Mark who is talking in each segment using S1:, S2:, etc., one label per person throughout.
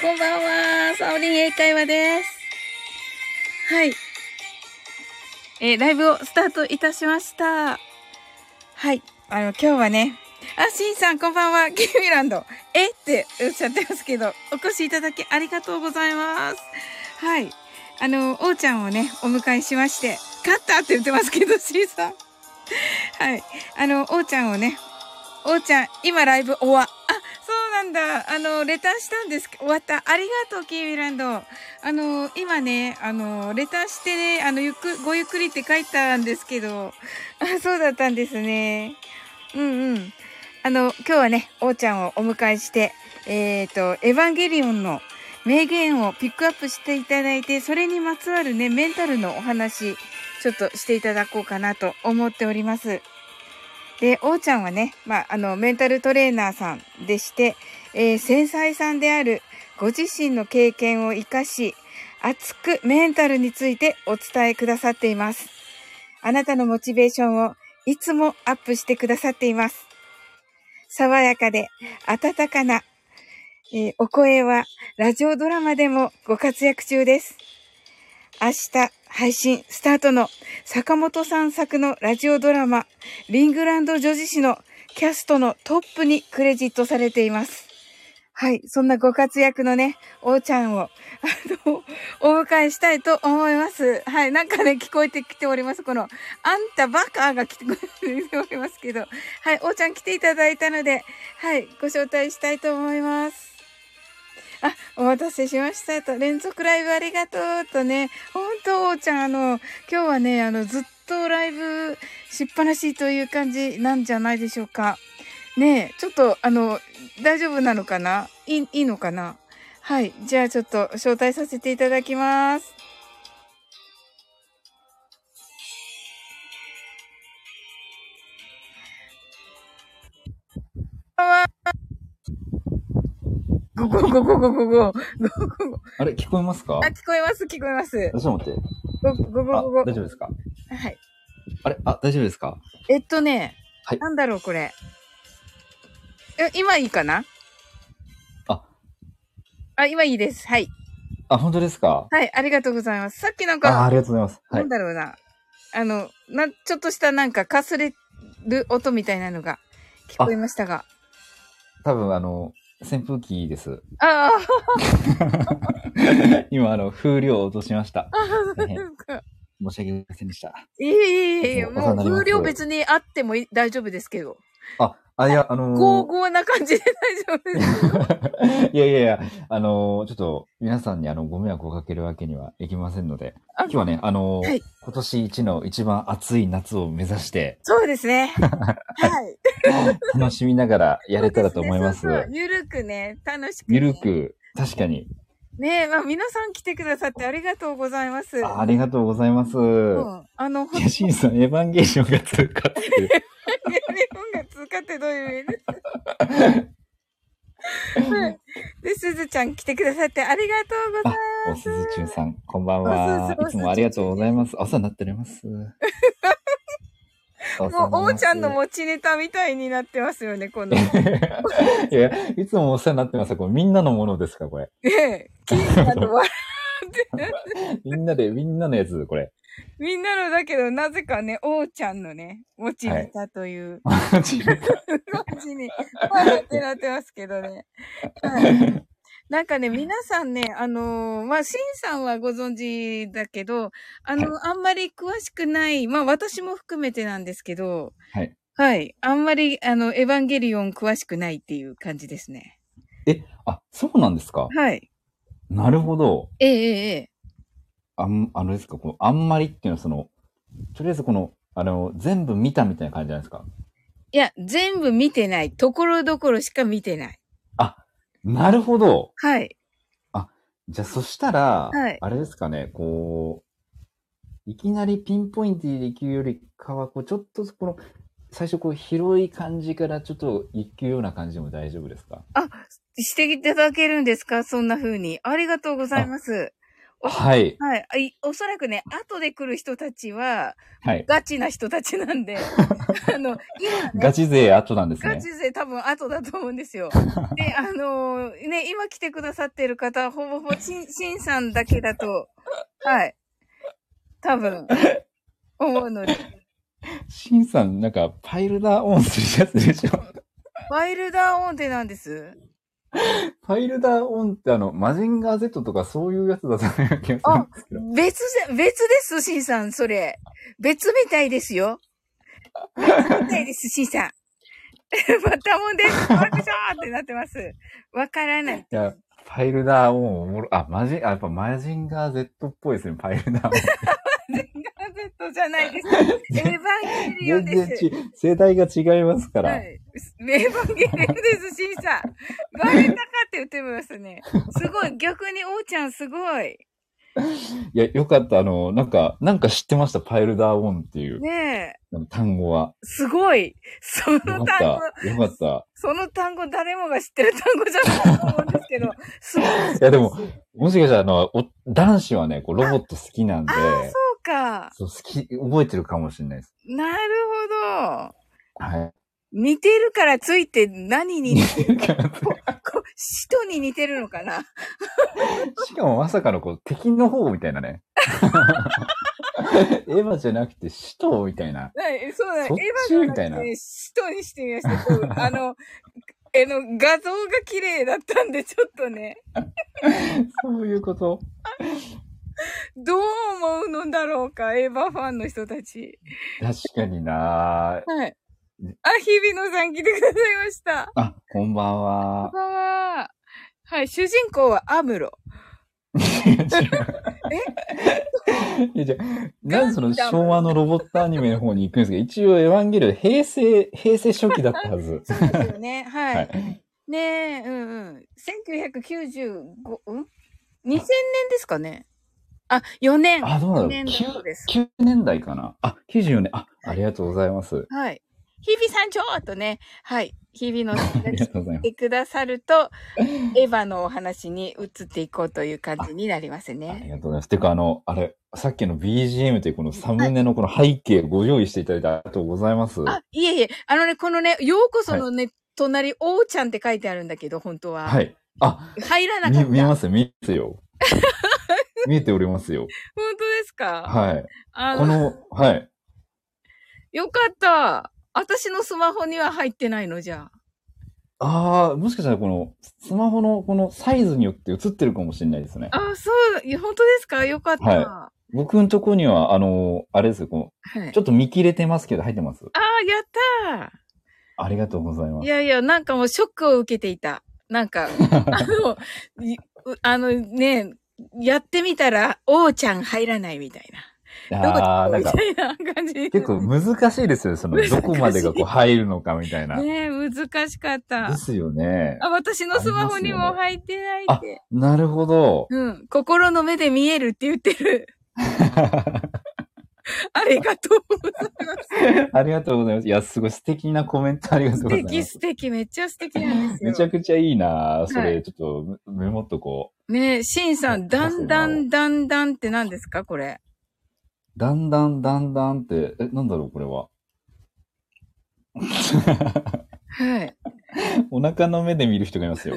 S1: こんばんは。サオリン英会話です。はい。えーライブをスタートいたしました。はい。あの、今日はね、あ、しんさん、こんばんは。 キーミランド。えっておっしゃってますけど、お越しいただきありがとうございます。はい。あの、おうちゃんをね、お迎えしまして、勝ったって言ってますけど、しんさん。はい。あの、おうちゃんをね、おうちゃん、今ライブ終わ。あ、そうなんだ。あの、レターしたんです。終わった。ありがとう、キーミランド。あの、今ね、あの、レターしてね、あの、ゆっく、ごゆっくりって書いたんですけど、あ、そうだったんですね。うんうん。あの、今日はね、おうちゃんをお迎えして、えっ、と、エヴァンゲリオンの名言をピックアップしていただいて、それにまつわるね、メンタルのお話、ちょっとしていただこうかなと思っております。で、おうちゃんはね、まあ、あの、メンタルトレーナーさんでして、えー繊細さんであるご自身の経験を生かし、熱くメンタルについてお伝えくださっています。あなたのモチベーションをいつもアップしてくださっています。爽やかで温かな、えーお声はラジオドラマでもご活躍中です。明日配信スタートの坂本さん作のラジオドラマ、リングランド女子誌のキャストのトップにクレジットされています。はい、そんなご活躍のね、おうちゃんを、あの、お迎えしたいと思います。はい、なんかね、聞こえてきております。この、あんたバカが来て来ておりますけど、はい、おうちゃん来ていただいたので、はい、ご招待したいと思います。あ、お待たせしましたと、連続ライブありがとうとね、本当おうちゃん、あの、今日はね、あの、ずっとライブしっぱなしという感じなんじゃないでしょうか。ねえ、ちょっと、あの、大丈夫なのかないい、いいのかなはい。じゃあちょっと招待させていただきます。ここ、ここ、ここ、ここ。
S2: あれ、聞こえますか
S1: あ、聞こえます、聞こえます
S2: あ。ちょっと待って。
S1: ご、ご、
S2: あ、
S1: ご、ご、ご。
S2: 大丈夫ですか
S1: はい。
S2: あれあ、大丈夫ですか
S1: えっとね、
S2: はい
S1: なんだろう、これ。え、今いいかな
S2: あ。
S1: あ、今いいです。はい。
S2: あ、本当ですか
S1: はい、ありがとうございます。さっきなん
S2: あ、
S1: か、
S2: ありがとうございます。は
S1: ないん。だろうな。あの、な、ちょっとしたなんか、かすれる音みたいなのが聞こえましたが。
S2: 多分、あの、扇風 機です。
S1: ああ
S2: 今、あの、風量を落としました。
S1: ー、
S2: ね
S1: なんか、
S2: 申し訳ありませんでした。
S1: いえいえいえいえ、
S2: お世話
S1: もう
S2: になります
S1: 風量別にあってもいい大丈夫ですけど。
S2: あ、あ、いや、あの
S1: ゴー
S2: ー、
S1: ゴーな感じで大丈夫です。
S2: いやいやいや、あのー、ちょっと、皆さんにあの、ご迷惑をかけるわけにはいきませんので、
S1: あ
S2: 今日はね、あのー、
S1: はい
S2: 今年一の一番暑い夏を目指して、
S1: そうです ね。はい。
S2: 楽しみながらやれたらと思います。
S1: そうでねそうそうゆるくね、楽しく、ね。
S2: ゆるく、確かに。
S1: ねえ、まあ皆さん来てくださってありがとうございます。
S2: あありがとうございます。
S1: うんあの、ほん
S2: い
S1: と
S2: や、
S1: に
S2: シンさん、エヴァンゲーションが通過って いう。
S1: 日本が通過ってどういう意味ですかはいで、す ずちゃん来てくださってありがとうござい
S2: おすずちゅんさん、こんばんは。
S1: お
S2: い
S1: すずおすずち
S2: つ
S1: ゅん
S2: もありがとうございます。お世話になっており ます。
S1: ます。もう、お
S2: 世話になり
S1: う
S2: ます
S1: ちゃんの。持ちネタみたいになってますよね、こ の。
S2: いや、いつもお世話になってます。これみんなのものですか、これ。
S1: ねえ、キーさんの笑
S2: みんなで、みんなのやつ、これ。
S1: みんなのだけど、なぜかね、おうちゃんのね、持ちネタという感じに、笑ってなってますけどね。はい。なんかね、皆さんね、あのーまあ、シンさんはご存知だけど、あの、あんまり詳しくない、まあ、私も含めてなんですけど、
S2: はい。
S1: はい。あんまり、あの、エヴァンゲリオン詳しくないっていう感じですね。
S2: あ、そうなんですか。
S1: はい。
S2: なるほど。
S1: ええええええ。
S2: あん、あのですか、この、あんまりっていうのは、その、とりあえずこの、あの、全部見たみたいな感じじゃないですか。
S1: いや、全部見てない。ところどころしか見てない。
S2: なるほど。
S1: はい。
S2: じゃあ、そしたら、
S1: はい
S2: あれですかね、こう、いきなりピンポイントで行くよりかは、こう、ちょっと、この、最初、こう、広い感じから、ちょっと、行くような感じでも大丈夫ですか
S1: していただけるんですかそんな風に。ありがとうございます。
S2: はい。
S1: はいあい。おそらくね、後で来る人たちは、
S2: はい。
S1: ガチな人たちなん で、あの、今ね、
S2: ガチ勢後なんです
S1: ガ
S2: ね。
S1: チ勢多分後だと思うんです よ。で、あのーね、今来てくださってる方、ほぼほぼ、しん、しんさんだけだと、はい。多分、思うので。
S2: シンさん、なんか、パイルダーオンするやつでしょ
S1: ワイルダーオンって何です
S2: パイルダーオンってあの、マジンガー Z とかそういうやつだったような気がするんですけど。
S1: 別で、別です、しんさん、それ。別みたいですよ。別みたいです、しん さん。またもんです。バカじゃーってなってます。わからない。
S2: いや、パイルダーオンおもろ、あ、マジン、あ、やっぱマジンガー Z っぽいですね、パイルダ ーオ
S1: ガ
S2: ン。
S1: ーゼットじゃない です。エヴァンゲリオン
S2: 全
S1: で
S2: 然
S1: す。
S2: ち、世代が違いますから。
S1: はい。名番ゲームです、シンさん。バレたかって言ってますね。すごい、逆におーちゃんすごい。
S2: いや、よかった。あの、なんか、なんか知ってました。パイルダーオンっていう
S1: ねえ、
S2: 単語は。
S1: すごい。その 単
S2: よ
S1: 語、
S2: かった。よかった。
S1: その単語誰もが知ってる単語じゃないと思うんですけど、すごい。
S2: いや、でも、もしかしたら、あの、お男子はね、こう、ロボット好きなんで、
S1: そうか。
S2: そう、好き、覚えてるかもしれないです。
S1: なるほど。
S2: はい。
S1: 似てるからついて何に似て
S2: 似てるかなって
S1: こ使徒に似てるのかな
S2: しかもまさかの、こう、敵の方みたい なね。エヴァじゃなくて、使徒みたいな。
S1: はい、そうだね。エ
S2: そっち
S1: ヴァ
S2: みたいな
S1: の使徒にしてみました。 こうあの、えの、画像が綺麗だったんで、ちょっとね、
S2: そういうこと。
S1: どう思うのだろうか、エヴァファンの人たち。
S2: 確かにな
S1: はい。あ、日々野さん来てくださいました。
S2: あ、こんばん
S1: こん
S2: は。
S1: ばんは。はい、主人公はアムロ。
S2: いやじゃあなんでその昭和のロボットアニメの方に行くんですけど、一応エヴァンゲリオン平成、平成初期だったはず。
S1: そうですよね。 はい。
S2: はい
S1: ねえ、うんうん。1995、うん ?2000 年ですかね。あ、4年。
S2: あ、どうな
S1: 4
S2: の
S1: 年だそうです。
S2: ?9 年代かなあ、94年。あ、ありがとうございます。
S1: はい。日々さんちょーとね、はい。日 々のさん
S2: あ
S1: が
S2: り
S1: 来
S2: がとうございます。
S1: てくださる と、エヴァのお話に移っていこうという感じになります
S2: あ
S1: ね。
S2: りがとうございます。てか、あの、あれ、さっきの BGM というこのサムネのこの背景ご用意していただいてありがとうございます。
S1: あ、いえいえ、あのね、このね、ようこそのね、隣、おうちゃんって書いてあるんだけど、本当は。
S2: はい。あ、
S1: 入らなか
S2: 見
S1: った。
S2: 見え
S1: 本
S2: ます見えますよ。見えておりますよ。
S1: 当ですか
S2: はい。
S1: あ
S2: こ
S1: の、
S2: の、はい。
S1: よかった。私のスマホには入ってないの、じゃあ。
S2: ああ、もしかしたらこの、スマホのこのサイズによって映ってるかもしれないですね。
S1: あ、そう、いや本当ですかよかった。は
S2: は僕のとこには、あの、あれですよ、こ
S1: い。
S2: う、ちょっと見切れてますけど入ってます。
S1: ああ、やったー。
S2: ありがとうございま
S1: い
S2: す。
S1: やいや、なんかもうショックを受けていた。なんか、あの、いうあのね、やってみたら、王ちゃん入らないみたい
S2: あ
S1: な。
S2: あ、なん
S1: み
S2: か
S1: た、いな感じ。
S2: 結構難しいですよ、その、どこまでがこう入るのかみたいな。で
S1: ねえ難しかった。
S2: すよね。
S1: あ、私のスマホにも
S2: ありま
S1: 入ってないっ
S2: あ
S1: て。
S2: なるほど。
S1: うん。心の目で見えるって言って る。ありがとうございます。
S2: ありがとうございます。いや、すごい素敵なコメントありがとう
S1: 素
S2: ございま
S1: 敵
S2: す
S1: 素。敵。めっちゃ素敵なんですよ。
S2: めちゃくちゃいいなそ
S1: は
S2: れ、ちょっとメモっとこ
S1: ねえ、シンさん、だんだんだんだんって何ですかこれ。
S2: う。だんだんだんだんって、え、なんだろう、これは。
S1: はい。
S2: お腹の目で見る人がいますよ。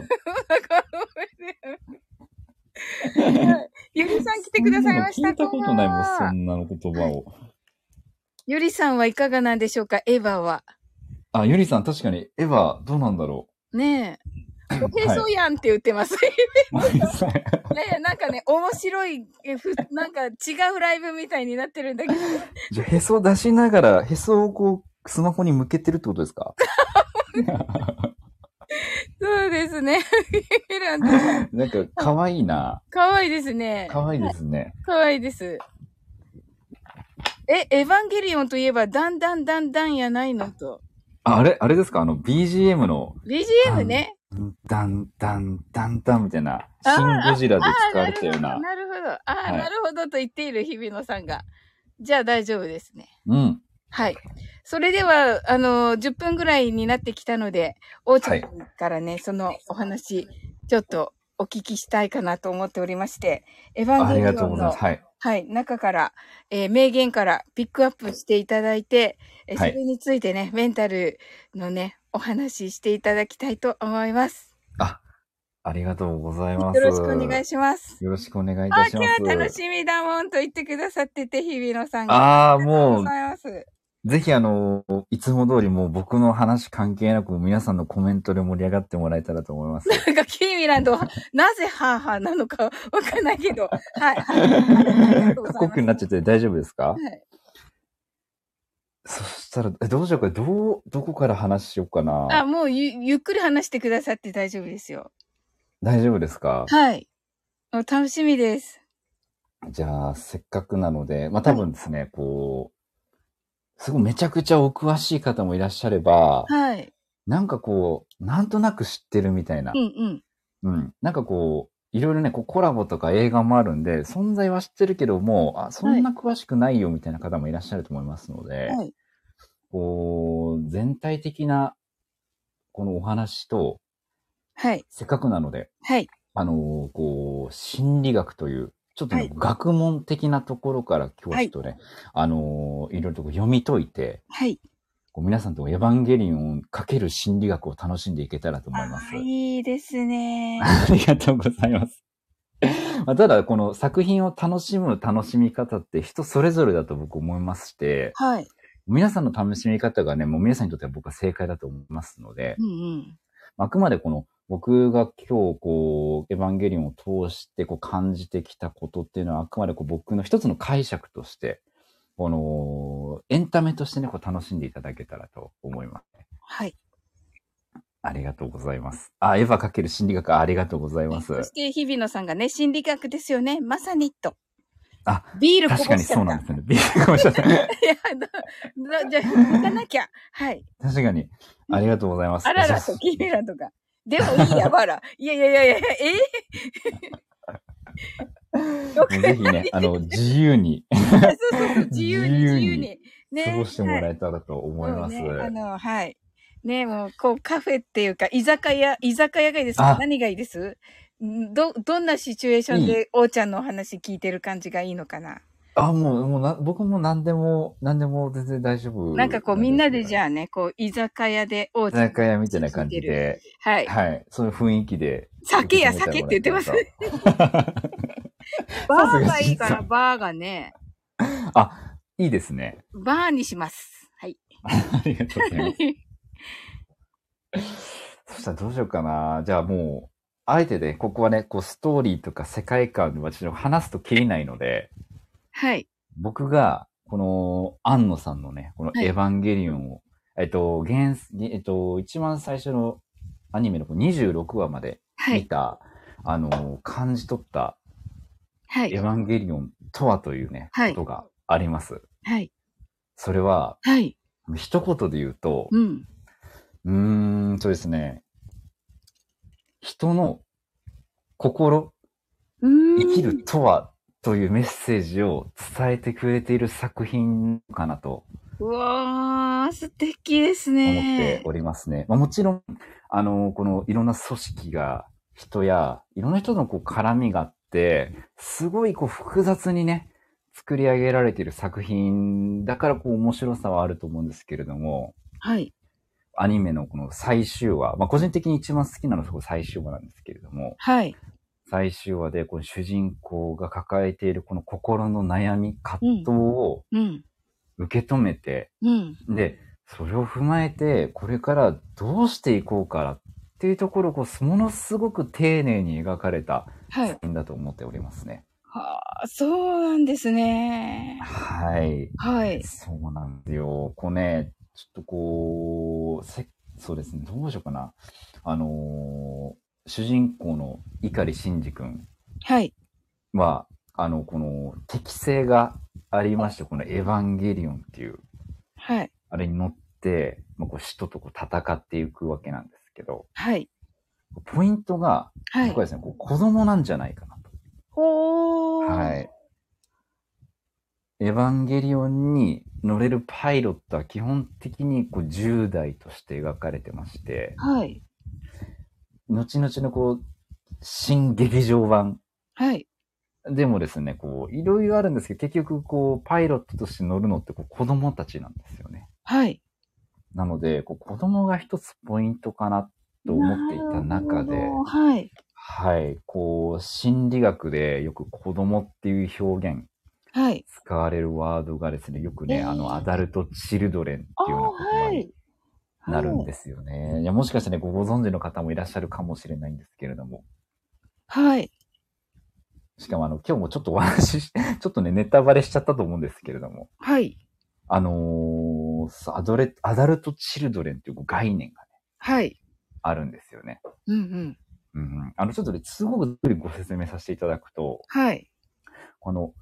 S1: ゆりさん来てくださいました。
S2: 聞いたことないもん、
S1: こば
S2: そ
S1: は
S2: んなの言葉を。
S1: ゆりさんはいかがなんでしょうかエヴァは。
S2: あ、ゆりさん、確かに、エヴァ、どうなんだろ
S1: ねえ。おへそ
S2: は
S1: やんって言ってます。
S2: う。
S1: いやいや、なん かね、面白い、えふなんか違うライブみたいになってるん だけど、
S2: じゃあ、へそ出しながら、へそをこう、スマホに向けてるってことですか
S1: そうですね。 ゆりさん
S2: なんか、可愛いな。
S1: かわいいですね。
S2: 可愛いですね。
S1: かわいいです。え、エヴァンゲリオンといえば、だんだんだんだんやないのと。
S2: ああれ、あれですかあの、BGM の、
S1: BGM ね。
S2: ダンダンダンダンみたいな、
S1: あー
S2: シン・ゴジラで使わ
S1: な
S2: れ
S1: る
S2: た
S1: ほ
S2: よ
S1: ど、
S2: うな。
S1: なるほど。ああ、
S2: はい
S1: なるほどと言っている日比野さんが。じゃあ大丈夫ですね。
S2: うん。
S1: はい。それでは、あのー、10分ぐらいになってきたので、おうちゃん
S2: は
S1: からね、そのお話、ちょっとお聞きしたいかなと思っておりまして、エヴァン
S2: あ
S1: ゲ
S2: り
S1: リ
S2: が
S1: オ
S2: とう
S1: ン
S2: ございま
S1: の
S2: す。、はい。
S1: はい、中から、えー名言からピックアップしていただいて、えー
S2: はい
S1: それについてね、メンタルのね、お話ししていただきたいと思います。
S2: あ、ありがとうござい
S1: よ
S2: ます。
S1: ろしくお願い
S2: し
S1: します。
S2: よろしくお願いい
S1: あ
S2: た
S1: ー、
S2: し
S1: 今
S2: ま
S1: 日は
S2: す。
S1: 楽しみだもんと言ってくださってて、日比野さんが。あ
S2: ああ、
S1: りがと
S2: も
S1: うございます。
S2: う、ぜひあの、いつも通りもう僕の話関係なく皆さんのコメントで盛り上がってもらえたらと思 います。
S1: なんか、キーミランドは、なぜハーハーなのかわ かんないけど、はい、はい。
S2: 過酷になっちゃって大丈夫ですか、
S1: はい
S2: そしたら、えどうしようか、どう、どこから話しようか
S1: あ、
S2: な。
S1: もうゆ、ゆっくり話してくださって大丈夫ですよ。
S2: 大丈夫ですか
S1: はい。お楽しみです。
S2: じゃあ、せっかくなので、まあ多分ですね、こう、すごいめちゃくちゃお詳しい方もいらっしゃれば、
S1: はい。
S2: なんかこう、なんとなく知ってるみたいな
S1: うん、うん。
S2: うん。なんかこう、いろいろね、こうコラボとか映画もあるんで、存在は知ってるけども、あ、そんな詳しくないよみたいな方もいらっしゃると思いますので、
S1: はい。
S2: こう、全体的な、このお話と、
S1: はい。
S2: せっかくなので、
S1: はい。
S2: あのーこう、心理学という、ちょっとね、
S1: はい
S2: 学問的なところから今日はちょっとね、あのーいろいろとこう読み解いて、
S1: はい。
S2: こう皆さんとエヴァンゲリオンかける心理学を楽しんでいけたらと思います。
S1: あいいです ね。
S2: ありがとうございます。 まあ、ただ、この作品を楽しむ楽しみ方って人それぞれだと僕思いまして、
S1: はい。
S2: 皆さんの楽しみ方がね、もう皆さんにとっては僕は正解だと思いますので
S1: う、ん
S2: あくまでこの僕が今日こう、エヴァンゲリオンを通してこう感じてきたことっていうのはあくまでこう僕の一つの解釈として、このエンタメとしてね、こう楽しんでいただけたらと思います。
S1: はい。
S2: ありがとうございます。あ、エヴァかける心理学ありがとうござい
S1: うん。
S2: ます
S1: そ。して、日比野さんがね、心理学ですよね。まさに、と。
S2: あ、
S1: ビールこぼ
S2: 確かに
S1: しちゃ
S2: そう
S1: っ
S2: なん
S1: た。
S2: ですよね。ビールこぼしちゃった。
S1: いや、だだじゃあ、行かなきゃ。はい。
S2: 確かに。ありがとうございます。
S1: あら
S2: じゃ
S1: らとキメラとか。でもいいやばら。いやいやいやいや、え
S2: もうぜひね、あの、自由に
S1: ー、そうそうそう、自由に
S2: 自
S1: 自
S2: 由に
S1: 由に。ね。
S2: 過ごしてもら
S1: は
S2: えたらと思います。
S1: そうね、あの、はい。ね、もう、こう、カフェっていうか、居酒屋、居酒屋がいいです
S2: あ
S1: か何がいいですんど、どんなシチュエーションで、おうちゃんのお話聞いてる感じがいいのかな、
S2: あ、もう、もうな、僕も何でも、何でも全然大丈夫。
S1: なんかこう、みんなでじ
S2: あ、
S1: ゃあね、こう、居酒屋で、おう
S2: 居
S1: ちゃん。
S2: 酒屋みたいな感じで、
S1: はい。
S2: はい、そういう雰囲気で。
S1: 酒や酒って言ってます
S2: 受け止めてもらえたらと
S1: バーがいいか
S2: そう
S1: ら、
S2: そ
S1: バーがね、
S2: あ、いいで すね。
S1: バーにします。はい。
S2: ありがとうございます。そしたらどうしようかな。じゃあもう、あえてね、ここはね、こう、ストーリーとか世界観で私の話すと切りないので、
S1: はい。
S2: 僕が、この、安野さんのね、この
S1: はい
S2: エヴァンゲリオンを、えっと、原、えっと、一番最初のアニメのこう26話まで
S1: は
S2: 見
S1: い。
S2: た、あの、感じ取った
S1: は
S2: エ
S1: い
S2: ヴ。ァンゲリオンとはというね、
S1: はい
S2: ことがあります。
S1: はい。
S2: それは、
S1: はい。
S2: 一言で言うと、
S1: うん。
S2: うーん、そうですね、人の心、
S1: うーん
S2: 生きる。とはというメッセージを伝えてくれている作品かなと
S1: うわー、素敵です
S2: 思って
S1: ね。
S2: おりますね。まあ、もちろん、あの、このいろんな組織が、人や、いろんな人のこう絡みがあって、すごいこう複雑にね、作り上げられている作品だからこう面白さはあると思うんですけれども、
S1: はい。
S2: アニメのこの最終話、まあ、個人的に一番好きなのはそこ最終話なんですけれども、
S1: はい。
S2: 最終話でこの主人公が抱えているこの心の悩み、葛藤を
S1: うん。
S2: 受け止めて、
S1: うん。
S2: で、それを踏まえて、これからどうしていこうかっていうところをこう、ものすごく丁寧に描かれた
S1: はい
S2: 作。品だと思っておりますね。
S1: はあ、そうなんですね。
S2: はい。
S1: はい。
S2: そうなんですよ。こうね、ちょっとこう、せそうですね、どうしようかな。あのー主人公の碇慎二君
S1: はい。
S2: は、あの、この適性がありまして、このエヴァンゲリオンっていう、
S1: はい。
S2: あれに乗って、まあ、こう使徒とこう戦っていくわけなんですけど、
S1: はい。
S2: ポイントが、
S1: は。
S2: 僕はいですね、こう子供なんじゃないかな
S1: ほー。
S2: と。は。い。エヴァンゲリオンに乗れるパイロットは基本的にこう10代として描かれてまして、
S1: はい。
S2: 後々のこう、新劇場版
S1: はい。
S2: でもですね、こう、いろいろあるんですけど、結局、こう、パイロットとして乗るのって、こう、子供たちなんですよね。
S1: はい。
S2: なので、こう、子供が一つポイントかなと思っていた
S1: な
S2: 中で
S1: る、ほどはい。
S2: はい、こう、心理学でよく子供っていう表現、
S1: はい。
S2: 使われるワードがですね、よくね、
S1: えー
S2: あの、アダルト・チルドレンって
S1: あ
S2: いうような言葉
S1: は
S2: に
S1: い。
S2: なるん
S1: す。
S2: ですよね。いや、もしかしてね、ごご存知の方もいらっしゃるかもしれないんですけれども。
S1: はい。
S2: しかもあの、今日もちょっとお話しし、 ちょっとね、ネタバレしちゃったと思うんですけれども。
S1: はい。
S2: あのーそうアドレ、アダルト・チルドレンっていう概念がね、
S1: はい。
S2: あるんですよね。
S1: うんうん。
S2: うんうん。あの、ちょっとね、すごくざっくりご説明させていただくと、
S1: はい。
S2: この、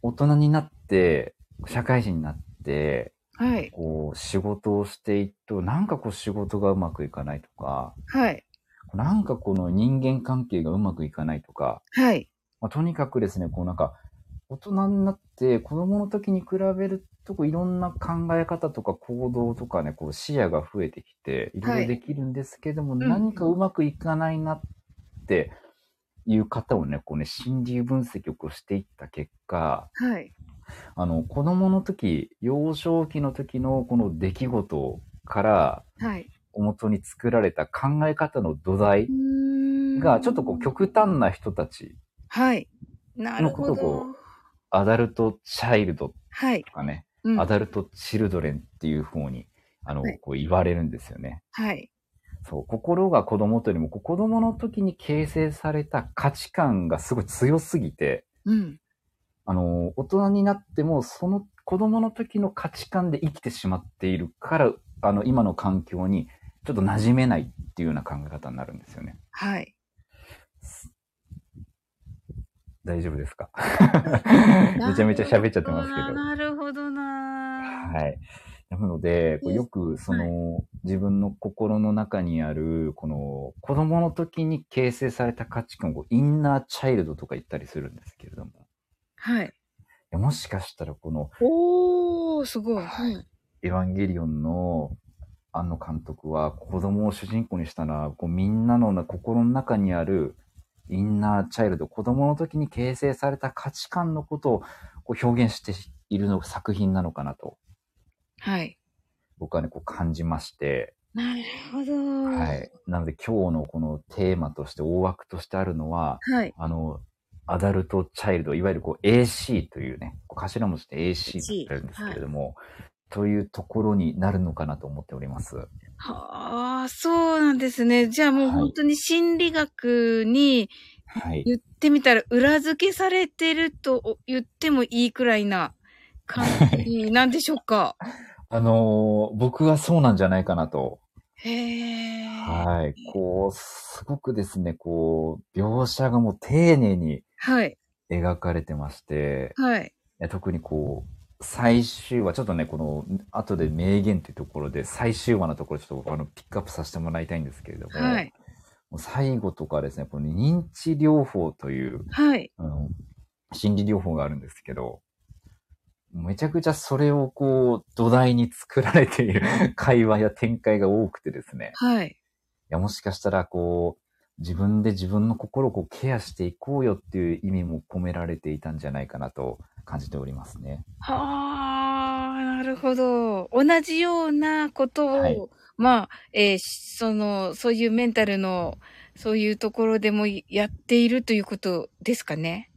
S2: 大人になって、社会人になって、
S1: はい。
S2: こう、仕事をしていくと、なんかこう仕事がうまくいかないとか、
S1: はい。
S2: なんかこの人間関係がうまくいかないとか、
S1: はい。
S2: まあ、とにかくですね、こうなんか、大人になって子供の時に比べると、こういろんな考え方とか行動とかね、こう視野が増えてきて、いろいろできるんですけども、
S1: ん
S2: 何かうまくいかないなっていう方をね、こうね、心理分析をこうしていった結果、
S1: はい。
S2: あの、子供の時、幼少期の時のこの出来事から、
S1: はい。
S2: お元に作られた考え方の土台が、ちょっとこう、極端な人たち、
S1: はい。なるほ
S2: のことを
S1: ど。
S2: アダルト・チャイルド
S1: はい
S2: と。かね、
S1: うん
S2: アダルト・チルドレンっていう方に、あの
S1: はい、
S2: こう言われるんですよね。
S1: はい。
S2: そう、心が子供というよりも、こう子供の時に形成された価値観がすごい強すぎて、
S1: うん。
S2: あの、大人になっても、その子供の時の価値観で生きてしまっているから、あの、今の環境にちょっと馴染めないっていうような考え方になるんですよね。
S1: はい。
S2: 大丈 夫ですか
S1: な
S2: め
S1: る
S2: ちゃめちゃ喋っちゃってますけ
S1: ほ
S2: ど。
S1: なるほどな
S2: はい。なので、こうよくその自分の心の中にある、この子供の時に形成された価値観をインナーチャイルドとか言ったりするんですけれども、い
S1: はい。
S2: やもしかしたらこの
S1: おー、すごい。
S2: は
S1: はいい。
S2: エヴァンゲリオンの庵野監督は子供を主人公にしたのはこうみんなのな心の中にあるインナーチャイルド子供の時に形成された価値観のことをこう表現しているの作品なのかなと
S1: はい。
S2: 僕はねこう感じまして、
S1: なるほど。
S2: は。
S1: はい。
S2: なので今日のこのテーマとして大枠としてあるのはいあのアダルトチャイルドいわゆるこう AC というねこう頭文字で AC と言ってあるんですけれども、というところになるのかなと思っております。
S1: はあ、そうなんですね。じゃあもう
S2: はい
S1: 本当に心理学に
S2: はい。
S1: 言ってみたら裏付けされてると言ってもいいくらいな感じなんでしょう か。
S2: あのー僕はそうなんじゃないかなと。
S1: へえ。
S2: はい。こう、すごくですね、こう、描写がもう丁寧に
S1: はい。
S2: 描かれてまして、
S1: はい。
S2: いや特にこう、最終話、ちょっとね、この、後で名言ってところで、最終話のところちょっとあの、ピックアップさせてもらいたいんですけれども、
S1: はい。
S2: もう最後とかですね、この認知療法という、
S1: はい。
S2: あの、心理療法があるんですけど、めちゃくちゃそれをこう、土台に作られている 会話や展開が多くてですね。
S1: はい。
S2: いや、もしかしたらこう、自分で自分の心をこうケアしていこうよっていう意味も込められていたんじゃないかなと感じておりますね。
S1: はあ、なるほど。同じようなことを、
S2: はい
S1: まあ、えーしその、そういうメンタルの、そういうところでもやっているということですかね。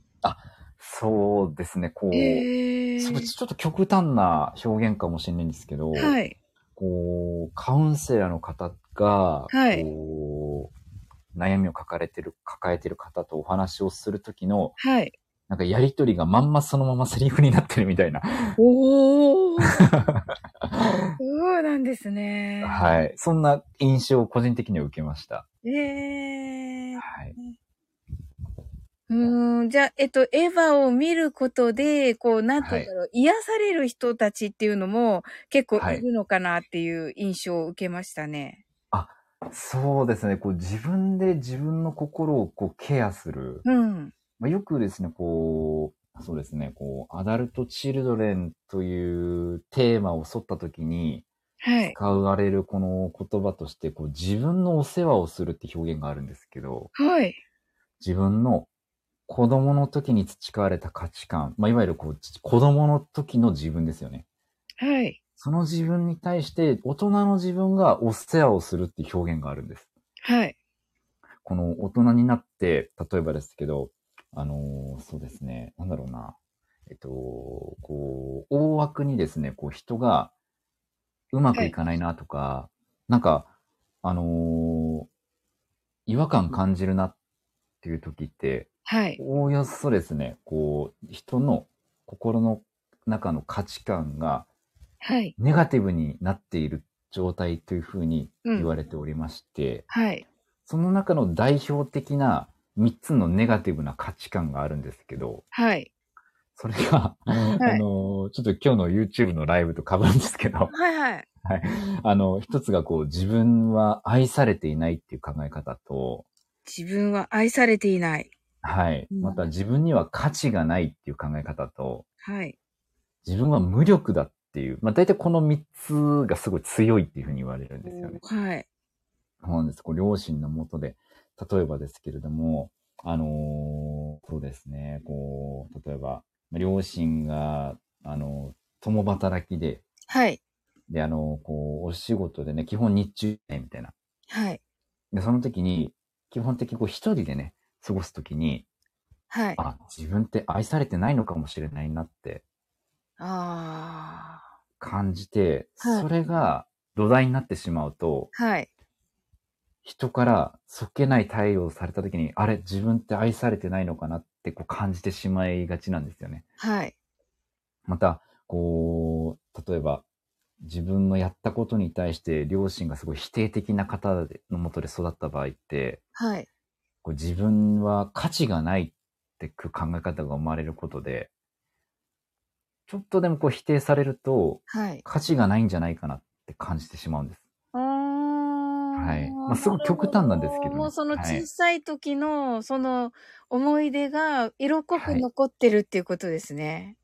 S2: そうですね、こう、
S1: ええ
S2: すごいちょっと極端な表現かもしれないんですけど、
S1: はい。
S2: こう、カウンセラーの方が、
S1: はい
S2: こう、悩みを抱えてる、抱えてる方とお話をするときの、
S1: はい。
S2: なんかやりとりがまんまそのままセリフになってるみたいな。
S1: おお。 そうなんですね。
S2: はい。そんな印象を個人的には受けました。
S1: い。ええ
S2: はい。
S1: うーん。じゃあ、えっと、エヴァを見ることで、こう、なんて言うんだろう、癒される人たちっていうのも結構
S2: はい
S1: いるのかなっていう印象を受けましたね。
S2: そうですね。こう自分で自分の心をこうケアする。
S1: うん。
S2: まあ、よくですね、こう、そうですね、こう、アダルト・チルドレンというテーマを沿ったときに、
S1: はい。
S2: 使われるこの言葉として、こう自分のお世話をするって表現があるんですけど、
S1: はい。
S2: 自分の子供の時に培われた価値観、まあ、いわゆるこう、ち子供の時の自分ですよね。
S1: はい。
S2: その自分に対して、大人の自分がお世話をするっていう表現があるんです。
S1: はい。
S2: この大人になって、例えばですけど、あのーそうですね、なんだろうな。えっと、こう、大枠にですね、こう人がうまくいかないなとか、なんか、あのー違和感感じるなっていう時って、
S1: はい。
S2: おおよそですね、こう、人の心の中の価値観が
S1: はい。
S2: ネガティブになっている状態というふうに言われておりまして、
S1: はい。
S2: その中の代表的な3つのネガティブな価値観があるんですけど、
S1: はい。
S2: それが、あの、ちょっと今日の YouTube のライブと被るんです けど、
S1: はい。はい。
S2: あの、一つがこう、自分は愛されていないっていう考え方と、
S1: 自分は愛されていない。
S2: はい。
S1: うん
S2: また自分には価値がないっていう考え方と、
S1: はい。
S2: 自分は無力だっていう、まあ大体この3つがすごい強いっていうふうに言われるんですよね。
S1: はい。
S2: そうなんです。こう両親のもとで、例えばですけれども、あのーそうですね、こう、例えば、両親が、あの共働きで、
S1: はい。
S2: で、あのこう、お仕事でね、基本日中ね、みたいな。
S1: はい。
S2: で、その時に、基本的にこう、一人でね、過ごす時に、
S1: はい。
S2: あ、自分って愛されてないのかもしれないなって
S1: ああ。
S2: 感じて、
S1: はい
S2: それが土台になってしまうと、
S1: はい。
S2: 人からそっけない対応をされた時に、あれ、自分って愛されてないのかなってこう感じてしまいがちなんですよね。
S1: はい。
S2: また、こう、例えば、自分のやったことに対して両親がすごい否定的な方のもとで育った場合って、
S1: はい。
S2: こう自分は価値がないっていう考え方が生まれることで、ちょっとでもこう否定されると
S1: はい。
S2: 価値がないんじゃないかなって感じてしまうんです。は
S1: はい
S2: まあすごく極端なんですけどね
S1: もうその
S2: はい
S1: 小さい時の、その思い出が色濃く
S2: はい
S1: 残ってるっていうことですね。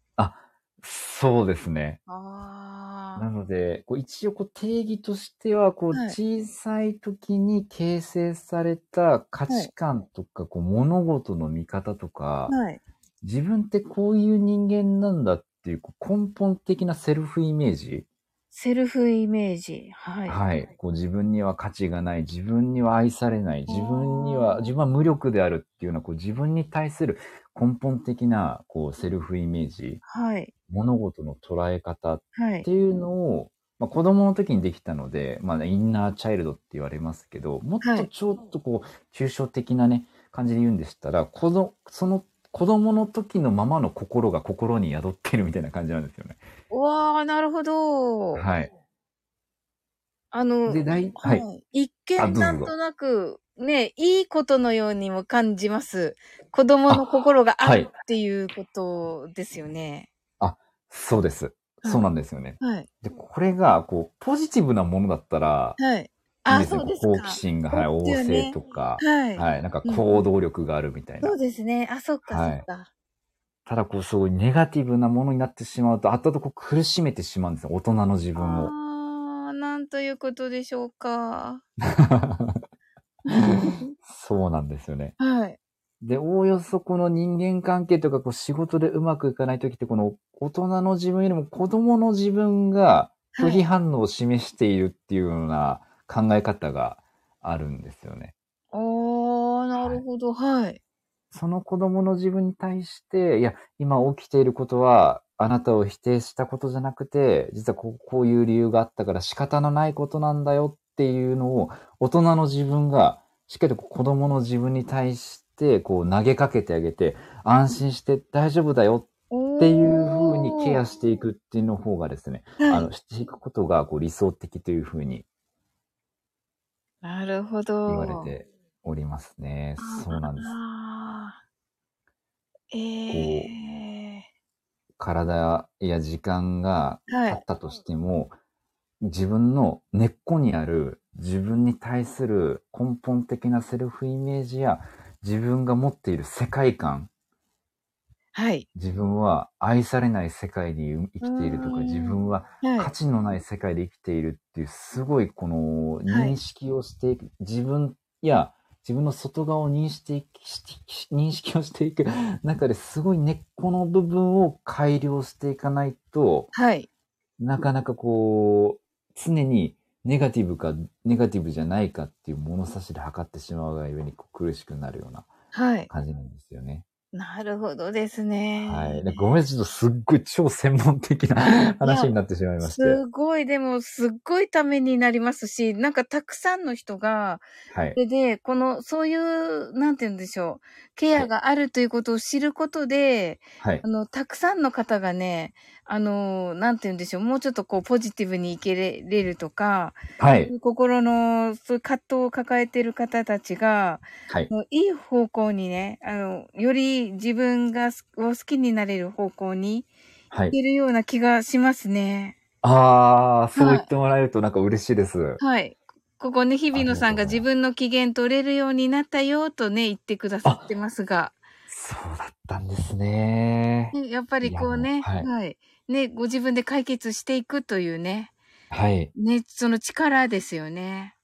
S2: そうですね。な
S1: あ
S2: ので、こう一応こう定義としては、こう
S1: はい
S2: 小さい時に形成された価値観とか、こう物事の見方とか
S1: あ。、はい。
S2: 自分ってこういう人間なんだっていうこう根本的なセルフイメージ、
S1: セルフイメージ。はい。
S2: はい。こう自分には価値がない、自分には愛されない、自分には、自分は無力であるっていうような、こう自分に対する根本的なこうセルフイメージ、
S1: はい。
S2: 物事の捉え方
S1: は
S2: っ
S1: い
S2: て。いうのを、まあ、子供の時にできたので、まあ、インナーチャイルドって言われますけど、もっ
S1: は
S2: と
S1: い
S2: ちょっとこう、抽象的なね、感じで言うんでしたら、子供、その、子供の時のままの心が心に宿ってるみたいな感じなんですよね。
S1: うわあ、なるほど。
S2: はい。
S1: あの、
S2: で、大、
S1: は
S2: はいい。
S1: 一
S2: あ
S1: 見
S2: どうぞ
S1: なんとなく、ね、いいことのようにも感じます。子供の心があ
S2: は
S1: る
S2: い
S1: っていうことですよね。
S2: そうです。
S1: はい
S2: そうなんですよね。
S1: はい。
S2: で、これが、こう、ポジティブなものだったら、
S1: はい。
S2: いい
S1: あ、
S2: ですね
S1: そうです
S2: こ
S1: か。
S2: う好奇心が、はい、
S1: そう
S2: 旺
S1: ですよね
S2: 盛とか、
S1: はい。
S2: はい、なんか行動力があるみたいな
S1: そう。ですね。あ、そっか、
S2: はい
S1: そっか。
S2: ただこう、すごいネガティブなものになってしまうと、後々こう苦しめてしまうんですよ。大人の自分を。
S1: ああ、なんということでしょう か。
S2: そうなんですよね。
S1: はい。
S2: で、おおよそこの人間関係とか、こう仕事でうまくいかないときって、この大人の自分よりも子供の自分が
S1: は
S2: 拒
S1: い
S2: 否反応を示しているっていうような考え方があるんですよね。
S1: ああ、なるほど。はい。
S2: その子供の自分に対して、いや、今起きていることは、あなたを否定したことじゃなくて、実はこうこういう理由があったから仕方のないことなんだよっていうのを、大人の自分が、しっかりこう子供の自分に対して、こう投げかけてあげて、安心して大丈夫だよ
S1: っ
S2: っていうふうにケアしていくっていうの方がですね、
S1: はい、
S2: あの、していくことがこう理想的というふうに
S1: なるほど。
S2: 言われておりますね。そうなんです。
S1: あーええ
S2: 体や時間が
S1: は
S2: あっ
S1: い。
S2: たとしても、自分の根っこにある自分に対する根本的なセルフイメージや自分が持っている世界観、
S1: はい。
S2: 自分は愛されない世界に生きていると
S1: うん
S2: か、自分は
S1: は
S2: 価
S1: い。
S2: 値のない世界で生きているっていう、すごいこの
S1: はい
S2: 認識をしていく、自分や自分の外側を認識いきし認識をしていく中ですごい根っこの部分を改良していかないと、
S1: はい。
S2: なかなかこう、常にネガティブか、ネガティブじゃないかっていう物差しで測ってしまうがゆえにこう苦しくなるような
S1: はい。
S2: 感じなんですよね。
S1: なるほどですね。
S2: はい。でごめん、ちょっとすっごい超専門的な話になってしまいまして。
S1: すごい、でも、すっごいためになりますし、なんかたくさんの人が、
S2: はい
S1: そ。れで、この、そういう、なんて言うんでしょう、ケアがあるということを知ることで、
S2: はい
S1: あ。の、たくさんの方がね、あの、なんて言うんでしょう、もうちょっとこう、ポジティブにいけれれるとか、
S2: はい。
S1: 心の、そういう葛藤を抱えてる方たちが、
S2: はい。
S1: もういい方向にね、あの、より自分がす、を好きになれる方向に
S2: はいい。
S1: けるような気がしますね。
S2: あー、そう言ってもらえるとなんか嬉しいです。
S1: はい。ここね、日比野さんが
S2: なるほど
S1: 自分の機嫌取れるようになったよとね、言ってくださってますが、
S2: そうだったんですね。
S1: ねやっぱりこうね、
S2: いやも
S1: は、
S2: うはいい
S1: ね、ご自分で解決していくというね、
S2: はい。
S1: ね、その力ですよね。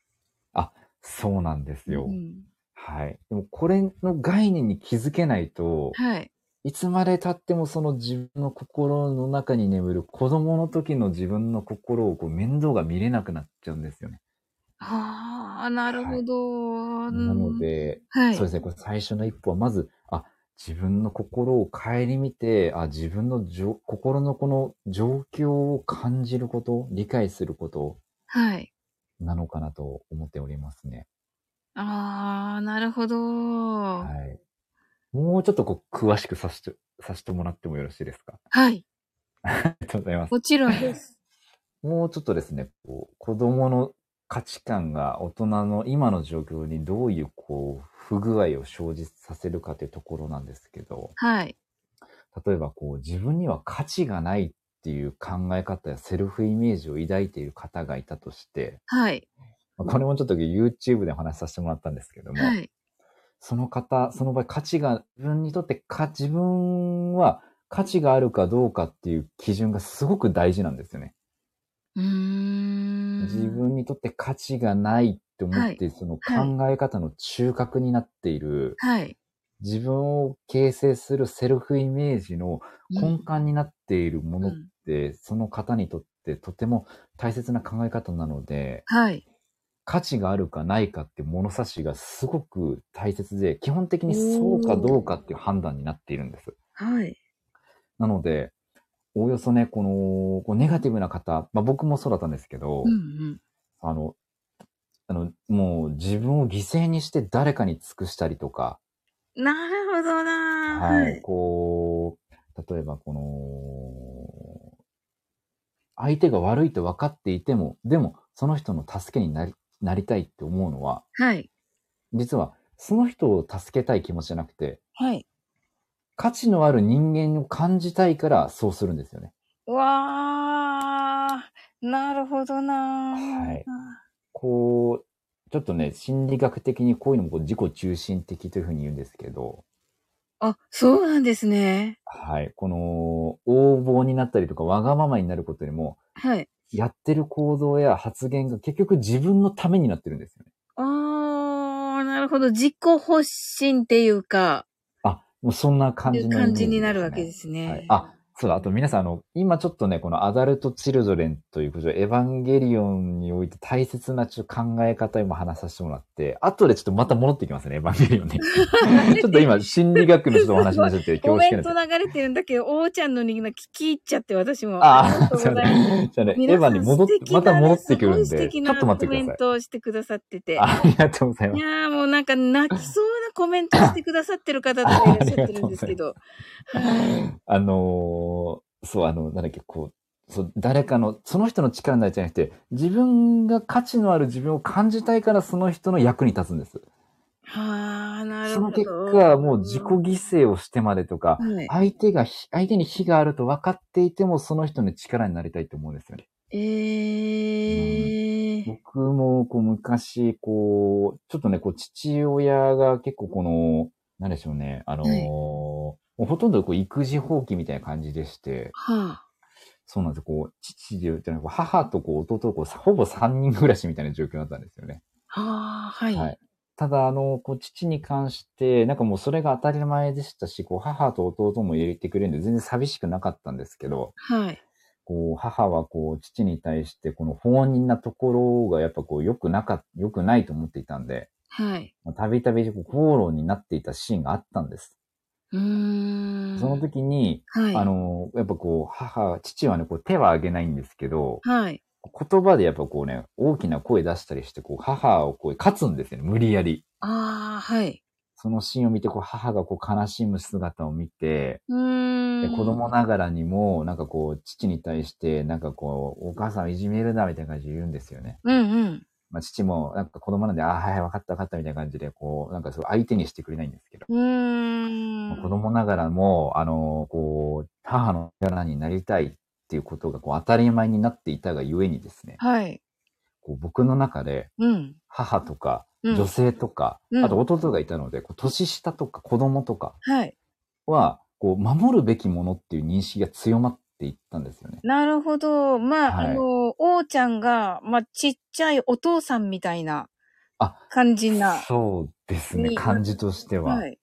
S2: そうなんですよ。
S1: うん
S2: はい。でもこれの概念に気づけないと、
S1: はい。
S2: いつまで経ってもその自分の心の中に眠る子供の時の自分の心をこう面倒が見れなくなっちゃうんですよね。
S1: ああ、なるほど。うん
S2: なの、で、
S1: はい。
S2: そうですね、これ最初の一歩はまず、あ、自分の心を顧みて、あ、自分のじょ心のこの状況を感じること、理解すること
S1: はい。
S2: なのかなと思っておりますね。
S1: ああ、なるほど。
S2: は。
S1: はい
S2: もうちょっとこう、詳しくさせて、させてもらってもよろしいですか
S1: い。
S2: ありがとうございます。
S1: もちろん です。
S2: もうちょっとですね、こう子供の価値観が大人の今の状況にどういうこう不具合を生じさせるかというところなんですけど、
S1: はい。
S2: 例えばこう自分には価値がないっていう考え方やセルフイメージを抱いている方がいたとして、
S1: はい。
S2: まあこれもちょっと YouTube でお話しさせてもらったんですけども、
S1: はい。
S2: その方、その場合価値が、自分にとってか、自分は価値があるかどうかっていう基準がすごく大事なんですよね。
S1: うーん。
S2: 自分にとって価値がないって思って、その考え方の中核になっている、
S1: はい。
S2: 自分を形成するセルフイメージの根
S1: 今
S2: 幹になっているもの
S1: の
S2: って、その方にとってとても大切な考え方なので、
S1: はい。
S2: 価値があるかないかって物差しがすごく大切で、基本的にそうかどうかっていう判断になっているんです。
S1: はい。
S2: なので、おおよそね、この、こうネガティブな方、まあ僕もそうだったんですけど、
S1: うんうん。
S2: あの、あの、もう自分を犠牲にして誰かに尽くしたりとか、
S1: なるほどなー
S2: はい、。こう、例えばこの、相手が悪いと分かっていても、でもその人の助けになりなりたいって思うのは、
S1: はい。
S2: 実はその人を助けたい気持ちじゃなくて、
S1: はい。
S2: 価値のある人間を感じたいからそうするんですよね。
S1: わー。なるほどなー
S2: はいこう、ちょっとね、心理学的にこういうのもこう自己中心的というふうに言うんですけど、
S1: あ、そうなんですね。
S2: はい。この、横暴になったりとか、わがままになることよりも、
S1: はい。
S2: やってる行動や発言が結局自分のためになってるんですよね。
S1: あー、なるほど。自己発信っていうか、
S2: あ、もうそんな感
S1: い
S2: じ
S1: う
S2: のイメージ、
S1: 感じになるわけですす
S2: ね。は
S1: ね
S2: い。あ、そうだ。あと皆さん、あの、今ちょっとね、このアダルト・チルドレンということで、エヴァンゲリオンにおいて大切なちょっと考え方を今話させてもらって、後でちょっとまた戻ってきますね、エヴァンゲリオン ね。ちょっと今、心理学のちょっとお話になっちゃって、恐
S1: コ
S2: 縮な
S1: メ
S2: ん
S1: ン
S2: です
S1: ト
S2: けど
S1: 流れてるんだけど、おーちゃんのに聞き入っちゃって、私も。
S2: ああ、
S1: りがと
S2: そうう
S1: ございます
S2: ね。じゃあね、エ
S1: 皆
S2: ヴ
S1: さ
S2: ァ
S1: ん
S2: に戻
S1: 素
S2: っ
S1: 敵
S2: て、
S1: だね
S2: また戻ってくるん
S1: すごい素
S2: で、ち
S1: 敵
S2: ょ
S1: な
S2: っと待ってくだ
S1: コメ
S2: さ
S1: ン
S2: い。
S1: トをしてくださってて。いや
S2: ありがとうございます。
S1: ーもうなんか泣きそうなコメントしてくださってる方とかいらっしゃってるんですけど。
S2: あのーそう、あの、なんだっけ、こう、そう、誰かの、その人の力になるじゃなくて、自分が価値のある自分を感じたいから、その人の役に立つんです。
S1: はあ、なる
S2: そ
S1: ほ
S2: の
S1: ど。
S2: 結果、もう自己犠牲をしてまでとか、
S1: はい、
S2: 相手が、相手に非があると分かっていても、その人の力になりたいと思うんですよね。
S1: えー。
S2: 僕も、こう、昔、こう、ちょっとね、こう、父親が結構この、なんでしょうね、あのー
S1: はい
S2: もうほとんどこう、育児放棄みたいな感じでして、
S1: は
S2: そうなんですよ。こう、父で言うとね、こう母とこう弟とこう、ほぼ3人暮らしみたいな状況だったんですよね。
S1: あ。はあ、はい。
S2: はい。ただ、あの、こう、父に関して、なんかもうそれが当たり前でしたし、こう、母と弟も入れてくれるんで、全然寂しくなかったんですけど、
S1: はい。
S2: こう、母はこう、父に対して、この放任なところがやっぱこう、良くなかっ、良くないと思っていたんで、
S1: はい。
S2: まあたびたびこう口論になっていたシーンがあったんです。
S1: うーん。
S2: その、時に、
S1: はい。
S2: あ、の、やっぱこう、母、父はね、こう、手はあげないんですけど、
S1: はい。
S2: 言葉でやっぱこうね、大きな声出したりして、こう、母をこう、勝つんですよね、無理やり。
S1: ああ、はい。
S2: そのシーンを見て、こう、母がこう、悲しむ姿を見て、
S1: うー
S2: で
S1: ん。
S2: 子供ながらにも、なんかこう、父に対して、なんかこう、お母さんをいじめるな、みたいな感じで言うんですよね。
S1: うんうん。
S2: まあ、父も、なんか子供なんで、ああ、はい、わかったわかった、みたいな感じで、こう、なんかそう、相手にしてくれないんですけど。
S1: うーん。
S2: 子供ながらも、あの、こう、母の力になりたいっていうことが、こう、当たり前になっていたがゆえにですね、
S1: はい。
S2: こう僕の中で、
S1: うん。
S2: 母とか、
S1: うん
S2: 女性とか、
S1: うん
S2: あと弟がいたので、こう年下とか子供とか
S1: はい。
S2: は、こう、守るべきものっていう認識が強まっていったんですよね。
S1: なるほど。まあ、
S2: はい
S1: あの、おーちゃんが、まあ、ちっちゃいお父さんみたいな
S2: あ
S1: 感じな。
S2: そうですね、
S1: に
S2: 感じとしては。
S1: はい。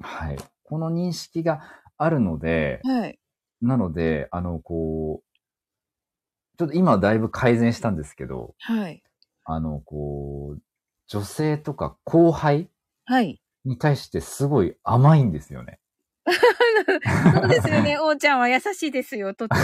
S2: はい。この認識があるので、
S1: はい。
S2: なので、あの、こう、ちょっと今はだいぶ改善したんですけど、
S1: はい。
S2: あの、こう、女性とか後輩
S1: はい。
S2: に対してすごい甘いんですよね。
S1: そうですよ ね。おーちゃんは優しいですよ、とって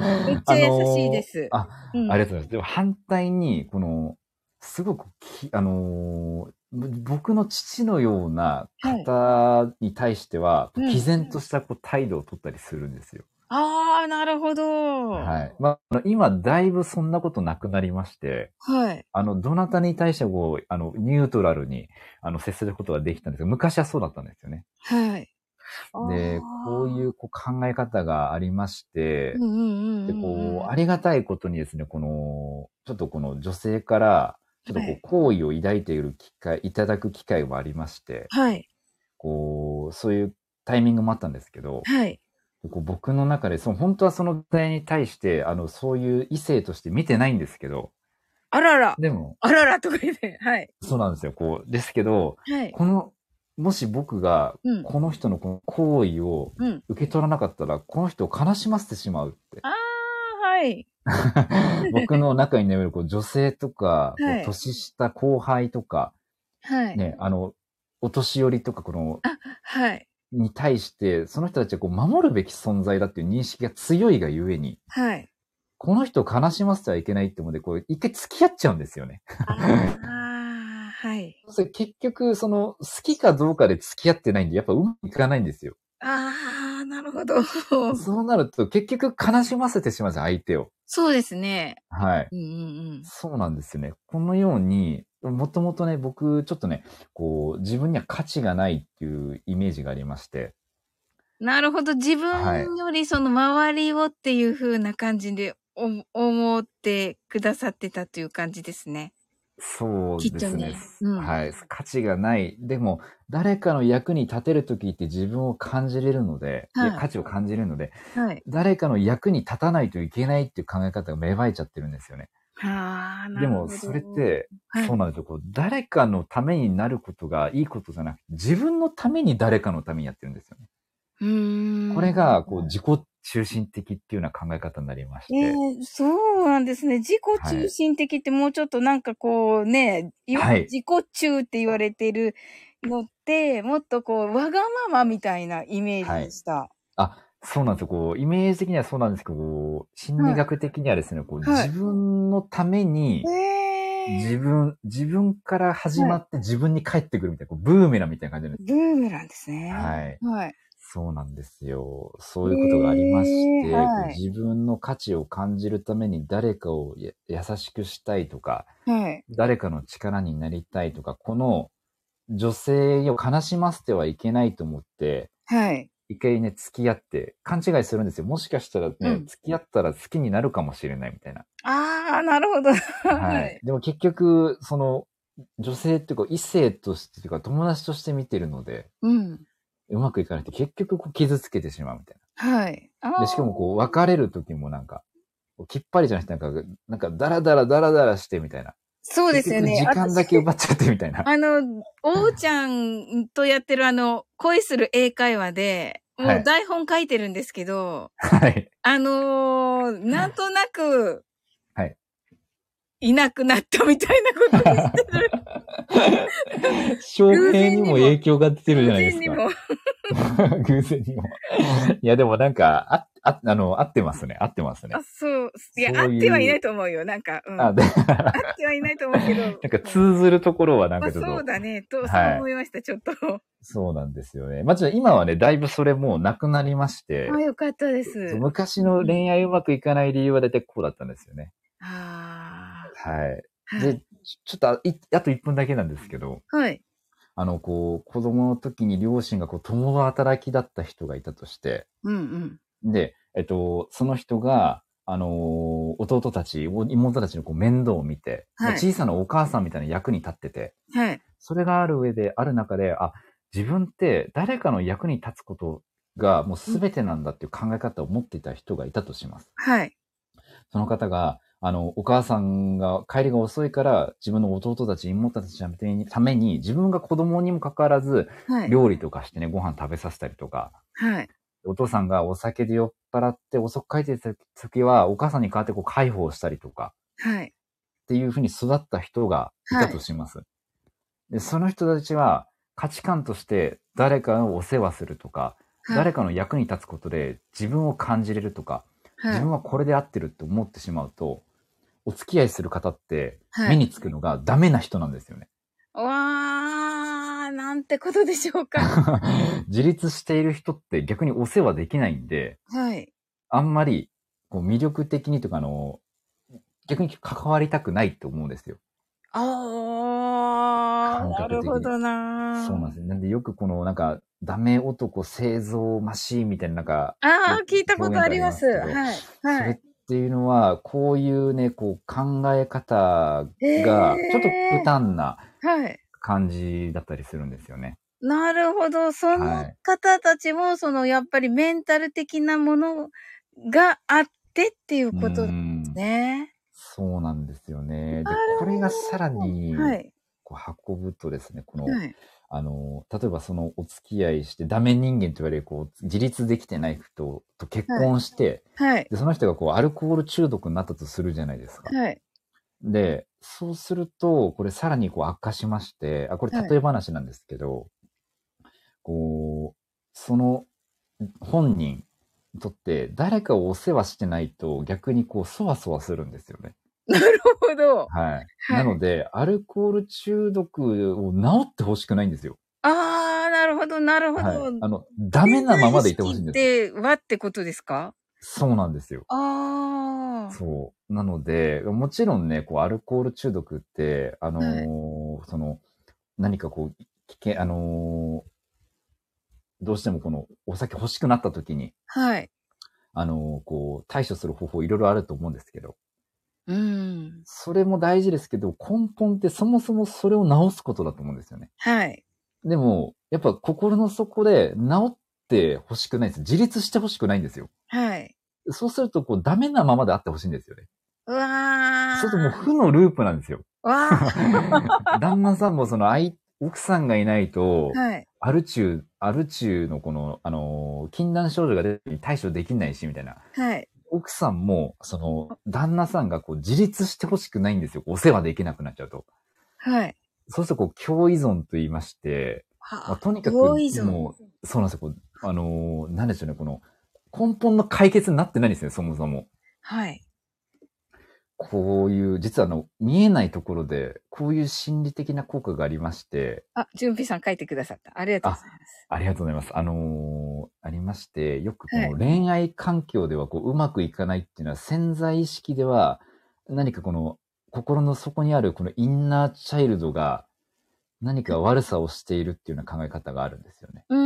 S1: も。めっちゃ優しいです。
S2: あの
S1: う
S2: ーあ
S1: ん
S2: ありがとうございます。でも反対に、この、すごくき、あのーぼ僕の父のような方に対しては、
S1: うん
S2: 毅然としたこう態度を取ったりするんですよ。
S1: ああ、なるほど。は
S2: はい。まああの、今、だいぶそんなことなくなりまして、
S1: い。
S2: あの、どなたに対してもこう、あの、ニュートラルに、あの、接することができたんですが、昔はそうだったんですよね。
S1: はい。。
S2: で、こういううこう考え方がありまして
S1: うん、うんうんうんうん。
S2: で、こう、ありがたいことにですね、この、ちょっとこの女性から、ちょっと
S1: はい
S2: こう、好意を抱いている機会、いただく機会もありまして、
S1: はい。
S2: こう、そういうタイミングもあったんですけど、
S1: はい。
S2: こう僕の中で、その、本当はその女性に対して、あの、そういう異性として見てないんですけど、
S1: あらら。
S2: でも、
S1: あららとか言って。はい。
S2: そうなんですよ、こう、ですけど、
S1: はい。
S2: この、もし僕が、
S1: うん。
S2: この人のこの行為を
S1: うん。
S2: 受け取らなかったら、この人を悲しませてしまうって。
S1: ああ、はい。
S2: 僕の中に眠るこう女性とか、こう
S1: はい
S2: 年下後輩とか、
S1: はい。
S2: ね、あの、お年寄りとか、この、
S1: はい。
S2: に対して、その人たちはこう守るべき存在だっていう認識が強いがゆえに、
S1: はい。
S2: この人を悲しませてはいけないって思うので、こう、一回付き合っちゃうんですよね。
S1: ああ、はい。
S2: それ結局、その、好きかどうかで付き合ってないんで、やっぱうまくいかないんですよ。
S1: ああ、なるほど。
S2: そうなると、結局悲しませてしまうんですよ、相手を。
S1: そうですね。
S2: はい。
S1: うんうん
S2: そうなんですよね。このように、もともとね、僕、ちょっとね、こう、自分には価値がないっていうイメージがありまして、
S1: うん。なるほど。自
S2: はい
S1: 分よりその周りをっていう風な感じでお思ってくださってたという感じですね。
S2: そう
S1: きっ
S2: で
S1: と
S2: すね
S1: ね。。うん。
S2: はい。価値がない。でも、誰かの役に立てるときって自分を感じれるので、
S1: はい
S2: いや価値を感じれるので、
S1: はい。
S2: 誰かの役に立たないといけないっていう考え方が芽生えちゃってるんですよね。
S1: ああ、な
S2: で
S1: るほ
S2: も、
S1: ど。
S2: それっ、て、
S1: はい
S2: そうなんですよ。こう誰かのためになることがいいことじゃなくて、自分のために誰かのためにやってるんですよね。
S1: うーん。
S2: これが、こう、自己中心的っていうような考え方になりまして、
S1: ええそうなんですね。自己中心的ってもうちょっとなんかこうね、いわゆる
S2: はい
S1: 自己中って言われてるのって、もっとこう、わがままみたいなイメージでした。
S2: あ、そうなんですよ。こう、イメージ的にはそうなんですけど、こう心理学的にはですね、こう、
S1: はい
S2: 自分のために、
S1: ええ
S2: 自分、自分から始まって自分に返ってくるみたいな、こうブーメランみたいな感じなんです。
S1: ブームなんですね。
S2: はい。
S1: はい。
S2: そうなんですよ。そういうことがありまして、
S1: えーはい
S2: こう自分の価値を感じるために誰かをや優しくしたいとか、
S1: はい。
S2: 誰かの力になりたいとか、この女性を悲しませてはいけないと思って、
S1: はい。
S2: 一回ね、付き合って、勘違いするんですよ。もしかしたらね、
S1: うん
S2: 付き合ったら好きになるかもしれないみた いな。
S1: ああ、なるほど。は
S2: はいい。。でも結局、その、女性っていうか、異性としてというか、友達として見てるので、
S1: うん。
S2: うまくいかなくて、結局こう傷つけてしまうみたい
S1: はい。あ
S2: な。
S1: あ
S2: で、しかもこう、別れる時もなんか、きっぱりじゃなくて、なんか、なんか、だらだらだらだらしてみたいな。
S1: そうですよね。
S2: 結局時間だけ奪っちゃってみたいな。
S1: あの、おうちゃんとやってるあの、恋する英会話で、も
S2: は
S1: う
S2: い
S1: 台本書いてるんですけど、
S2: はい。
S1: あのーなんとなく、
S2: はい。
S1: いなくなったみたいなこと で す。
S2: 翔平にも影響が出てるじゃないです
S1: 偶然に
S2: か。
S1: も。
S2: 偶然にも。いや、でもなんか、あ、あ、あの、合ってますね。合ってますね
S1: あ、。そう。いや、
S2: そういう
S1: あってはいないと思うよ。なんか、うん。
S2: あ、
S1: あ
S2: で、
S1: ってはいないと思うけど。なん
S2: なんか通ずるところはなん
S1: ま
S2: か
S1: あ、
S2: ちょっと、
S1: そうだね。と、そう
S2: はい
S1: 思いました、ちょっと。
S2: そうなんですよね。まあ、ちょっと今はね、だいぶそれもうなくなりまして、
S1: あ、よかったです。
S2: そう昔の恋愛うまくいかない理由は大体こうだったんですよね。
S1: あ
S2: はい。
S1: あ。
S2: で、ちょちょっとあいあと1分だけなんですけど、
S1: はい。
S2: あの、こう、子供の時に両親がこう、共働きだった人がいたとして、
S1: うんうん。
S2: で、えっと、その人が、あのー弟たち、お妹たちのこう面倒を見て、
S1: はい
S2: 小さなお母さんみたいな役に立ってて、
S1: はい。
S2: それがある上で、ある中で、あ、自分って誰かの役に立つことがもう全てなんだっていう考え方を持っていた人がいたとします。
S1: はい。
S2: その方が、あの、お母さんが帰りが遅いから、自分の弟たち、妹たちのために、自分が子供にもかかわらず、
S1: はい。
S2: 料理とかしてね、ご飯食べさせたりとか、
S1: はい。
S2: お父さんがお酒で酔っ払って遅く帰ってきた時は、お母さんに代わってこう介抱したりとか、
S1: はい。
S2: っていうふうに育った人がいたとします。でその人たちは価値観として誰かをお世話するとか、誰かの役に立つことで自分を感じれるとか、
S1: は
S2: 自
S1: い
S2: 分はこれで合ってるって思ってしまうと、お付き合いする方って
S1: は
S2: 目
S1: い。
S2: につくのがダメな人なんですよね。
S1: わー、なんてことでしょう か。
S2: 自立している人って逆にお世話できないんで、
S1: はい。
S2: あんまりこう魅力的にとかあの、逆に関わりたくないって思うんですよ。
S1: あー、
S2: 感
S1: な
S2: 覚
S1: る
S2: 的に
S1: ほどなー
S2: そうなんですね。なんでよくこのなんか、ダメ男製造マシーンみたいななんか、
S1: あ
S2: よ
S1: ー、聞いたことあります。
S2: 表現があ
S1: はい。
S2: そ
S1: は
S2: れっ
S1: い。
S2: ていうのは、こういうね、こう考え方が、ちょっと
S1: へー
S2: 不単な
S1: はい。
S2: 感じだったりするんですよね。
S1: なるほど。そ
S2: は
S1: の
S2: い
S1: 方たちも、その、やっぱりメンタル的なものがあってっていうこ
S2: う
S1: と
S2: ん
S1: ね。
S2: そうなんですよね。で
S1: なるほ、ど
S2: これがさらに、
S1: はい。
S2: こう運ぶとですね、この、
S1: はい。
S2: あの、例えばそのお付き合いして、ダメ人間と言われる、こう、自立できてない人と結婚して、
S1: はい。
S2: でその人がこう、アルコール中毒になったとするじゃないですか。
S1: はい。
S2: で、そうすると、これさらにこう悪化しまして、あ、これ
S1: はい
S2: 例え話なんですけど、こう、その本人にとって誰かをお世話してないと逆にこう、そわそわするんですよね。
S1: なるほど。
S2: はい。
S1: はい
S2: なので、アルコール中毒を治ってほしくないんですよ。
S1: あー、なるほど、なるほ
S2: は
S1: ど。。
S2: いあの、ダメなままでいてほしいんです
S1: 潜
S2: よ。
S1: 在意識ってはってことですか
S2: そうなんですよ。
S1: ああ。
S2: そう。なので、もちろんね、こう、アルコール中毒って、あのーその、何かこう、危険、あのーどうしてもこの、お酒欲しくなった時に、
S1: はい。
S2: あのーこう、対処する方法いろいろあると思うんですけど、
S1: うん。
S2: それも大事ですけど、根本ってそもそもそれを治すことだと思うんですよね。
S1: はい。
S2: でも、やっぱ心の底で治って欲しくないんです。自立して欲しくないんですよ。
S1: はい。
S2: そうすると、こう、ダメなままであってほしいんですよね。
S1: うわー。
S2: そうするともう負のループな んですよ。
S1: わー。
S2: 旦那さんもその相、奥さんがいないと、
S1: はい。
S2: アルチュー、アルチューのこの、あのー、禁断症状が出て対処できないし、みたいな。
S1: はい。
S2: 奥さんも、その、旦那さんがこう自立してほしくないんですよ。お世話できなくなっちゃうと。
S1: はい。
S2: そうすると、こう、強依存と言いまして、ま あ、とにかく、
S1: 強依存
S2: もう、そうなんですよ。こうあのーなんでしょうね、この、根本の解決になってないんですよ、そもそも。
S1: はい。
S2: こういう、実はあの、見えないところで、こういう心理的な効果がありまして、
S1: あ、準備さん書いてくださった。ありがとうございます。
S2: ありがとうございます。あのーありまして、よくこ
S1: はい
S2: の恋愛環境ではこう、うまくいかないっていうのは潜在意識では、何かこの心の底にあるこのインナーチャイルドが何か悪さをしているっていうような考え方があるんですよね。
S1: うー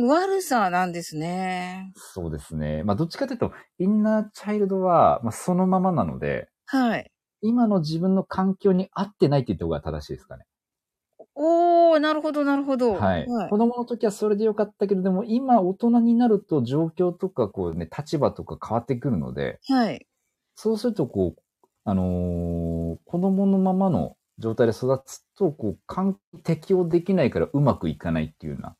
S1: ん、悪さなんですね。
S2: そうですね。まあどっちかというと、インナーチャイルドは、まあ、そのままなので、
S1: はい。
S2: 今の自分の環境に合ってないって言った方が正しいですかね。
S1: おー、なるほど、なるほど。
S2: はい。
S1: はい
S2: 子。供の時はそれでよかったけど、でも今大人になると状況とかこうね、立場とか変わってくるので、
S1: はい。
S2: そうすると、こう、あのー子供のままの状態で育つと、こう、換気適応できないからうまくいかないっていうような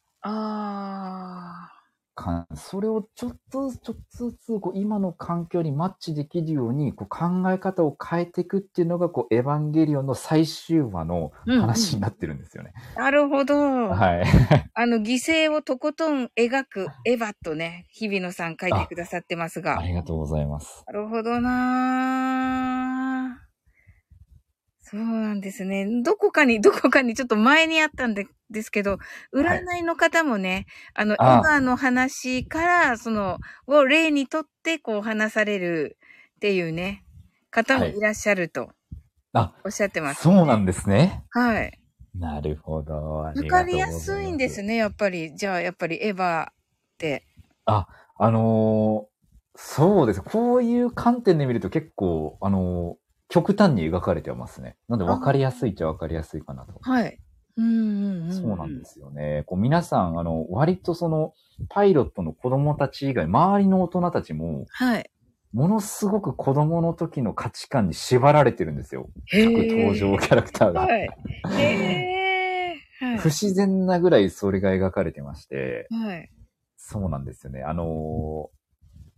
S1: ああ。
S2: 感じ。それをちょっとずつ、ちょっとずつ、こう、今の環境にマッチできるように、こう、考え方を変えていくっていうのが、こう、エヴァンゲリオンの最終話の
S1: うんうん
S2: 話になってるんですよね。
S1: なるほど。
S2: はい。
S1: あの、犠牲をとことん描くエヴァとね、日比野さん書いてくださってますが。
S2: ありがとうございます。
S1: なるほどなぁそうなんですね。どこかに、どこかに、ちょっと前にあったんでですけど、占いの方もね、あの、
S2: あ
S1: エヴァの話から、その、を例にとって、こう話されるっていうね、方も
S2: はい
S1: いらっしゃると
S2: あ、
S1: おっしゃってます。
S2: そうなんですね。
S1: はい。
S2: なるほど。あ
S1: わ
S2: り
S1: か
S2: がとう
S1: り
S2: ござ
S1: や
S2: ます
S1: いんですね、やっぱり。じゃあ、やっぱりエヴァって。
S2: あのーそうです。こういう観点で見ると結構、あのー極端に描かれてますね。なんで分かりやすいっちゃ分かりやすいかなと。
S1: はい。うんうんうん。
S2: そうなんで。すよね。こう皆さん、あの、割とその、パイロットの子供たち以外、周りの大人たちも、
S1: はい。
S2: ものすごく子供の時の価値観に縛られてるんですよ。
S1: へ
S2: 各登場キャラクターが。
S1: はい。へーはい
S2: 不自然なぐらいそれが描かれてまして。
S1: はい。
S2: そうなんですよね。あのー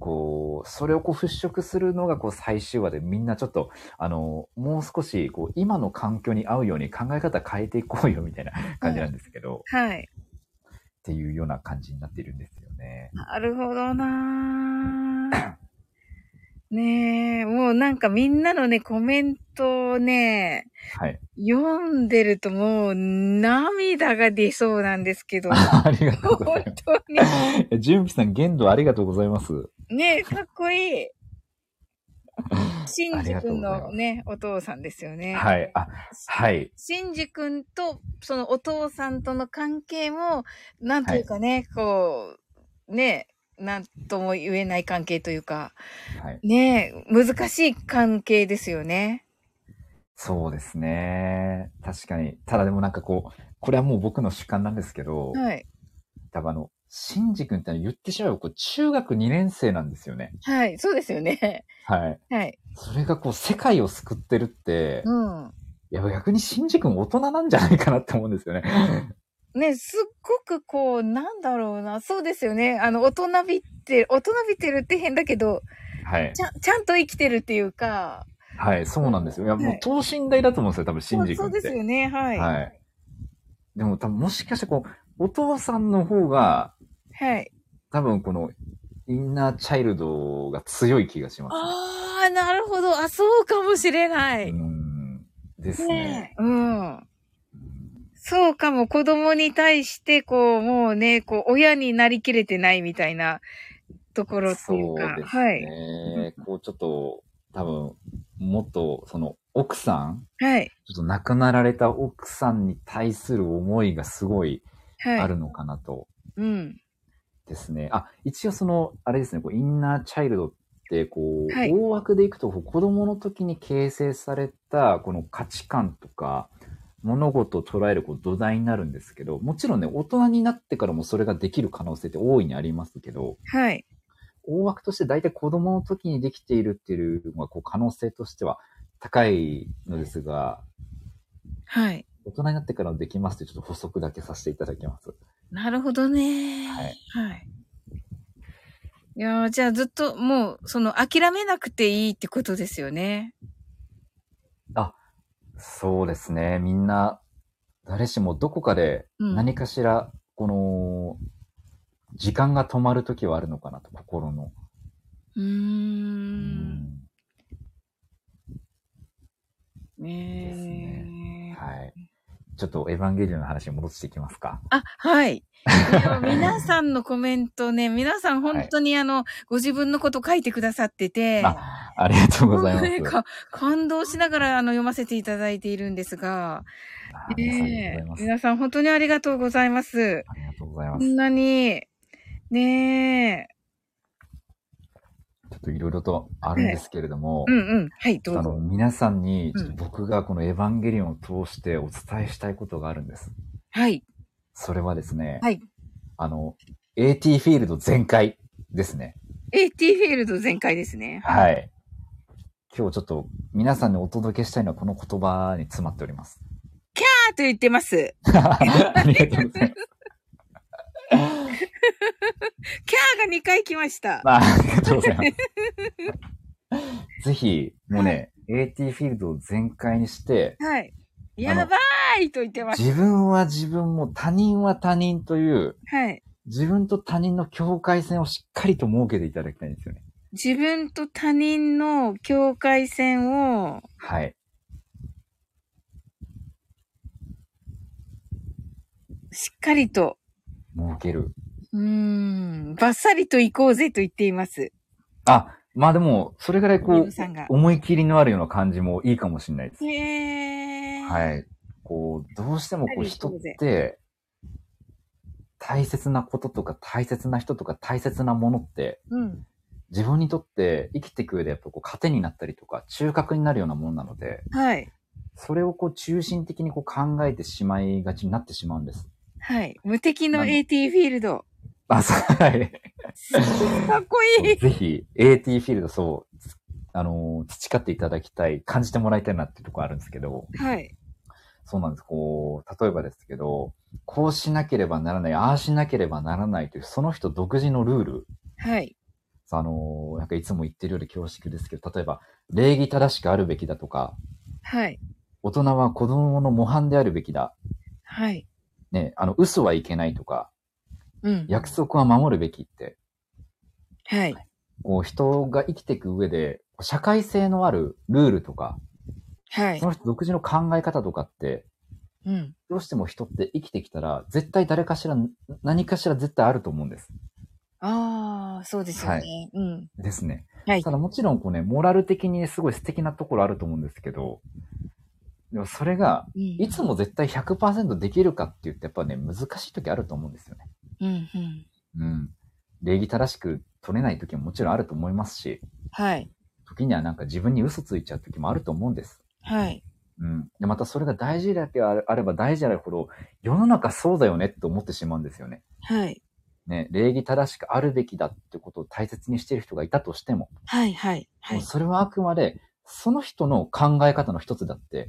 S2: こう、それをこう払拭するのがこう最終話でみんなちょっと、あのーもう少しこう今の環境に合うように考え方変えていこうよみたいな感じなんですけど、っ
S1: はい。
S2: ていうような感じになってるんですよね。
S1: なるほどなぁ。ねえ、もうなんかみんなのね、コメントをね、
S2: はい。。
S1: 読んでるともう涙が出そうなんですけど
S2: ありがとうござ
S1: 本
S2: いま
S1: 当
S2: すえ。純喜さん、限度ありがとうございます。
S1: に。ねえ、かっこ いい。しん
S2: あ
S1: じ
S2: りがとう
S1: くん
S2: ございます
S1: のね、お父さんですよね。
S2: はい。あ、はい。
S1: しんじくんと、そのお父さんとの関係も、なんというかね、こう、ね、なんとも言えない関係というか、
S2: はい。
S1: ね、難しい関係ですよね。
S2: そうですね。確かに。ただでもなんかこう、これはもう僕の主観なんですけど、
S1: はい。
S2: 多分あの、シンジ君って言ってしまえば、こう、中学2年生なんですよね。
S1: はい、そうですよね。
S2: はい。
S1: はい。
S2: それがこう、世界を救ってるって、
S1: うん。
S2: いや、逆にシンジ君大人なんじゃないかなって思うんですよね。
S1: ね、すっごくこう、なんだろうな、そうですよね。あの、大人びって、大人びてるって変だけど、
S2: はい。
S1: ちゃん、ちゃんと生きてるっていうか、
S2: はい、そうなんですよ。いや、も
S1: は
S2: う
S1: い
S2: 等身大だと思うんですよ、多分シ
S1: そ
S2: ン
S1: う
S2: ジ
S1: そ
S2: 君
S1: う
S2: って。
S1: ですよね、はい。は
S2: はい。でも多分もしかしてこう、お父さんの方が、
S1: い。
S2: 多分この、インナーチャイルドが強い気がします、
S1: ああ、なるほど。あ、そうかもしれない。
S2: うん。ですね。
S1: ねえうん。そうかも、子供に対して、こう、もうね、こう、親になりきれてないみたいなところって
S2: そ
S1: いう
S2: う
S1: か。
S2: です
S1: はい。
S2: ね。こう、ちょっと、多分、もっと、その、奥さん
S1: はい。
S2: ちょっと亡くなられた奥さんに対する思いがすごい
S1: はい。
S2: あるのかなと。
S1: うん。
S2: ですね。あ、一応その、あれですね、こうインナーチャイルドって、こう、
S1: はい
S2: 大枠でいくと、こう子供の時に形成された、この価値観とか、物事を捉えるこう土台になるんですけど、もちろんね、大人になってからもそれができる可能性って大いにありますけど、
S1: はい。
S2: 大枠として大体子供の時にできているっていうのは、こう可能性としては高いのですが、
S1: はい。
S2: 大人になってからできますってちょっと補足だけさせていただきます。
S1: なるほどね。
S2: はい。
S1: はい。いやーじゃあずっともう、その、諦めなくていいってことですよね。
S2: そうですね。みんな、誰しもどこかで
S1: うん
S2: 何かしら、この、時間が止まるときはあるのかなと、心の。
S1: うー。
S2: うんです
S1: ねえ。
S2: はい。ちょっとエヴァンゲリオンの話に戻していきますか。
S1: あ、はい。 いや皆さんのコメントね、皆さん本当にあの、ご自分のこと書いてくださってて、
S2: あ、ありがとうございます。
S1: なんか感動しながらあの読ませていただいているんですが、
S2: あ皆さんありがとうご
S1: ね
S2: ざいま
S1: え
S2: す。
S1: 皆さん本当にありがとうございます。
S2: ありがとうございま
S1: こ
S2: す。
S1: んなに、ねえ、
S2: ちょっといろいろとあるんですけれども、
S1: うんうん、はい、どう
S2: あの、
S1: ぞ。
S2: 皆さんに、ちょっ
S1: う
S2: と
S1: ん
S2: 僕がこのエヴァンゲリオンを通してお伝えしたいことがあるんです。
S1: はい、
S2: それはですね、
S1: はい。
S2: あの、AT フィールド全開ですね。
S1: AT フィールド全開ですね。
S2: はい。今日ちょっと皆さんにお届けしたいのはこの言葉に詰まっております。
S1: ーと言ってます。
S2: ありがとうございます。
S1: キャーが2回来ました。
S2: まあ、ありがとうございます。ぜひ、もうね、AT フィールドを全開にして、
S1: はい。や
S2: あの
S1: ばーいと言ってます。
S2: 自分は自分も他人は他人という、
S1: はい。
S2: 自分と他人の境界線をしっかりと設けていただきたいんですよね。
S1: 自分と他人の境界線を、
S2: はい。
S1: しっかりと、
S2: 設ける。
S1: うーん、バッサリと行こうぜと言っています。
S2: あ、まあでも、それぐらいこ
S1: ゆ
S2: う
S1: う、さんが。
S2: 思い切りのあるような感じもいいかもしれないです。
S1: へー。。
S2: はいい。こう、どうしてもこう
S1: はい
S2: 人って、大切なこととか大切な人とか大切なものって、
S1: うん。
S2: 自分にとって生きていく上でやっぱこう糧になったりとか中核になるようなものなので、
S1: はい。
S2: それをこう中心的にこう考えてしまいがちになってしまうんです。
S1: はい。無敵の
S2: なの
S1: AT フィール ド。
S2: あ、そう、 はい。
S1: かっこいい。
S2: ぜひ AT フィールドそう、つあのー培っていただきたい、感じてもらいたいなっていうところあるんですけど、
S1: はい。
S2: そうなんです。こう、例えばですけど、こうしなければならない、ああしなければならないという、その人独自のルール。
S1: はい。
S2: さあのーなんかいつも言ってるより恐縮ですけど、例えば、礼儀正しくあるべきだとか、
S1: はい。
S2: 大人は子供の模範であるべきだ。
S1: はい。
S2: ね、あの、嘘はいけないとか、
S1: うん。
S2: 約束は守るべきって、
S1: はい。
S2: こう、人が生きていく上で、社会性のあるルールとか、
S1: はい
S2: そ。の人独自の考え方とかって、
S1: うん。
S2: どうしても人って生きてきたら、絶対誰かしら、何かしら絶対あると思うんです。
S1: ああ、そうですよね。
S2: は
S1: うん。
S2: ですね。
S1: はい
S2: た。だもちろんこうね、モラル的にすごい素敵なところあると思うんですけど、でもそれが、
S1: い
S2: いつも絶対100%できるかって言ってやっぱね、難しい時あると思うんですよね。
S1: うん、うん。
S2: うん。礼儀正しく取れない時ももちろんあると思いますし、
S1: はい。
S2: 時にはなんか自分に嘘ついちゃう時もあると思うんです。
S1: はい。
S2: うん。で、またそれが大事だけあれば大事なほど、世の中そうだよねって思ってしまうんですよね。
S1: はい。
S2: ね、礼儀正しくあるべきだってことを大切にしている人がいたとしても、
S1: はい。はい。は
S2: も。
S1: いう
S2: それはあくまで、その人の考え方の一つだって、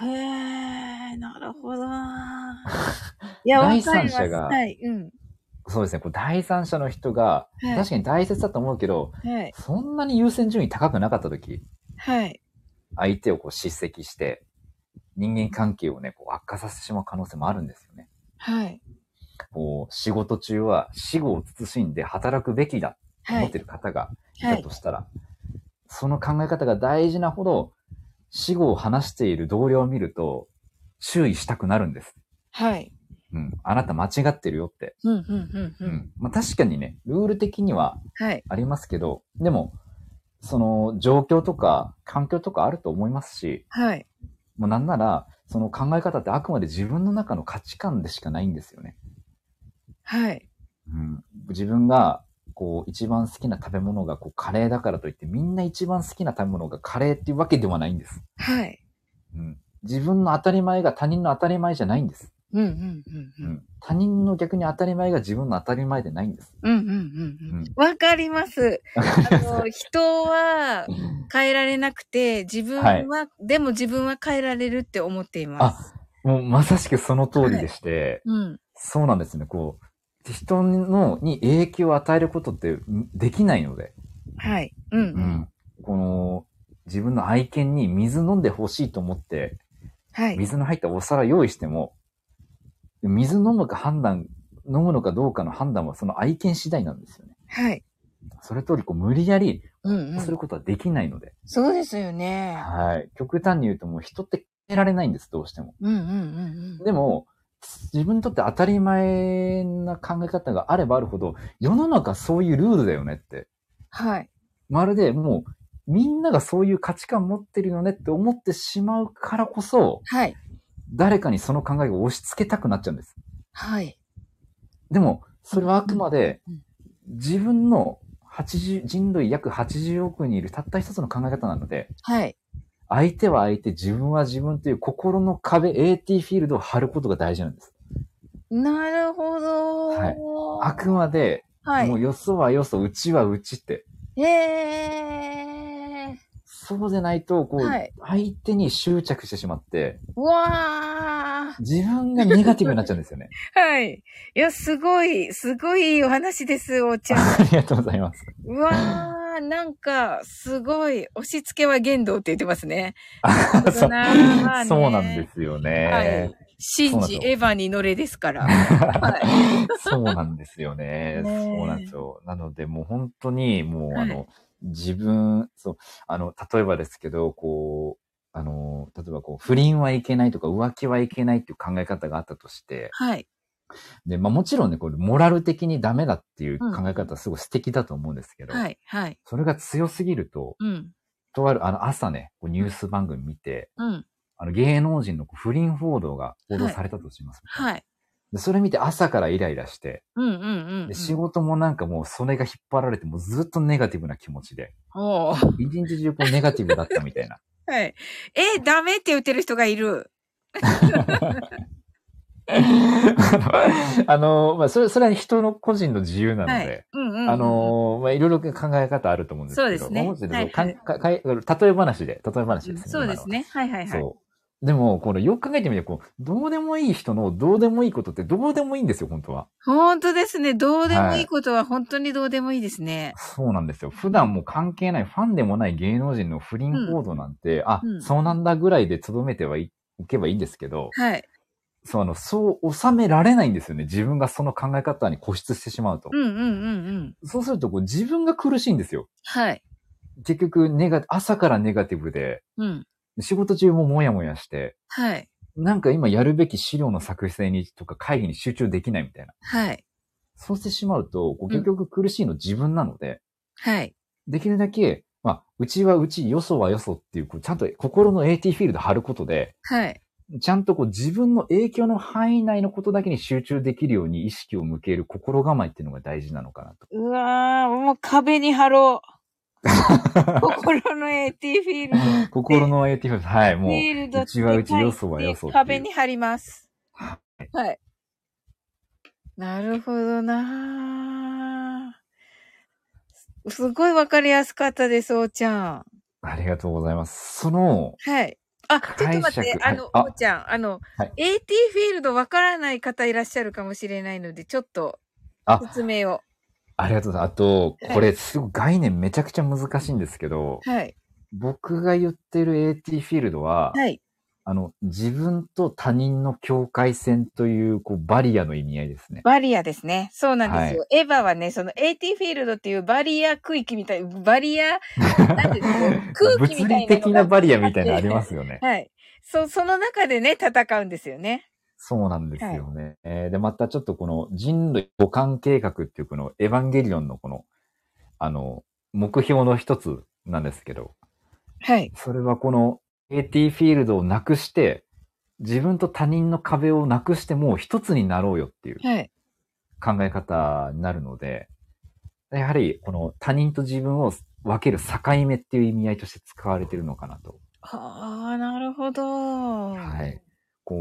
S1: へえ、なるほどな。 いや、わかり
S2: 第
S1: ま
S2: 三
S1: す。
S2: 者が
S1: はい。うん。
S2: そうですね、こう第三者の人が、
S1: はい
S2: 確かに大切だと思うけど、
S1: はい。
S2: そんなに優先順位高くなかった時、
S1: はい。
S2: 相手をこう叱責して、人間関係をね、こう悪化させてしまう可能性もあるんですよね。
S1: はい。
S2: こう、仕事中は死後を慎んで働くべきだと
S1: は
S2: 思っ
S1: い
S2: て。る方がい
S1: は
S2: た
S1: い
S2: と。したら、その考え方が大事なほど、死後を話している同僚を見ると、注意したくなるんです。
S1: はい。
S2: うん。あなた間違ってるよって。
S1: うん、うん、うん、うん。。
S2: まあ確かにね、ルール的には
S1: はい。
S2: ありますけど、でも、その状況とか環境とかあると思いますし、
S1: はい。
S2: もうなんなら、その考え方ってあくまで自分の中の価値観でしかないんですよね。
S1: はい。
S2: うん、自分が、こう、一番好きな食べ物がこうカレーだからといって、みんな一番好きな食べ物がカレーっていうわけではないんです。
S1: はい。
S2: うん、自分の当たり前が他人の当たり前じゃないんです、
S1: うん、うん、うん、
S2: う
S1: うん。
S2: ん。他人の逆に当たり前が自分の当たり前でないんです。
S1: うん、うん、うんうん
S2: うん。
S1: わかり ます。あの、人は変えられなくて、自分は、でも自分は変えられるって思っています。
S2: もうまさしくその通りでして、
S1: うん。
S2: そうなんですね。こう、人のに影響を与えることってんできないので、
S1: はい。うん。
S2: この、自分の愛犬に水飲んでほしいと思って、
S1: はい。
S2: 水の入ったお皿用意しても、水飲むか判断、飲むのかどうかの判断はその愛犬次第なんですよね。
S1: はい。
S2: それ通り、こう、無理やり、
S1: うん、う
S2: す
S1: ん。
S2: ることはできないので。
S1: そうですよね。
S2: はい。極端に言うともう人って変えられないんです、どうしても。
S1: うん、うん、うん。うん
S2: でも、自分にとって当たり前な考え方があればあるほど、世の中そういうルールだよねって。
S1: はい。
S2: まるでもう、みんながそういう価値観持ってるよねって思ってしまうからこそ、
S1: はい。
S2: 誰かにその考えを押し付けたくなっちゃうんです。
S1: はい。
S2: でも、それはあくまで
S1: うんうん、
S2: 自分の80、人類約80億人いるたった一つの考え方なので、
S1: はい。
S2: 相手は相手、自分は自分という心の壁、AT フィールドを張ることが大事なんです。
S1: なるほど。
S2: はいあくまで、
S1: は
S2: もう
S1: い。
S2: よそはよそ、うちはうちって。
S1: ええー。
S2: そうでないと、こう、
S1: はい
S2: 相手に執着してしまって、
S1: うわー
S2: 自分がネガティブになっちゃうんですよね。
S1: はい。いや、すごい、すごいいいお話です、おーちゃん。
S2: ありがとうございます。
S1: うわー、なんか、すごい、押し付けは言動って言ってますね。
S2: そう
S1: そうまあね
S2: そうなんですよね。
S1: 信じ、エヴァに乗れです から。はい。
S2: そうなんですよね。
S1: ねえ
S2: そうなんですよ。なので、もう本当に、もう、
S1: はい
S2: あの、自分、そう、あの、例えばですけど、こう、あの、例えばこう、不倫はいけないとか、浮気はいけないっていう考え方があったとして、
S1: はい。
S2: で、まあもちろんね、これ、モラル的にダメだっていう考え方はすごい素敵だと思うんですけど、
S1: はい。はい。
S2: それが強すぎると、
S1: うん。
S2: とある、あの、朝ね、こうニュース番組見て、
S1: うん。
S2: あの、芸能人のこう不倫報道が報道されたとします。
S1: はい。
S2: でそれ見て朝からイライラして、
S1: うんうんうん、うん。
S2: で、仕事もなんかもうそれが引っ張られてもうずっとネガティブな気 持ちで、
S1: おー
S2: 一日中こうネガティブだったみたいな。
S1: はい。え、ダメって言ってる人がいる。
S2: あの、まあ、それ、それは人の個人の自由なので、
S1: はい。うんうんうん。
S2: あの、まあ、いろいろ考え方あると思うんですけど、
S1: そうですね
S2: まあもちろん
S1: はい
S2: かんかかい例え話で、例え話ですね。
S1: そうですね。はいはい
S2: 今
S1: は
S2: のは。
S1: い。
S2: そう。でも、このよく考えてみて、こう、どうでもいい人のどうでもいいことってどうでもいいんですよ、本当は。
S1: 本当ですね。どうでもいいことは本当にどうでもいいですね。
S2: そうなんですよ。普段もう関係ない、ファンでもない芸能人の不倫報道なんて、あ、
S1: うん
S2: そうなんだぐらいで留めてはいいけばいいんですけど、
S1: はい。
S2: そう、あの、そう収められないんですよね。自分がその考え方に固執してしまうと。
S1: うんうんうんうん。
S2: そうすると、こう、自分が苦しいんですよ。
S1: はい。
S2: 結局、ネガ、朝からネガティブで、
S1: うん。
S2: 仕事中もモヤモヤして、
S1: はい。
S2: なんか今やるべき資料の作成にとか会議に集中できないみたいな。
S1: はい。
S2: そうしてしまうと、こう結局苦しいの自分なので、
S1: はい。
S2: できるだけ、まあ、うちはうち、よそはよそっていう、こうちゃんと心の AT フィールド貼ることで、
S1: はい。
S2: ちゃんとこう自分の影響の範囲内のことだけに集中できるように意識を向ける心構えっていうのが大事なのか なと。
S1: うわー、もう壁に貼ろ う。心の AT フィールド。
S2: 心の AT フィールド、はい、
S1: フ
S2: も
S1: ィールド
S2: う、うちはうち、よそはよそっていう
S1: 壁に貼ります。はい。なるほどなーすごいわかりやすかったです、おーちゃん。
S2: ありがとうございます。その、
S1: はい。あ、ちょっと待って
S2: 解、釈
S1: あの、
S2: はいあ
S1: おーちゃん、あの、
S2: はい
S1: AT フィールドわからない方いらっしゃるかもしれないので、ちょっと
S2: あ、
S1: 説明を。
S2: ありがとうございます。あと、これ、すごい概念めちゃくちゃ難しいんですけど、
S1: はい。
S2: 僕が言ってる AT フィールドは、
S1: はい。
S2: あの、自分と他人の境界線という、こう、バリアの意味合いですね。
S1: バリアですね。そうなんですよ。エヴァはね、その AT フィールドっていうバリア区域みたい、バリア、なんていう の空気みたいなのが。
S2: 物理的なバリアみたいなのありますよね
S1: はい。そ、その中でね、戦うんですよね。
S2: そうなんですよね。えーで、またちょっとこの人類互換計画っていうこのエヴァンゲリオンのこの、あの、目標の一つなんですけど、
S1: はい。
S2: それはこの AT フィールドをなくして、自分と他人の壁をなくしてもう一つになろうよっていう
S1: はい。
S2: 考え方になるので、やはりこの他人と自分を分ける境目っていう意味合いとして使われてるのかなと。
S1: ああ、なるほど。
S2: はい。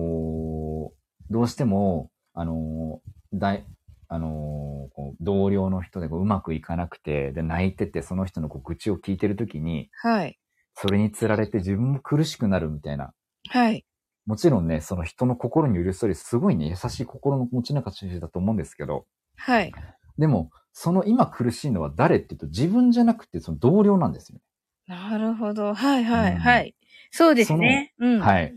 S2: こう、どうしても、あのー、大、あのーこう同僚の人でこううまくいかなくて、で、泣いてて、その人のこう愚痴を聞いてるときに、
S1: はい。
S2: それにつられて自分も苦しくなるみたいな。
S1: はい。
S2: もちろんね、その人の心に寄り添い、すごいね、優しい心の持ち主だと思うんですけど、
S1: はい。
S2: でも、その今苦しいのは誰って言うと、自分じゃなくて、その同僚なんですよ。
S1: なるほど。はい、は
S2: う
S1: い、
S2: ん
S1: はい。そうですね。うん。い。
S2: はい。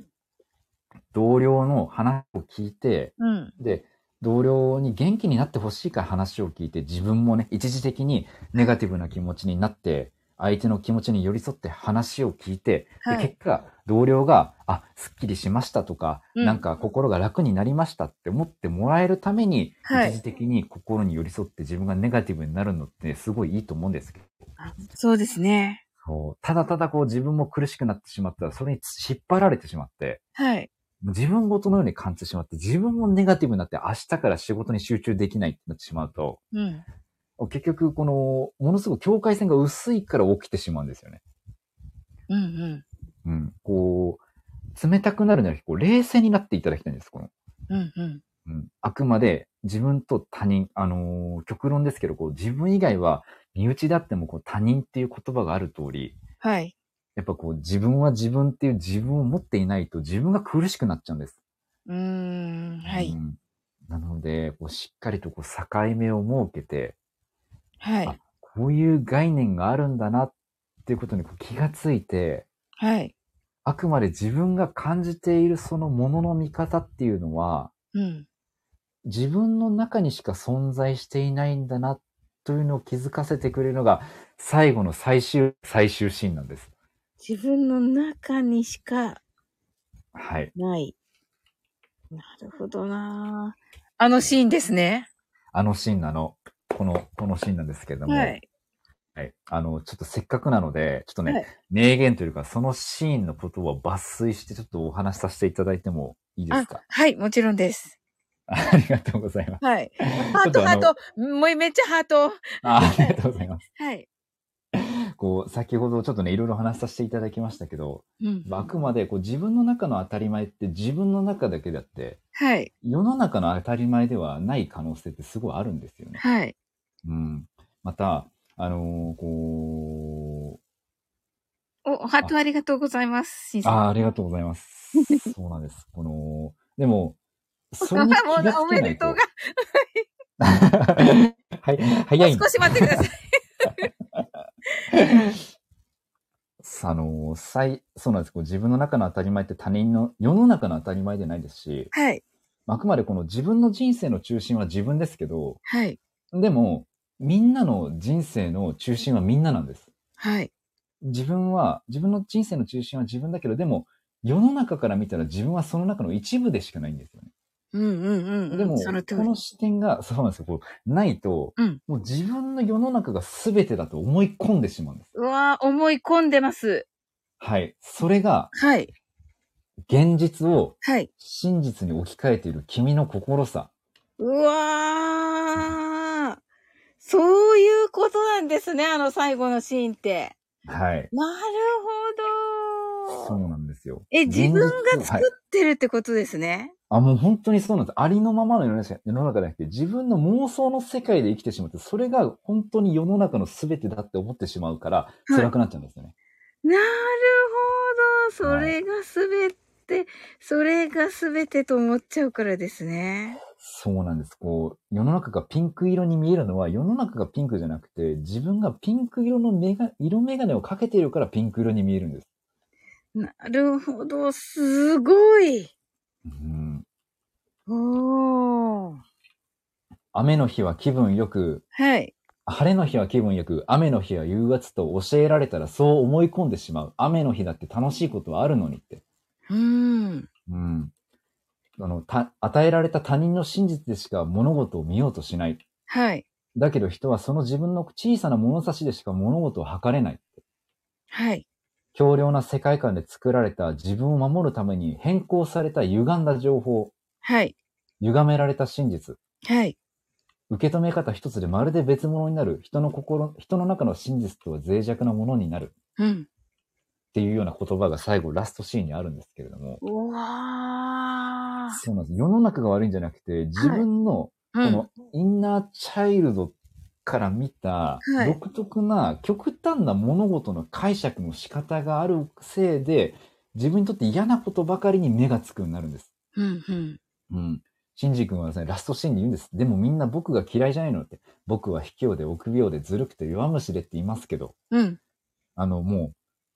S2: 同僚の話を聞いて、
S1: うん。
S2: で、同僚に元気になってほしいから話を聞いて、自分もね、一時的にネガティブな気持ちになって、相手の気持ちに寄り添って話を聞いて、
S1: は
S2: で
S1: い。
S2: 結果、同僚が、あ、すっきりしましたとか、
S1: うん
S2: なんか心が楽になりましたって思ってもらえるために、
S1: はい
S2: 一時的に心に寄り添って自分がネガティブになるのってすごいいいと思うんですけど、
S1: そうですね。
S2: そうただただこう自分も苦しくなってしまったら、それに引っ張られてしまって、
S1: はい。
S2: 自分ごとのように感じてしまって、自分もネガティブになって明日から仕事に集中できないってなってしまうと、
S1: うん。
S2: 結局、この、ものすごく境界線が薄いから起きてしまうんですよね。
S1: うん、うん。
S2: うん。こう、冷たくなるんじゃなくて、こう、冷静になっていただきたいんです、この。
S1: うん、うん。
S2: うん。あくまで自分と他人、あのー極論ですけど、こう、自分以外は身内であっても、こう、他人っていう言葉がある通り、
S1: はい。
S2: やっぱこう自分は自分っていう自分を持っていないと自分が苦しくなっちゃうんです。
S1: うーん、は
S2: う
S1: い、
S2: んなので、こうしっかりとこう境目を設けて、
S1: はい、
S2: こういう概念があるんだなっていうことにこう気がついて、
S1: はい。
S2: あくまで自分が感じているそのものの見方っていうのは、
S1: うん、
S2: 自分の中にしか存在していないんだなというのを気づかせてくれるのが最後の最終、最終シーンなんです。
S1: 自分の中にしか
S2: はい。
S1: ない。なるほどなぁあのシーンですね。
S2: あのシーンなの。この、このシーンなんですけれども、
S1: はい。
S2: はい。あの、ちょっとせっかくなので、ちょっとね、
S1: はい
S2: 名言というか、そのシーンのことを抜粋して、ちょっとお話しさせていただいてもいいです
S1: あ
S2: か、
S1: はい、もちろんです。
S2: ありがとうございます。
S1: はい。ハ
S2: ち
S1: ー
S2: ょっ
S1: ト、
S2: とあ
S1: ハー
S2: の
S1: ト。もうめっちゃハート。
S2: あありがとうございます。
S1: はい。
S2: こう、先ほどちょっとね、いろいろ話させていただきましたけど、
S1: うん。
S2: あくまでこう自分の中の当たり前って自分の中だけであって、
S1: はい。
S2: 世の中の当たり前ではない可能性ってすごいあるんですよね。
S1: はい。
S2: うん。また、あのーこ
S1: お、ハートありがとうございます。しん
S2: う、
S1: さん。
S2: ああ、ありがとうございます。そうなんです。この、でも、それに 気
S1: も
S2: がつけないう
S1: おめでとうが。
S2: はい、早いん
S1: もう少し待ってください。
S2: あのー、最、そうなんです。こう自分の中の当たり前って他人の、世の中の当たり前でないですし、
S1: はい。
S2: あくまでこの自分の人生の中心は自分ですけど、
S1: はい。
S2: でも、みんなの人生の中心はみんななんです。
S1: はい。
S2: 自分は、自分の人生の中心は自分だけど、でも、世の中から見たら自分はその中の一部でしかないんですよね。
S1: うんうんうんうん。
S2: でも、
S1: その通
S2: こ
S1: り
S2: の。視点が、そうなんですよ。こう、ないと、
S1: うん
S2: もう自分の世の中が全てだと思い込んでしまうんです。
S1: うわぁ、思い込んでます。
S2: はい。それが、
S1: はい。
S2: 現実を
S1: はい。
S2: 真実に置き換えている君の心さ。
S1: うわぁ。そういうことなんですね、あの最後のシーンって。
S2: はい。
S1: なるほ
S2: そ
S1: ど。
S2: うなんですよ。
S1: え、自分
S2: 現実
S1: が
S2: を
S1: 作
S2: はい
S1: ってるってことですね。
S2: あ、もう本当にそうなんです。ありのままの世の中世の中じゃなくて、自分の妄想の世界で生きてしまって、それが本当に世の中の全てだって思ってしまうから、
S1: い
S2: 辛くなっちゃうんですよね。
S1: なるほど。それがすべて、それがすべてと思っちゃうからですね。
S2: そうなんです。こう、世の中がピンク色に見えるのは、世の中がピンクじゃなくて、自分がピンク色のメガ、色眼鏡をかけているからピンク色に見えるんです。
S1: なるほど。すごい。
S2: うん。
S1: おー。
S2: 雨の日は気分よく、
S1: はい。
S2: 晴れの日は気分よく、雨の日は憂鬱と教えられたらそう思い込んでしまう。雨の日だって楽しいことはあるのにって。
S1: うん。
S2: うん。あの、た、与えられた他人の真実でしか物事を見ようとしない。
S1: はい。
S2: だけど人はその自分の小さな物差しでしか物事を測れない。
S1: はい。
S2: 強量な世界観で作られた自分を守るために変更された歪んだ情報、
S1: はい。
S2: 歪められた真実、
S1: はい。
S2: 受け止め方一つでまるで別物になる、人の心、人の中の真実とは脆弱なものになる
S1: うん。
S2: っていうような言葉が最後ラストシーンにあるんですけれども、
S1: うわ
S2: そうなんです。世の中が悪いんじゃなくて、自分
S1: ー。う
S2: の、こ
S1: ん。
S2: のインナーチャイルドから見た
S1: はい
S2: 独特な極端な物事の解釈の仕方があるせいで自分にとって嫌なことばかりに目がつくようになるんです。
S1: うん。うん。
S2: うん。シンジ君はですね、ラストシーンに言うんです。でもみんな僕が嫌いじゃないのって。僕は卑怯で臆病でずるくて弱虫でって言いますけど、
S1: うん。
S2: あのもう、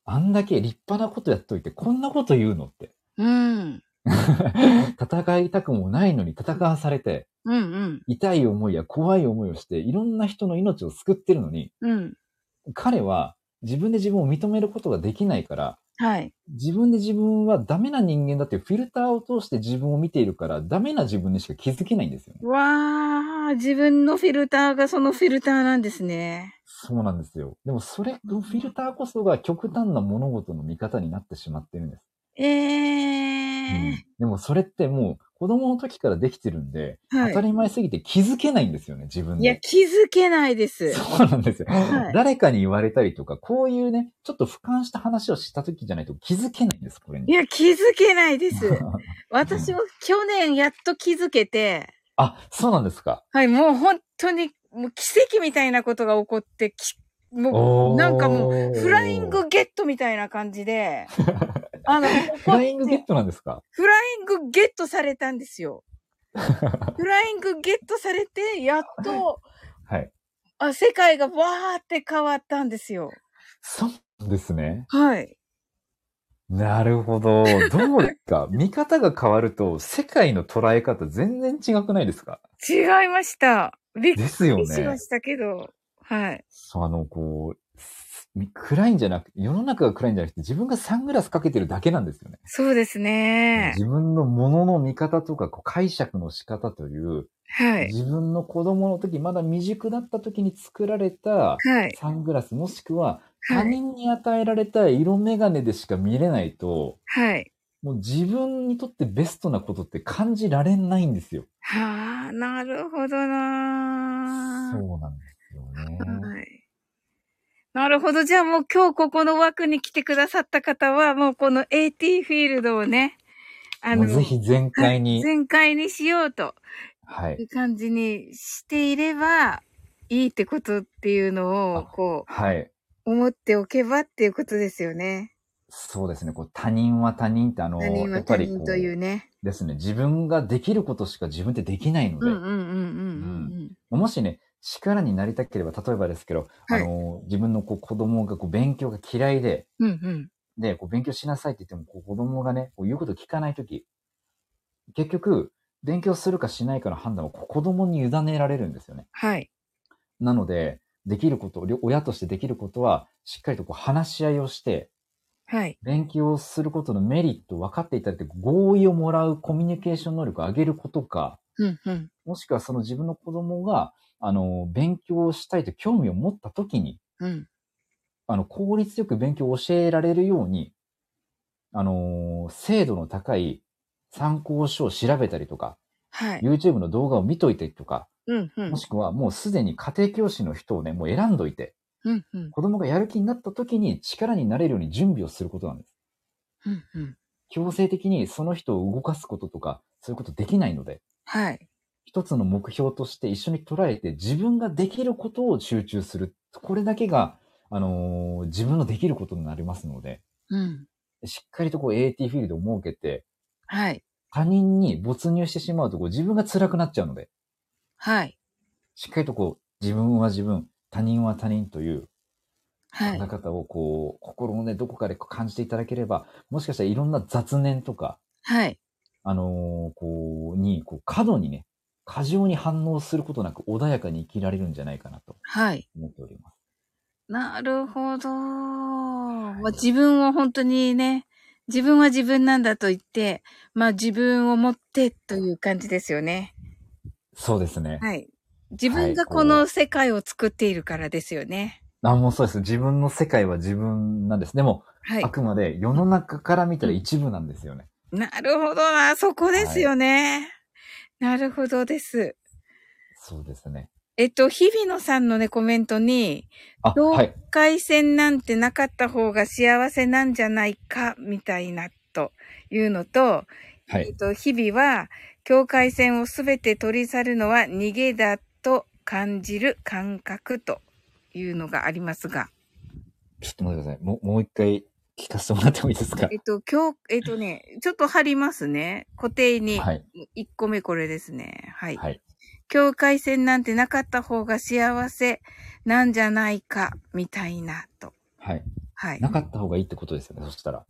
S2: あんだけ立派なことやっといてこんなこと言うのって。
S1: うん。
S2: 戦いたくもないのに戦わされて、
S1: うん。うん。
S2: 痛い思いや怖い思いをして、いろんな人の命を救ってるのに、
S1: うん。
S2: 彼は自分で自分を認めることができないから、
S1: はい。
S2: 自分で自分はダメな人間だっていうフィルターを通して自分を見ているから、ダメな自分にしか気づけないんですよね。
S1: うわー。自分のフィルターがそのフィルターなんですね。
S2: そうなんですよ。でもそれ、フィルターこそが極端な物事の見方になってしまってるんです。
S1: えー。
S2: でもそれってもう子供の時からできてるんで、
S1: はい
S2: 当たり前すぎて気づけないんですよね、自分
S1: いや、
S2: で。
S1: 気づけないです。
S2: そうなんですよ、
S1: はい
S2: 誰かに言われたりとか、こういうね、ちょっと俯瞰した話をした時じゃないと気づけないんです、これ
S1: い
S2: に。
S1: や、気づけない です。私も去年やっと気づけて、
S2: あ、そうなんですか。
S1: はい、もう本当に、もう奇跡みたいなことが起こって、きもう、なんかもう、
S2: う
S1: フライングゲットみたいな感じ で、あの、
S2: フライングゲットなんですか
S1: フライングゲットされたんですよ。フライングゲットされて、やっと、
S2: はい。
S1: あ世界がわーって変わったんですよ。
S2: そうですね。
S1: はい。
S2: なるほど。どうです か見方が変わると、世界の捉え方全然違くないですか
S1: 違いました。びっく
S2: ですよ
S1: りしま
S2: ね。
S1: したけど、はい。
S2: そう、あの、こう、す暗いんじゃなくて、世の中が暗いんじゃなくて、自分がサングラスかけてるだけなんですよね。
S1: そうですね。
S2: 自分のものの見方とか、こう解釈の仕方という、
S1: はい。
S2: 自分の子供の時、まだ未熟だった時に作られた
S1: はい。
S2: サングラス、もしくは他
S1: はい。
S2: 人に与えられた色眼鏡でしか見れないと、
S1: はい。
S2: もう自分にとってベストなことって感じられないんですよ。
S1: はあ、なるほどなー
S2: そうなんですよね。
S1: はい。なるほど。じゃあもう今日ここの枠に来てくださった方は、もうこの AT フィールドをね、あの
S2: もう、ぜひ全開に、
S1: 全開にしようと
S2: はい
S1: い。う感じにしていれば、いいってことっていうのを、こ
S2: はい。
S1: う、思っておけばっていうことですよね。
S2: そうですね。こう他人は他人ってあの、
S1: 他人
S2: や
S1: は
S2: っぱ
S1: 他
S2: り
S1: 人
S2: こと
S1: いう
S2: う、
S1: ね。
S2: ですね。自分ができることしか自分ってできないの
S1: う
S2: で、
S1: んうんうんうん
S2: もしね、力になりたければ、例えばですけど、
S1: はい
S2: あの、自分のこう子供がこう勉強が嫌いで、
S1: うん。うんうん。
S2: で、こう勉強しなさいって言っても、こう子供がね、こう言うこと聞かないとき、結局、勉強するかしないかの判断をこう子供に委ねられるんですよね。
S1: はい。
S2: なので、できること、りょ親としてできることは、しっかりとこう話し合いをして、
S1: はい。
S2: 勉強することのメリットを分かっていただいて、合意をもらうコミュニケーション能力を上げることか、
S1: うんうん。
S2: もしくはその自分の子供が、あの、勉強したいと興味を持ったときに、
S1: うん。
S2: あの、効率よく勉強を教えられるように、あのー精度の高い参考書を調べたりとか、
S1: はい。
S2: YouTube の動画を見といてとか、
S1: うんうん
S2: も。しくはもうすでに家庭教師の人をね、もう選んどいて、
S1: うんうん。
S2: 子供がやる気になった時に力になれるように準備をすることなんです。
S1: うんうん。
S2: 強制的にその人を動かすこととか、そういうことできないので、
S1: はい。
S2: 一つの目標として一緒に捉えて自分ができることを集中する。これだけが、あのー自分のできることになりますので、
S1: うん。
S2: しっかりとこう AT フィールドを設けて、
S1: はい。
S2: 他人に没入してしまうとこう自分が辛くなっちゃうので、
S1: はい。
S2: しっかりとこう自分は自分、他人は他人という
S1: はい。
S2: 考え方をこう、心のね、どこかでこう感じていただければ、もしかしたらいろんな雑念とか、
S1: はい。
S2: あのーこう、に、こう、過度にね、過剰に反応することなく穏やかに生きられるんじゃないかなと
S1: はい。
S2: 思っております。
S1: なるほど。まあ、
S2: はい
S1: 自分を本当にね、自分は自分なんだと言って、まあ自分を持ってという感じですよね。
S2: そうですね。
S1: はい。自分がこ
S2: は
S1: の
S2: い
S1: 世界を作っているからですよね。
S2: あ、もうそうです。自分の世界は自分なんです。でも、
S1: はい
S2: あ。くまで世の中から見たら一部なんですよね。
S1: なるほどな。そこですよね。なるほどです。
S2: そうですね。
S1: えっと、日々野さんのね、コメントに、
S2: あ、
S1: 境
S2: はい。
S1: 界線なんてなかった方が幸せなんじゃないか、みたいな、というのと、
S2: は
S1: えっ
S2: い。
S1: と、日々は、境界線をすべて取り去るのは逃げだと感じる感覚というのがありますが、
S2: ちょっと待ってください。もう、もう一回聞かせてもらってもいいですか
S1: えっと、今日、えっとね、ちょっと貼りますね。固定に、
S2: はい。
S1: 1個目これですね。はい。
S2: はい。
S1: 境界線なんてなかった方が幸せなんじゃないか、みたいなと。
S2: はい。
S1: はい
S2: な。かった方がいいってことですよね。そしたら。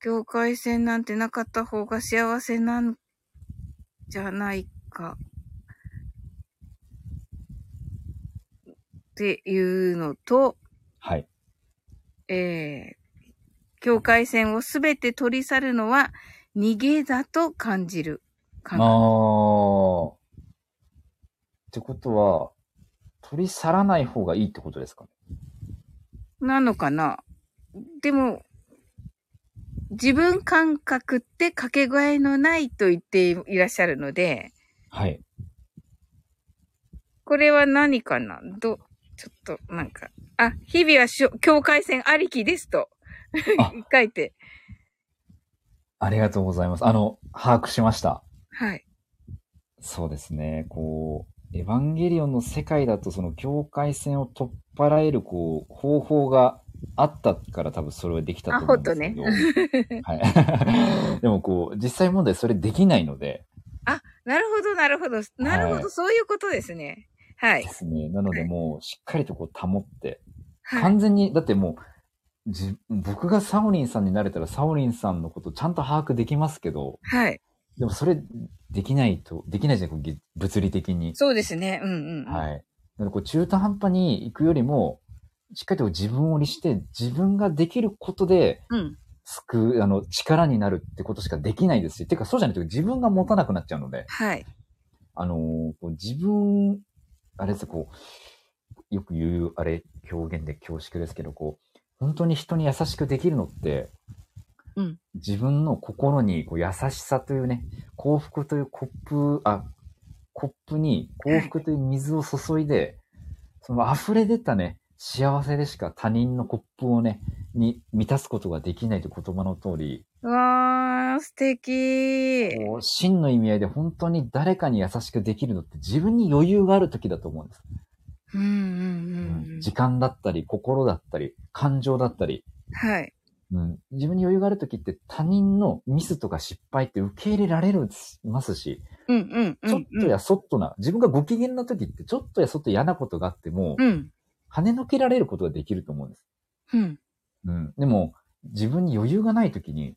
S1: 境界線なんてなかった方が幸せなんじゃないか。っていうのと、
S2: はい。
S1: えー、境界線をすべて取り去るのは逃げだと感じる。
S2: あ
S1: 感
S2: ー。ってことは、取り去らない方がいいってことですかね。
S1: なのかなでも、自分感覚ってかけがえのないと言っていらっしゃるので、
S2: はい。
S1: これは何かなど、ちょっと、なんか。あ、日々はしょ境界線ありきですと。
S2: あ
S1: 書いて。
S2: ありがとうございます。あの、把握しました。
S1: はい。
S2: そうですね。こう、エヴァンゲリオンの世界だとその境界線を取っ払えるこう方法があったから多分それはできたと思うんですけど。
S1: あほ
S2: はい。でもこう、実際問題それできないので、
S1: なるほど、なるほど。なるほど、
S2: はい
S1: そういうことですね。はい
S2: で。すね。なのでもうしっかりとこう保って、
S1: はい。
S2: 完全に、だってもう、じ僕がサオリンさんになれたらサオリンさんのことちゃんと把握できますけど、
S1: はい。
S2: でもそれできないと、できないじゃん、こうぎ物理的に。
S1: そうですね。うんうんうん。
S2: はい。なのでこう中途半端に行くよりも、しっかりと自分を律して、自分ができることで、
S1: うん。
S2: 救う、あの、力になるってことしかできないですし、てかそうじゃないと自分が持たなくなっちゃうので、
S1: はい。
S2: あのーこう自分、あれですこう、よく言う、あれ、表現で恐縮ですけど、こう、本当に人に優しくできるのって、
S1: うん
S2: 自分の心にこう優しさというね、幸福というコップ、あ、コップに幸福という水を注いで、その溢れ出たね、幸せでしか他人のコップをね、に満たすことができないという言葉の通り、
S1: うわー、素敵。
S2: こう真の意味合いで本当に誰かに優しくできるのって自分に余裕がある時だと思うんです。
S1: うんうんうんうん
S2: 時。間だったり、心だったり、感情だったり、
S1: はい。
S2: うん、自分に余裕がある時って他人のミスとか失敗って受け入れられるますし、
S1: うんうんうん。
S2: ちょっとやそっとな、自分がご機嫌な時ってちょっとやそっと嫌なことがあっても、
S1: うん。
S2: 跳ねのけられることができると思うんです。
S1: うん。
S2: うん、でも、自分に余裕がない時に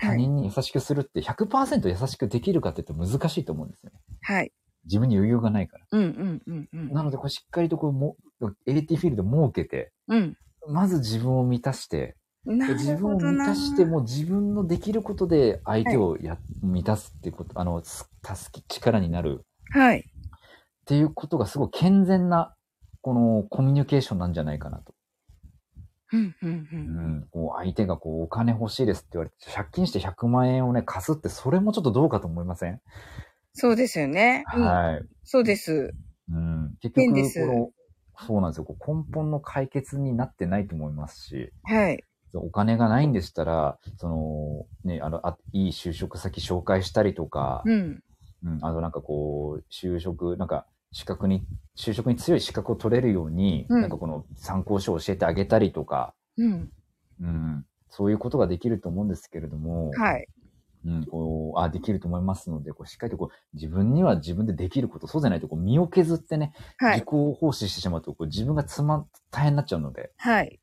S1: は
S2: 他
S1: い。
S2: 人に優しくするって100%優しくできるかって言うと難しいと思うんですよね。
S1: はい。
S2: 自分に余裕がないから。
S1: うんうんうんうん。
S2: なので、こうしっかりとこうも、AT フィールド設けて、
S1: うん。
S2: まず自分を満たして、
S1: な
S2: で
S1: る
S2: 自分を
S1: ほど
S2: 満
S1: な。
S2: たして、もう自分のできることで相手をや、満たすっていうこと、あの、す助け、力になる
S1: はい。
S2: っていうことがすごい健全な、このコミュニケーションなんじゃないかなと。
S1: うんうんう。
S2: うんん。こう相手がこうお金欲しいですって言われて、借金して100万円をね、貸すって、それもちょっとどうかと思いません、
S1: そうですよね。うん。
S2: はい。
S1: そうです。
S2: うん。結
S1: 変
S2: 局、
S1: です
S2: この、そうなんですよ。こう根本の解決になってないと思いますし。
S1: はい。
S2: お金がないんでしたら、その、ね、あの、あいい就職先紹介したりとか、
S1: うん。
S2: うん、あとなんかこう、就職、なんか、資格に、就職に強い資格を取れるように、
S1: うん
S2: なんかこの参考書を教えてあげたりとか、
S1: うん。
S2: うん、そういうことができると思うんですけれども、
S1: はい。
S2: うん、こう、あ、できると思いますので、こう、しっかりとこう、自分には自分でできること、そうじゃないと、こう、身を削ってね、
S1: は
S2: 自
S1: い
S2: 己。奉仕してしまうと、こう、自分がつま、大変になっちゃうので、
S1: はい。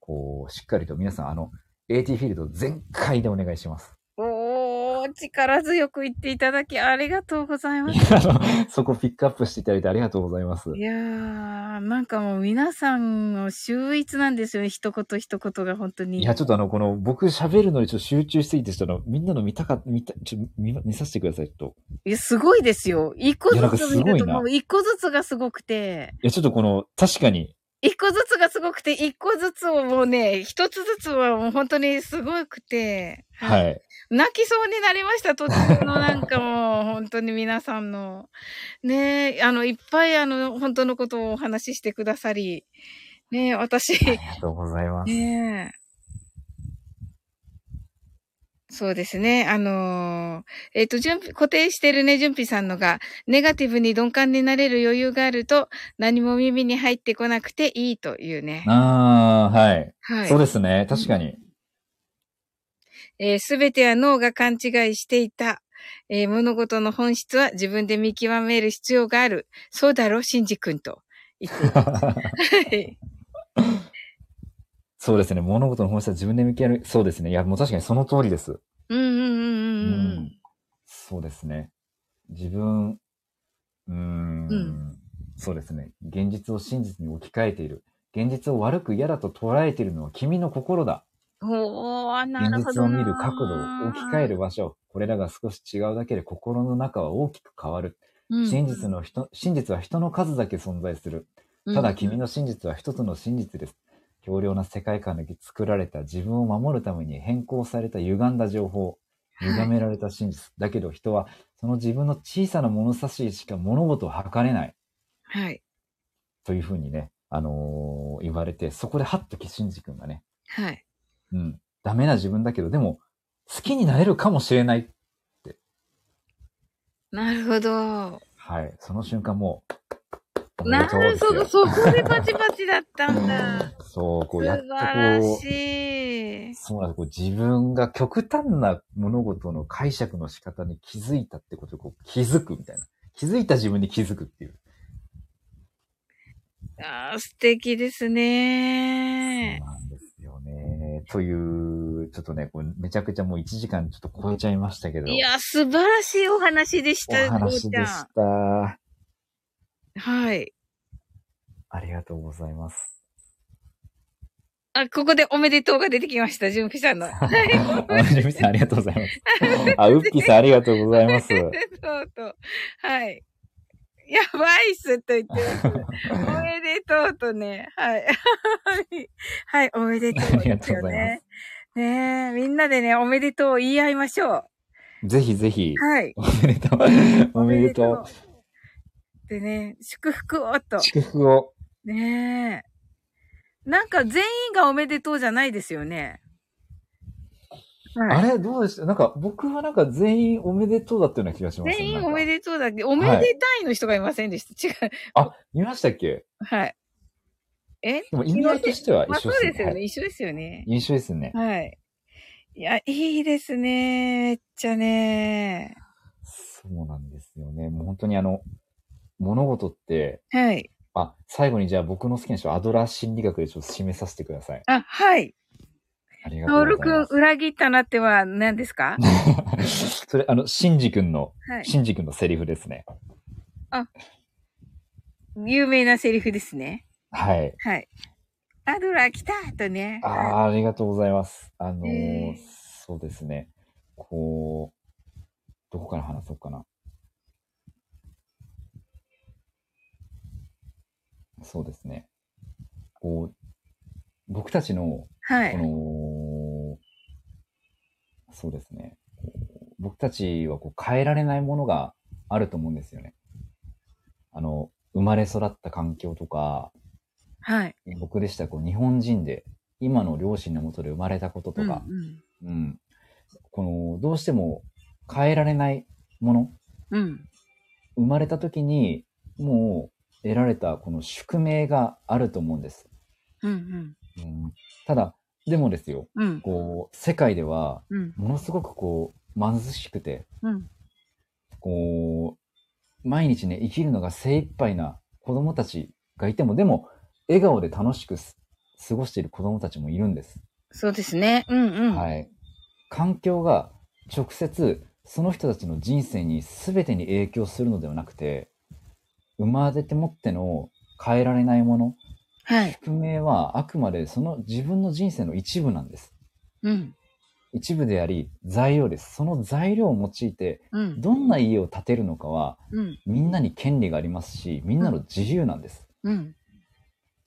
S2: こう、しっかりと皆さん、あの、AT フィールド全開でお願いします。
S1: おー、力強く言っていただきありがとうございま
S2: い
S1: す。
S2: やあの そこピックアップしていただいてありがとうございます。
S1: いやー、なんかもう皆さんの秀逸なんですよね。一言一言が本当に。
S2: いや、ちょっとあの、この、僕喋るのにちょっと集中しすぎて、ちょっとあのみんなの見たか、見た、ちょっと見ま見させてください、ちょっと。
S1: いや、すごいですよ。一個
S2: いやなん
S1: ず
S2: か
S1: つ
S2: す
S1: 見
S2: ごいな
S1: るともう一個ずつがすごくて、
S2: いや、ちょっとこの、確かに、
S1: 一個ずつがすごくて、一個ずつをもうね、一つずつはもう本当にすごくて、。
S2: はいい。
S1: 泣きそうになりました、途中のなんかもう、本当に皆さんの。ねえ、あの、いっぱいあの、本当のことをお話ししてくださり、ねえ、私、
S2: ありがとうございます。
S1: ねえ。そうですね。あのーえっ、と、準備、固定してるね、準備さんのが、ネガティブに鈍感になれる余裕があると、何も耳に入ってこなくていいというね。
S2: ああ、はい。
S1: はい
S2: そう。ですね、確かに。
S1: えーすべては脳が勘違いしていた。えー物事の本質は自分で見極める必要がある。そうだろ、シンジ君と言っていますはい。
S2: そうですね、物事の本質は自分で向き合う。そうですね、いや、もう確かにその通りです。
S1: うんうんうんうんうん。
S2: そうですね。自分、うーん,、
S1: うん
S2: そうですね。現実を真実に置き換えている。現実を悪く嫌だと捉えているのは君の心だ。
S1: おー、なる
S2: 現
S1: ほ
S2: 実
S1: ど
S2: を
S1: な。
S2: 見る角度を置き換える場所。これらが少し違うだけで心の中は大きく変わる。
S1: うん。
S2: 真実の人、真実は人の数だけ存在する。
S1: うん、
S2: ただ君の真実は一つの真実です。強量な世界観で作られた自分を守るために変更された歪んだ情報。歪められた真実。だけど人は、その自分の小さな物差ししか物事を測れない。
S1: はい。はい。
S2: というふうにね、あのー言われて、そこでハッとキシンジ君がね、
S1: はい。
S2: うん、ダメな自分だけど、でも、好きになれるかもしれない。
S1: なるほど。
S2: はい。その瞬間もう、おめ
S1: な
S2: でとうで
S1: る
S2: す
S1: ほ
S2: よ
S1: ど、。そこでパチパチだったんだ。
S2: そう、
S1: 素
S2: こう、やっと
S1: 晴
S2: こ
S1: ら
S2: う、
S1: しい。
S2: そうなんです。こう自分が極端な物事の解釈の仕方に気づいたってことをこう気づくみたいな。気づいた自分に気づくっていう。
S1: あー素敵ですね。
S2: そうなんですよね。という、ちょっとね、こうめちゃくちゃもう1時間ちょっと超えちゃいましたけど。
S1: いや、素晴らしいお話でし
S2: お
S1: た、こう
S2: 話
S1: ち
S2: でし
S1: ゃん。
S2: た。
S1: はい。
S2: ありがとうございます。
S1: あ、ここでおめでとうが出てきました、純喜さ んの。はい。
S2: あ、ジミさんありがとうございます。あ、ウッキーさんありがとうござい ます。
S1: そうと。はい。やばいっすと言ってます。おめでとうとね。はい。 はいはい、おめでとう
S2: ありが
S1: です
S2: とう
S1: よ
S2: ございま
S1: ね。ねえ、みんなでね、おめでとうを言い合いましょ
S2: ぜひぜひ
S1: う。、はい。
S2: おめでとう。おめでとう。
S1: う。でね、祝福をと。
S2: 祝福を。
S1: ねえ。なんか全員がおめでとうじゃないですよね。はい
S2: あれどうでしたなんか、僕はなんか全員おめでとうだったような気がします。
S1: 全
S2: な
S1: 員
S2: んか
S1: おめでとうだけど、おめでたいの人がいませんでした。違う。
S2: あ、見ましたっけ
S1: はい。え
S2: でも意味合いとしては
S1: まあ
S2: 一
S1: そ
S2: 緒
S1: う
S2: で
S1: ですすよ
S2: ね。
S1: ね。
S2: はい
S1: 一緒ですよね。
S2: 一緒ですね。
S1: はい。いや、いいですね。めっちゃね。
S2: そうなんですよね。もう本当にあの、物事って、
S1: はい。
S2: あ、最後にじゃあ僕の好きな人、アドラー心理学でちょっと締めさせてください。
S1: あ、はい。
S2: ありがと
S1: 登
S2: うござい
S1: 録を
S2: ます。
S1: 裏切ったなっては何ですか
S2: それ、あの、シンジ君の、
S1: はい。
S2: シンジ君のセリフですね。
S1: 有名なセリフですね。
S2: はい。
S1: はい。アドラー来たとね。
S2: ああ、ありがとうございます。あのー
S1: えー
S2: そうですね。こう、どこから話そうかな。そうですね。こう、僕たちの、こ
S1: は
S2: の
S1: い。、
S2: そうですね。こう僕たちはこう変えられないものがあると思うんですよね。あの、生まれ育った環境とか、
S1: はい。
S2: 僕でしたらこう日本人で今の両親のもとで生まれたこととか、
S1: うん
S2: うんこのどうしても変えられないもの
S1: うん。うん。
S2: 生まれた時にもう得られたこの宿命があると思うんです、
S1: うん。
S2: うん、ただでもですよ
S1: うん。うん。
S2: こう世界では
S1: うん。
S2: ものすごくこう貧しくて
S1: うん。
S2: こう毎日ね生きるのが精一杯な子供たちがいてもでも笑顔で楽しくす過ごしている子供たちもいるんです
S1: そうですね。うんうん。
S2: はい。環境が直接その人たちの人生に全てに影響するのではなくて、生まれてもっての変えられないもの、
S1: はい。
S2: 宿命はあくまでその自分の人生の一部なんです。
S1: うん。
S2: 一部であり、材料です。その材料を用いて、
S1: うん。
S2: どんな家を建てるのかは、
S1: うん。
S2: みんなに権利がありますし、みんなの自由なんです。
S1: うん。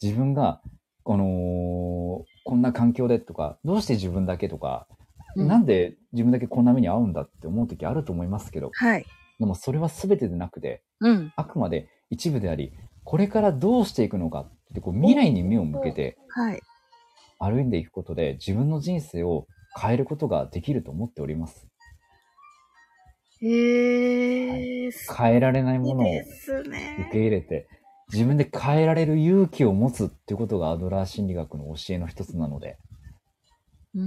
S2: 自分が、この、こんな環境でとか、どうして自分だけとか、
S1: うん
S2: なんで自分だけこんな目に遭うんだって思う時あると思いますけど、
S1: はい。
S2: でもそれは全てでなくて、
S1: うん。
S2: あくまで一部であり、これからどうしていくのかってこう未来に目を向けて
S1: はい。
S2: 歩んでいくことで自分の人生を変えることができると思っております。
S1: へえー。す
S2: 変えられない
S1: ご
S2: も
S1: い
S2: のを
S1: で
S2: 受
S1: す
S2: け
S1: ね。
S2: 入れて、自分で変えられる勇気を持つっていうことがアドラー心理学の教えの一つなので、
S1: も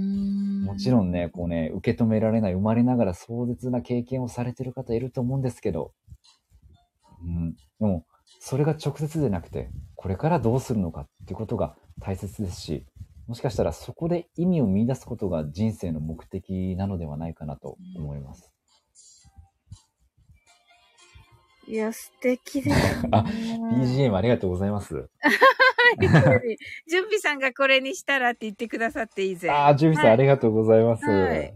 S2: もちろんね、こうね、受け止められない、生まれながら壮絶な経験をされてる方いると思うんですけど、うん、でも、それが直接でなくて、これからどうするのかっていうことが大切ですし、もしかしたらそこで意味を見出すことが人生の目的なのではないかなと思います。。
S1: いや、素敵ですね
S2: あ BGM ありがとうございます。
S1: 準備さんがこれにしたらって言ってくださって以前。
S2: ああ、ジュビさん、
S1: はい
S2: ありがとうございます。
S1: はい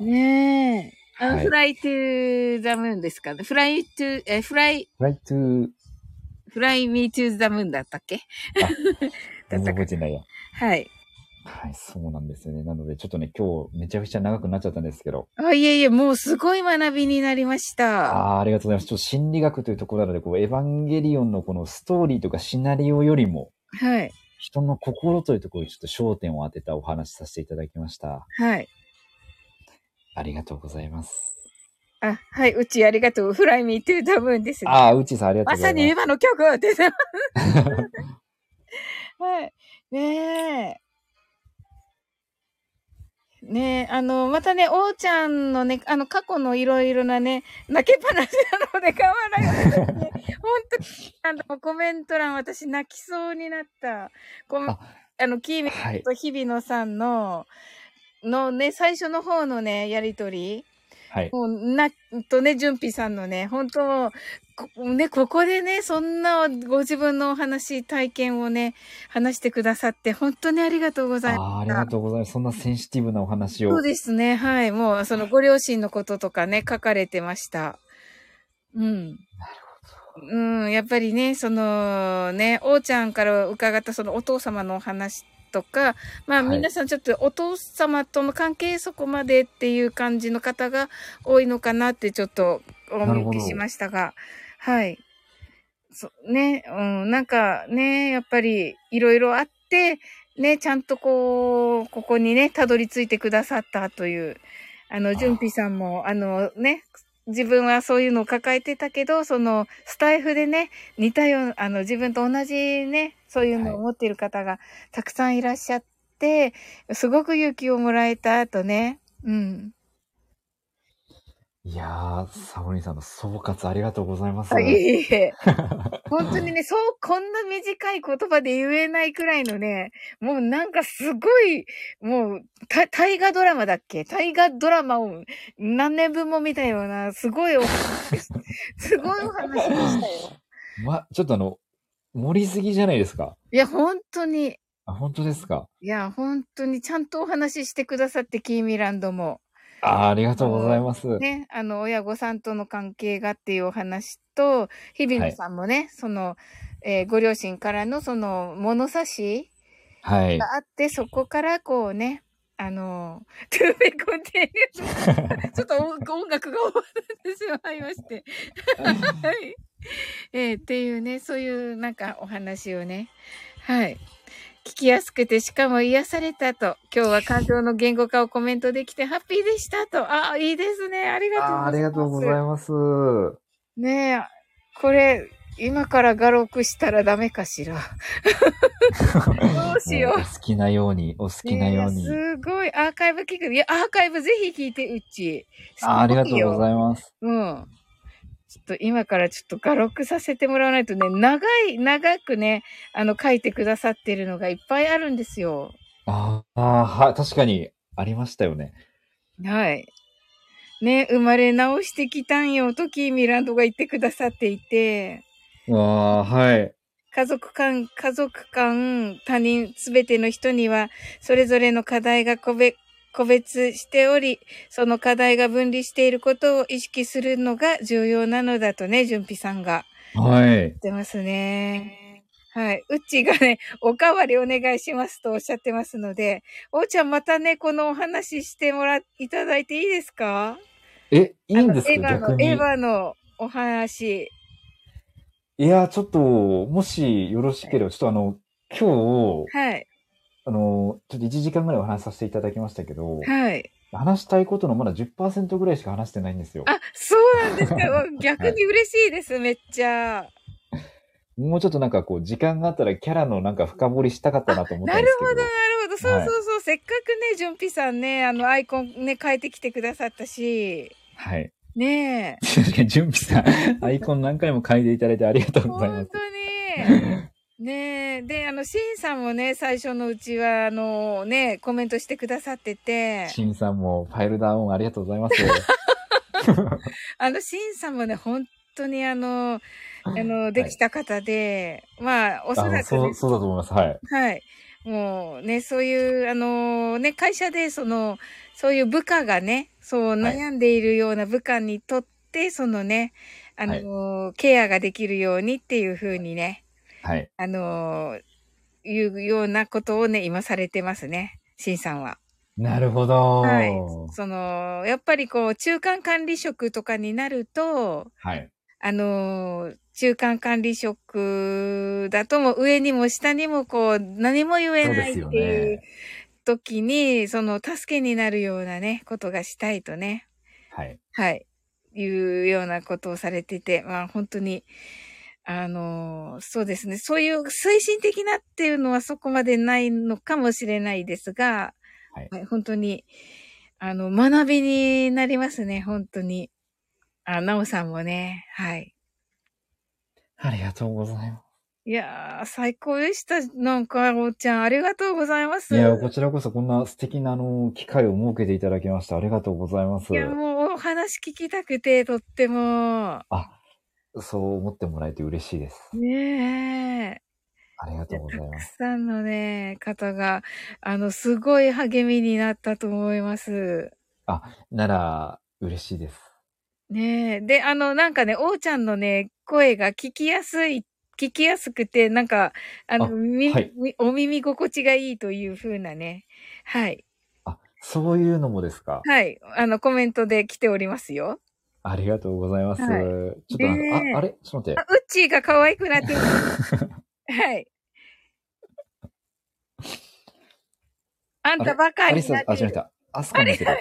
S1: ねえ。あの、
S2: はい
S1: フライトゥーザムーンですかね。フライトゥー、え、フライ、
S2: Try to
S1: フライミートゥーザムーンだったっけ
S2: 全然覚えてないや。
S1: はい。
S2: はい、そうなんですよね。なので、ちょっとね、今日めちゃくちゃ長くなっちゃったんですけど、
S1: あ、いえいえ、もうすごい学びになりました。
S2: ああ、ありがとうございます。ちょっと心理学というところなので、こう、エヴァンゲリオンのこのストーリーとかシナリオよりも、
S1: はい。
S2: 人の心というところにちょっと焦点を当てたお話しさせていただきました。
S1: はい。
S2: ありがとうございます。
S1: あ、はい、うちありがとう。フライミートゥーダブンですね。
S2: ああ、うちさんありがとう
S1: ま
S2: ござ
S1: さ
S2: います。
S1: に今の 曲って。はい。ねえ。ねえ、あの、またね、おうちゃんのね、あの、過去のいろいろなね、泣きっぱなしなので変わらないですね。本当に、あの、コメント欄、私泣きそうになった。コメ
S2: あ
S1: あの、キーミ
S2: はい。
S1: と日比野さんの、のね、最初の方のね、やりとり。
S2: はい。
S1: もう、な、とね、純ぴさんのね、本当もうこ、ね、ここでね、そんなご自分のお話、体験をね、話してくださって、本当にありがとうござい
S2: あ
S1: ます。
S2: あ、ありがとうございます。そんなセンシティブなお話を。
S1: そうですね、はい。もう、そのご両親のこととかね、書かれてました。うん。うん、やっぱりね、そのね、おうちゃんから伺ったそのお父様のお話とか、まあ
S2: はい
S1: 皆さんちょっとお父様との関係そこまでっていう感じの方が多いのかなってちょっとお
S2: なる
S1: 見
S2: ほ
S1: 受
S2: ど
S1: けしましたが、はい。そうね、うん、なんかね、やっぱりいろいろあって、ね、ちゃんとこう、ここにね、たどり着いてくださったという、あの、
S2: ー
S1: 純ぴさんも、あのね、自分はそういうのを抱えてたけど、その、スタイフでね、似たような、あの、自分と同じね、そういうのを持っている方がたくさんいらっしゃって、すごく勇気をもらえたとね、うん。
S2: いやー、サボリンさんの総括ありがとうございます。
S1: あいえい え。本当にね、そう、こんな短い言葉で言えないくらいのね、もうなんかすごい、もう、た大河ドラマだっけ大河ドラマを何年分も見たような、すごいお話 でしたすごいお話でしたよ。
S2: ま、ちょっとあの、盛りすぎじゃないですか。
S1: いや、本当に、
S2: あ、本当ですか。
S1: いや、本当にちゃんとお話ししてくださって、キーミランドも。
S2: あー、ありがとうございます。
S1: ね、あの、親御さんとの関係がっていうお話と、日比野さんもね、その、えーご両親からのその物差し
S2: はい。
S1: があって、そこからこうね、あの、トゥーベコンテ ィちょっと音音楽が終わってしまいまして。はい。えーっていうね、そういうなんかお話をね、はい。聞きやすくて、しかも癒されたと。今日は感情の言語化をコメントできて、ハッピーでしたと。あ、いいですね。ありがとうござい
S2: あー
S1: ます。
S2: ありがとうございます。
S1: ねえ、これ、今から画録したらダメか しら。どうしよう
S2: もお好きなように、お好きなように
S1: い。やすごい。アーカイブ聞く。いや、アーカイブぜひ聞いて、うち。
S2: あーありがとうご
S1: い
S2: ざいます。
S1: ます。うん。ちょっと今からちょっと画録させてもらわないとね、長い、長くね、あの、書いてくださってるのがいっぱいあるんですよ。
S2: あーあー、は、確かに、ありましたよね。
S1: はい。ね、生まれ直してきたんよ、とキーミランドが言ってくださっていて、
S2: うわー、はい。
S1: 家族間、家族間、他人、すべての人には、それぞれの課題が個別、個別しており、その課題が分離していることを意識するのが重要なのだとね、純ぴさんが
S2: はい。
S1: 言ってますね。はい。うっちーがね、 おかわりお願いしますとおっしゃってますので、おうちゃんまたね、このお話ししてもら、いただいていいですか
S2: え、いいんです
S1: あの
S2: か
S1: エヴァ
S2: 逆
S1: の、
S2: に。
S1: エヴァのお話。
S2: いや、ちょっと、もしよろしければ、ちょっとあの、今日、
S1: はい。
S2: あの、ちょっと1時間ぐらいお話しさせていただきましたけど、
S1: はい。
S2: 話したいことのまだ10%ぐらいしか話してないんですよ。
S1: あ、そうなんですか。わ逆に嬉しいです、めっちゃ。
S2: もうちょっとなんかこう、時間があったらキャラのなんか深掘りしたかったなと思った
S1: なん
S2: で
S1: る
S2: すけ
S1: ほ
S2: ど。
S1: ど、なるほど。そう
S2: はい
S1: そうそう。せっかくね、純ぴさんね、あの、アイコンね、変えてきてくださったし、
S2: はい。
S1: ねえ。
S2: 確かに、準備さん、アイコン何回も書いていただいてありがとうございま
S1: 本
S2: す。
S1: 当に。ねえ。で、あの、シンさんもね、最初のうちは、あの、ね、コメントしてくださってて、
S2: シンさんもファイルダウンありがとうござい ます。
S1: あの、シンさんもね、本当にあの、あの、できた方で、まあ、おそ
S2: あ
S1: らく
S2: の
S1: ね、
S2: そう、そうだと思います。はい。
S1: はい。もうね、そういう、あのね、会社で、その、そういう部下がね、そう
S2: はい
S1: 悩んでいるような部下にとって、そのね、あのケアができるようにっていうふうにね、
S2: はい。
S1: あのいうようなことをね、今されてますね、シンさんは。
S2: なるほど。は
S1: はいい。。その、やっぱりこう、中間管理職とかになると、あのー中間管理職だともう上にも下にもこう何も言え
S2: そう
S1: な
S2: で
S1: い
S2: す
S1: っ
S2: よ
S1: ていう
S2: ね。
S1: 時に、その助けになるようなね、ことがしたいとね。
S2: はい。
S1: はい。いうようなことをされていて、まあ本当に、あの、そうですね。そういう推進的なっていうのはそこまでないのかもしれないですが、
S2: はい
S1: はい本当に、あの、学びになりますね、本当に。あ、なおさんもね、はい。
S2: ありがとうございま
S1: いやー、最高でした。なんか、おっちゃん、ありがとうございます。
S2: す。いや、こちらこそこんな素敵なあの、機会を設けていただきましてありがとうございます
S1: い。や、もうお話聞きたくて、とっても。
S2: あ、そう思ってもらえて嬉しいです。
S1: ねえ。
S2: ありがとうござい
S1: た
S2: ま
S1: く
S2: す。
S1: さんのね、方が、あの、すごい励みになったと思います。
S2: なら、嬉しいです。
S1: ねえ。で、あの、なんかね、おうちゃんのね、声が聞きやすい、聞きやすくて、なんか、あの、
S2: あ
S1: み
S2: はい
S1: みお耳心地がいいというふうなね、はい。
S2: あ、そういうのもですか。
S1: はい。あの、コメントで来ておりますよ。
S2: ありがとうございます。
S1: はい
S2: ちょっとなんか、
S1: ねえ
S2: あ、あれちょっと待って
S1: あ、。うっちーが可愛くなってる。 はい。あんたばか
S2: ア
S1: り
S2: リ
S1: に
S2: サ、
S1: な
S2: あ、
S1: って
S2: 違っ
S1: る。
S2: た。アスカの人だ。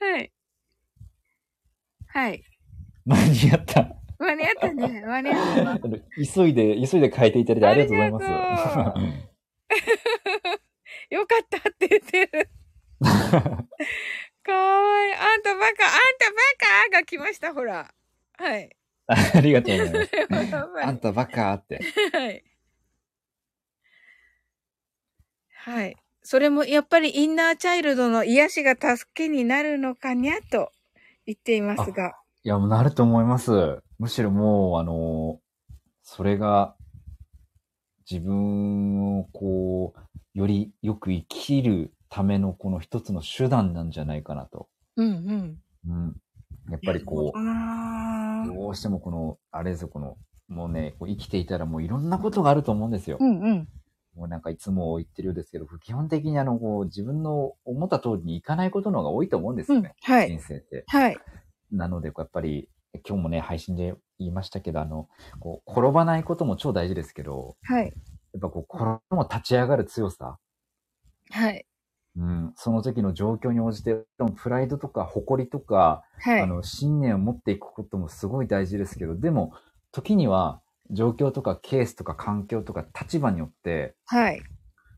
S1: はい。はい。
S2: 間に合った。
S1: 間に合ったね。 間に合ったわ。
S2: 急いで、急いで変えていただいてありがとうござい
S1: ありがと
S2: ま
S1: よかったって言って る。かわいい。あんたバカ、あんたバカが来ました、ほら。はい。
S2: す。ありがとうござい ます。
S1: やばい
S2: あんたバカーって。
S1: はい。はい。それもやっぱりインナーチャイルドの癒しが助けになるのかにゃと言っていますが。
S2: いや、もうなると思います。むしろもう、あの、それが、自分をこう、よりよく生きるためのこの一つの手段なんじゃないかなと。
S1: うんうん。
S2: うん。やっぱりこう、
S1: あー
S2: どうしてもこの、あれですよ、この、もうね、こう生きていたらもういろんなことがあると思うんですよ
S1: う。んうん。
S2: もうなんかいつも言ってるようですけど、基本的にあの、こう、自分の思った通りにいかないことの方が多いと思うんです
S1: う
S2: よ
S1: ん
S2: ね。。
S1: はい。
S2: 人生って。
S1: はい。
S2: なので、やっぱり、今日もね、配信で言いましたけど、あの、こう、転ばないことも超大事ですけど、
S1: はい。
S2: やっぱこう、転んでも立ち上がる強さ、
S1: はい。
S2: うん、その時の状況に応じて、プライドとか誇りとか、
S1: はい。
S2: あの、信念を持っていくこともすごい大事ですけど、でも、時には、状況とかケースとか環境とか立場によって、
S1: はい。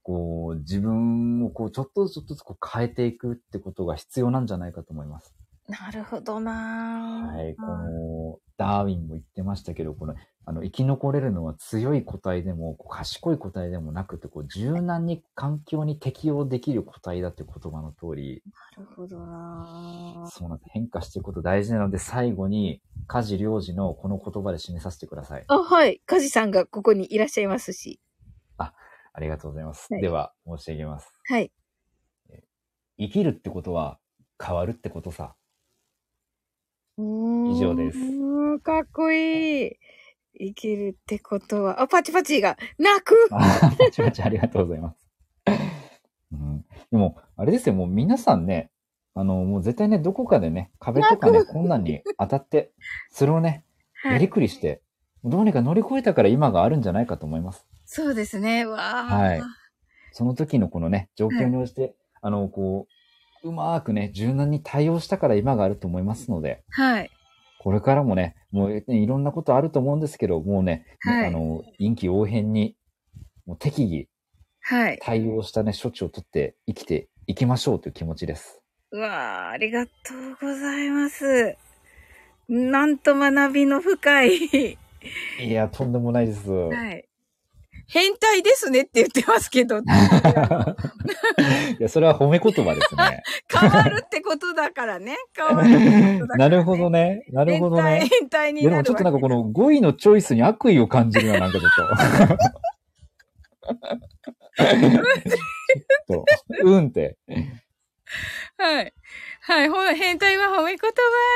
S2: こう、自分をこう、ちょっとずつちょっとずつこう変えていくってことが必要なんじゃないかと思います。
S1: なるほどなぁ
S2: はい。この、ダーウィンも言ってましたけど、この、あの、生き残れるのは強い個体でも、こう賢い個体でもなくて、こう、柔軟に環境に適応できる個体だって言葉の通り、
S1: なるほどなぁ
S2: そうなんです。変化していくこと大事なので、最後に、家事領事のこの言葉で締めさせてください。
S1: あ、はい。カジさんがここにいらっしゃいますし。
S2: ありがとうございます。
S1: はい
S2: では、申し上げます。
S1: はい。
S2: 生きるってことは、変わるってことさ。
S1: 以
S2: 以上です
S1: かっこいい。生きるってことは、あ、パチパチが、泣く
S2: あ ーパチパチありがとうございます。うん、でも、あれですよ、もう皆さんね、あの、もう絶対ね、どこかでね、壁とかね、困難に当たって、それをね、
S1: は
S2: や
S1: い。
S2: りくりして、どうにか乗り越えたから今があるんじゃないかと思います。
S1: そうですね。わあ。
S2: はいその時のこのね、状況に応じて、あの、こう、うまーくね、柔軟に対応したから今があると思いますので、
S1: はい。
S2: これからもね、もういろんなことあると思うんですけど、もうね、
S1: はい
S2: あの、臨機応変に、もう適宜、
S1: はい。
S2: 対応したね、処置を取って生きていきましょうという気持ちです。
S1: うわあ、ありがとうございます。なんと学びの深い。
S2: いや、とんでもない です。
S1: はい。変態ですねって言ってますけ ど、
S2: い、や、それは褒め言葉ですね。
S1: 変わるってことだからね。変わるってことだから、ね。
S2: なるほどね。なるほど
S1: 変態
S2: ね。、
S1: 変態に
S2: いや
S1: な
S2: で
S1: るわ
S2: もちょっとなんかこ
S1: け
S2: の語彙のチョイスに悪意を感じるな、なんかちょっと。ちょっと、うんって。
S1: はい。はい、ほ、変態は褒め言葉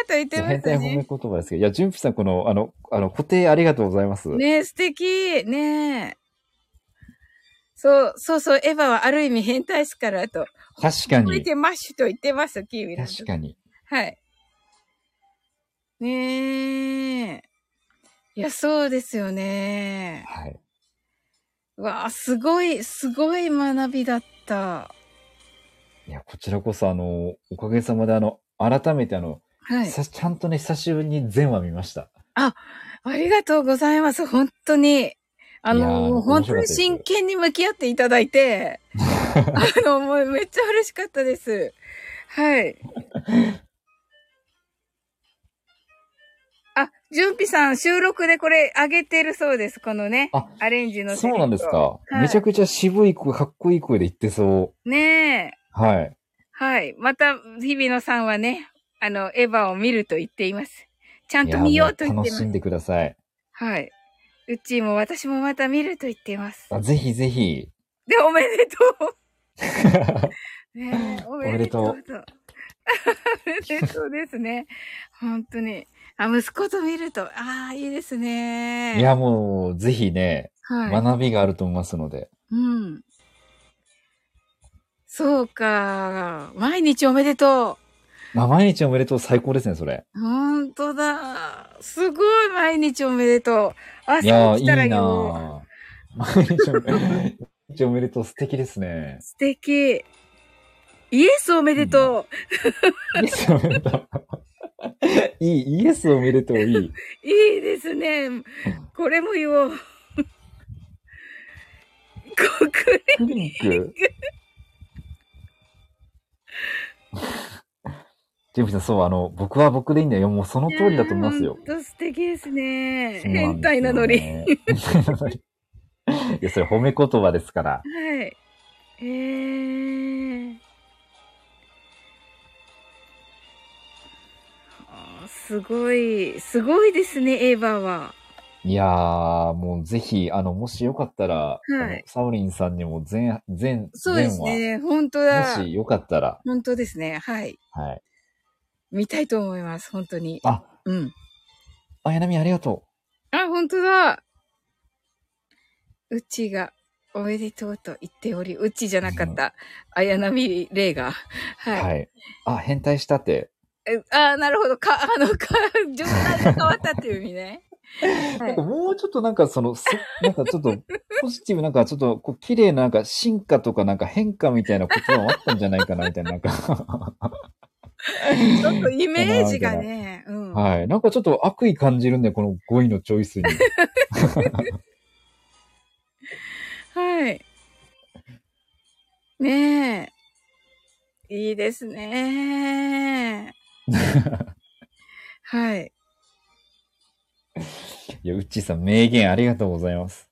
S1: と言ってますね。
S2: 変態褒め言葉ですけど。いや、純平さん、この、あの、あの、固定ありがとうございます。
S1: ねえ、素敵。ねえ。そう、そうそう、エヴァはある意味変態ですからと。
S2: 確か
S1: 覚え
S2: に。
S1: てマッシュと言ってます、キーウィランド
S2: 確かに。
S1: はい。ねえ。いや、そうですよね。
S2: はい。
S1: わあ、すごい、すごい学びだった。
S2: いや、こちらこそ、あの、おかげさまで、あの、改めてあの、
S1: はい。
S2: さちゃんとね、久しぶりに全話見ました。
S1: ありがとうございます。本当に。あ
S2: いやー
S1: の、本
S2: 面
S1: 当
S2: 白かった
S1: に
S2: です
S1: 真剣に向き合っていただい て、あの、もうめっちゃ嬉しかったです。はい。あ、純ピさん、収録でこれ上げてるそうです。このね
S2: あ、
S1: アレンジのセ
S2: そ
S1: リフ
S2: う
S1: を
S2: なんですか、
S1: い
S2: めちゃくちゃ渋い声、かっこいい声で言ってそ
S1: ねえ。
S2: う。はい。
S1: はい。また、日比野さんはね、あの、エヴァを見ると言っています。ちゃんと見ようと言
S2: いや
S1: っ
S2: も
S1: て
S2: 楽
S1: ます。
S2: しんでください。
S1: はい。うちも私もまた見ると言っています。
S2: あぜひぜひ。
S1: で、おめでと う。ねえ、おめでとう。
S2: お
S1: お
S2: め
S1: めでとう。ですね。本当に。あ、息子と見ると、ああ、いいですね。
S2: いや、もう、ぜひね、
S1: はい。
S2: 学びがあると思いますので。
S1: うん。そうか。毎日おめでと
S2: あ毎日おめでとう、最高ですね、それ。
S1: う。本当だ。すごい、毎日おめでとう。
S2: い
S1: 朝
S2: やー、
S1: 起
S2: い
S1: き
S2: い
S1: たら
S2: な
S1: よ。
S2: ー毎日お毎日おめでとう、素敵です ね。
S1: 素敵。イエスおめでと
S2: イエスおめでとう。いい、イエスおめでとう、いい。
S1: う。いいですね。これも言おう。国
S2: クリニ ック。ジェームスさん、そう、あの、僕は僕でいいんだよ。もうその通りだと思いますよ
S1: 本。当素敵ですね。
S2: そう
S1: 変
S2: んです
S1: 態
S2: よね
S1: なノリ。。
S2: いや、それ褒め言葉ですか
S1: は
S2: ら。
S1: い。えー。あーすごい、すごいですね、エヴァは。
S2: いやー、もうぜひ、あの、もしよかったら、
S1: い
S2: あのサオリンさんにも全、全、
S1: そうですね、本当
S2: 全
S1: だ
S2: 話、も。しよかったら、
S1: 本当ですね、はい。
S2: はい。
S1: 見たいと思います、本当に。
S2: あ、
S1: うん。
S2: あやなみありがと
S1: あ、本当だ。うちが、おめでとうと言っており、うちじゃなかった、綾波レイが。
S2: う。
S1: は。
S2: はいい。あ、変態したって。
S1: えあーなるほど。か、あの、か、冗談が変わったっていう意味 ね。は
S2: なん
S1: い
S2: か。もうちょっとなんかその、そ なんかちょっと、ポジティブなんかちょっと、こう、綺麗ななんか進化とかなんか変化みたいな言葉もあったんじゃないかな、みたいな、なんか。
S1: ちょっとイメージがね、うん。
S2: はい。なんかちょっと悪意感じるんだよ、この語彙のチョ イスに。
S1: はい。ねえ。いいです ね。はい。
S2: いや、うっちーさん、名言ありがとうございます。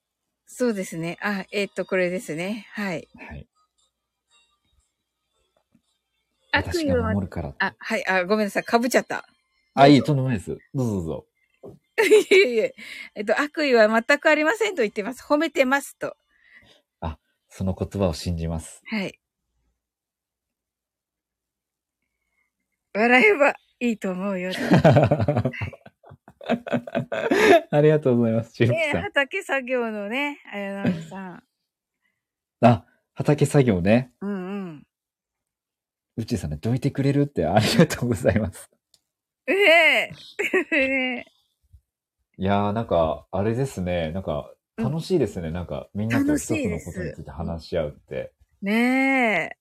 S1: そうですね。あ、えっと、これですね。はい。
S2: はい。
S1: 悪
S2: 私
S1: 意
S2: が
S1: は、
S2: 守るから。
S1: あ、はい、あ、ごめんなさい。かぶっちゃった。
S2: あ、いい、とんでもないです。どうぞどうぞ。
S1: いえいえ。えっと、悪意は全くありませんと言ってます。褒めてますと。
S2: その言葉を信じます。
S1: はい。笑えばいいと思うよ。
S2: ありがとうございます、チュー
S1: ね
S2: ブさ
S1: 畑作業のね、あやなみさ ん。
S2: ん。あ、畑作業ね。
S1: うんうん。
S2: うっちーさんね、どいてくれるってありがとうございます。
S1: ええええ
S2: いやー、なんか、あれですね。なんか、
S1: うん
S2: 楽しいですね。なんか、みんなと
S1: 楽
S2: 一
S1: し
S2: つ
S1: いで
S2: の
S1: す
S2: ことについて話し合うって。
S1: ねえ。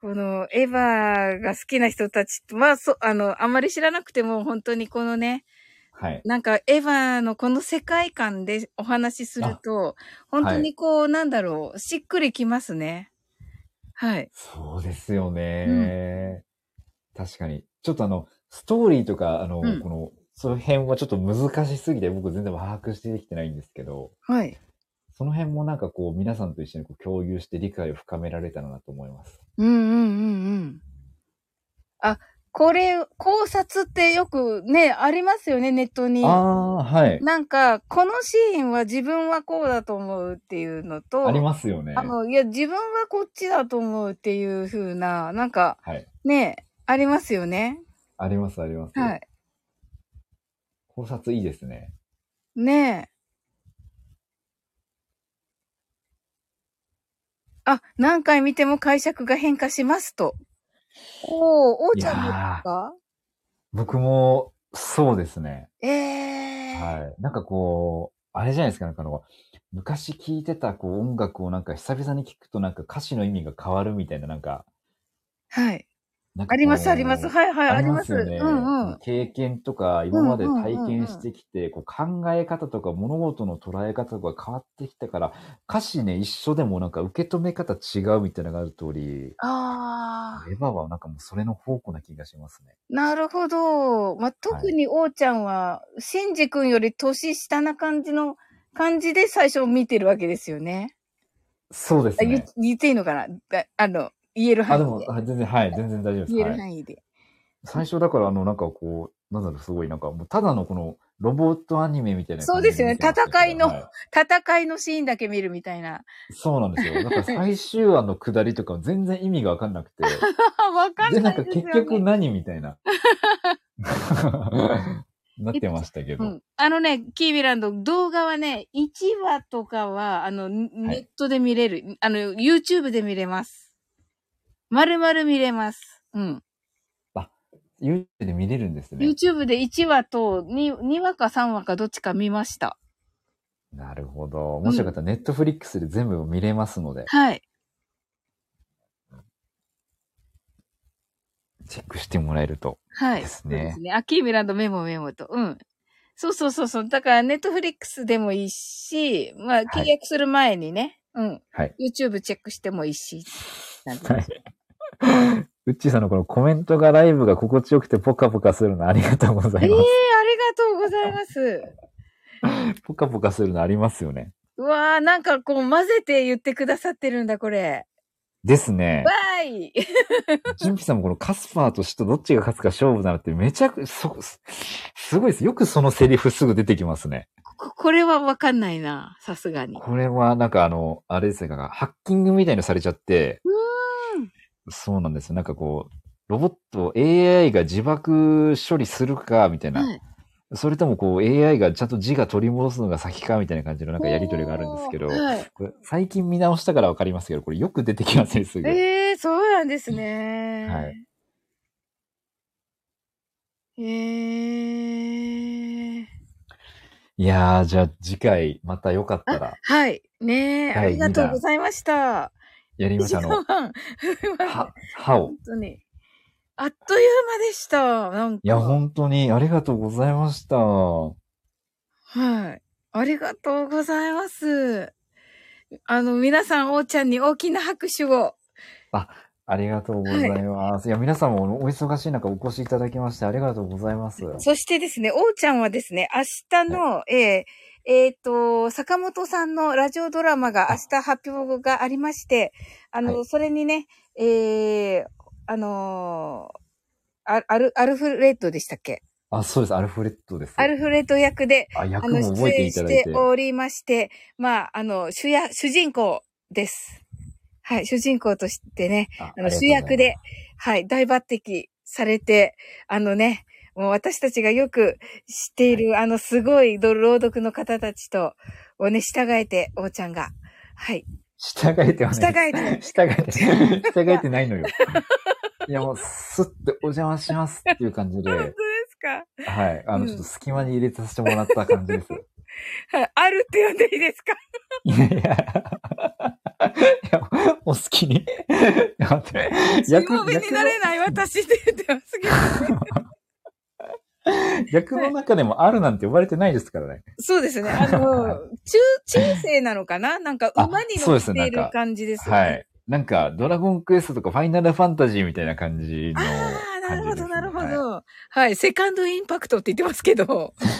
S1: このエヴァが好きな人たちは、そ、あの、あまり知らなくても本当にこのね、
S2: はい。
S1: なんかエヴァのこの世界観でお話しすると、本当にこう、なんだろう、しっくりきますね。はい。
S2: そうですよね、確かに。ちょっとあの、ストーリーとか、あの、
S1: うん
S2: この、その辺はちょっと難しすぎて、僕全然把握してできてないんですけど、
S1: はい。
S2: その辺もなんかこう、皆さんと一緒にこう共有して理解を深められたらなと思います。
S1: うんうんうんうん。あ、これ、考察ってよくね、ありますよね、ネットに。
S2: あー、はい。
S1: なんか、このシーンは自分はこうだと思うっていうのと、
S2: ありますよね。
S1: あの、いや、自分はこっちだと思うっていう風な、なんか、
S2: はい。
S1: ね、ありますよね。
S2: あります、あります。
S1: はい。
S2: 考察いいですね。
S1: ねえ。あ、何回見ても解釈が変化しますと。おー、おーちゃんですか
S2: 僕も、そうですね。
S1: ええー。
S2: はい。なんかこう、あれじゃないですか、なんかあの、昔聴いてたこう音楽をなんか久々に聴くとなんか歌詞の意味が変わるみたいななんか、
S1: はい。
S2: なんかこう
S1: あります、あります。はいはい、あります。
S2: よね
S1: うんうん。
S2: 経験とか、今まで体験してきて、こう考え方とか物事の捉え方が変わってきたから、歌詞ね、一緒でもなんか受け止め方違うみたいなのがある通り、
S1: ああ、
S2: エヴァはなんかもうそれの方向な気がしますね。
S1: なるほど。まあ、特に王ちゃんは、シンジ君より年下な感じの、感じで最初見てるわけですよね。
S2: そうです
S1: あ言
S2: ね
S1: っ。言っていいのかなだあの、言える
S2: あ、
S1: 範
S2: で
S1: 囲
S2: も
S1: で、。
S2: あ全然、はい、全然大丈夫です。
S1: 言え
S2: は
S1: る
S2: い、
S1: 範囲で。
S2: 最初だから、あの、なんかこう、なんだろう、すごい、なんかもう、ただのこの、ロボットアニメみたいな感じ
S1: そうですよね
S2: 見てましたけど
S1: 戦いの
S2: は
S1: 戦いのシーンだけ見るみたいな。
S2: そうなんですよ。だから最終話の下りとか全然意味がわかんなく て。
S1: わかん
S2: で、
S1: な
S2: なん
S1: いで
S2: か
S1: すよ、ね。
S2: 結局何み たいな。なってましたけど。
S1: うん、あのね、キービランド、動画はね、1話とかは、あの、ネネットで見れる。あの、YouTube で見れます。まるまる見れます。うん。
S2: YouTube で見れるんですね。
S1: YouTube で1話と 2, 2話か3話かどっちか見ました。
S2: なるほど。もしよかったら Netflix で全部見れますので、
S1: はい。
S2: チェックしてもらえると
S1: はい。
S2: です
S1: そうで
S2: ね
S1: す。ね。あ、キーミランドメモメモと。うん。そうそうそうそう。だから、ネットフリックスでもいいし、まあ、契約する前にね、うん。
S2: はい。
S1: YouTube チェックしてもいいし。なんで
S2: はい。うっちーさんのこのコメントがライブが心地よくてポカポカするのありがとうござ
S1: ええ
S2: い
S1: ー、あり
S2: ま
S1: が
S2: す。
S1: とうございます。
S2: ポカポカするのありますよね。
S1: うわー、なんかこう混ぜて言ってくださってるんだ、これ。
S2: ですね
S1: わ。ーい
S2: 純ピさんもこのカスパーとシトどっちが勝つか勝負だなってめちゃく、そ、すすごいです。よくそのセリフすぐ出てきますね。
S1: ここれはわかんないな、さすがに。
S2: これはなんかあの、あれですね、なんかハッキングみたいのされちゃって、そうなんですよ。なんかこう、ロボット、AI が自爆処理するか、みたいな。
S1: はい
S2: それともこう AI がちゃんと字が取り戻すのが先かみたいな感じのなんかやりとりがあるんですけど、
S1: はい、
S2: これ最近見直したからわかりますけど、これよく出てきますね、すぐ。
S1: えー、そうなんですね。。
S2: はい
S1: えー。
S2: いやー、じゃあ次回またよかったら
S1: はい。ねえ、
S2: はい
S1: ありがとうございました。
S2: やりましょう。あ
S1: 時
S2: の
S1: 間、半。
S2: は、 歯を
S1: 本。当に。あっという間でした。なんか。
S2: いや、本当にありがとうございました。
S1: はい。ありがとうございます。あの、皆さん、おーちゃんに大きな拍手を。
S2: ありがとうございます。い、や、皆さんもお忙しい中お越しいただきましてありがとうございます。
S1: そしてですね、おーちゃんはですね、明日の、えーえーと、坂本さんのラジオドラマが明日発表がありまして、あの、
S2: は
S1: それにね、えー、あのーアアル、アルフレッドでしたっけ
S2: あ、そうです。アルフレッドです。
S1: アルフレッド役で、
S2: あ、
S1: あ
S2: 役
S1: の、
S2: も覚
S1: 出
S2: えて
S1: 演
S2: いた
S1: し
S2: だい
S1: て
S2: て。
S1: おりまして、まあ、あの、主役、主人公です。はい、主人公としてね、
S2: あ
S1: あの、主役で。、はい、大抜擢されて、あのね、もう私たちがよく知っている、あの、すごいど朗読の方たちと、をね、従えて、おーちゃんが、はい、
S2: ありがとうございます従
S1: 従
S2: えてはない。
S1: えて、
S2: 従えて、従えてないのよ。 いや、もう、すってお邪魔しますっていう感じ
S1: 本当で
S2: で、
S1: すか
S2: はい。あ
S1: う
S2: の、
S1: ん
S2: ちょっと隙間に入れさせてもらった感じです。
S1: はい、あるって呼んでいいです か
S2: いやいや。いや、お好きに。待って
S1: しもべになれない私って言ってますけど。
S2: 役の中でもあるなんて呼ばれてないですからね。
S1: そうですね。あ
S2: は
S1: の
S2: い、
S1: 中、中世なのかななんか
S2: あ
S1: 馬に乗
S2: そうで
S1: っ
S2: す
S1: て
S2: ないんか
S1: る感じですよね。
S2: はい。なんか、ドラゴンクエストとかファイナルファンタジーみたいな感じの
S1: あ
S2: 感じ
S1: あ、なるほ
S2: で
S1: ど、
S2: すね
S1: なるほ
S2: はい
S1: ど。はい。セカンドインパクトって言ってますけ ど。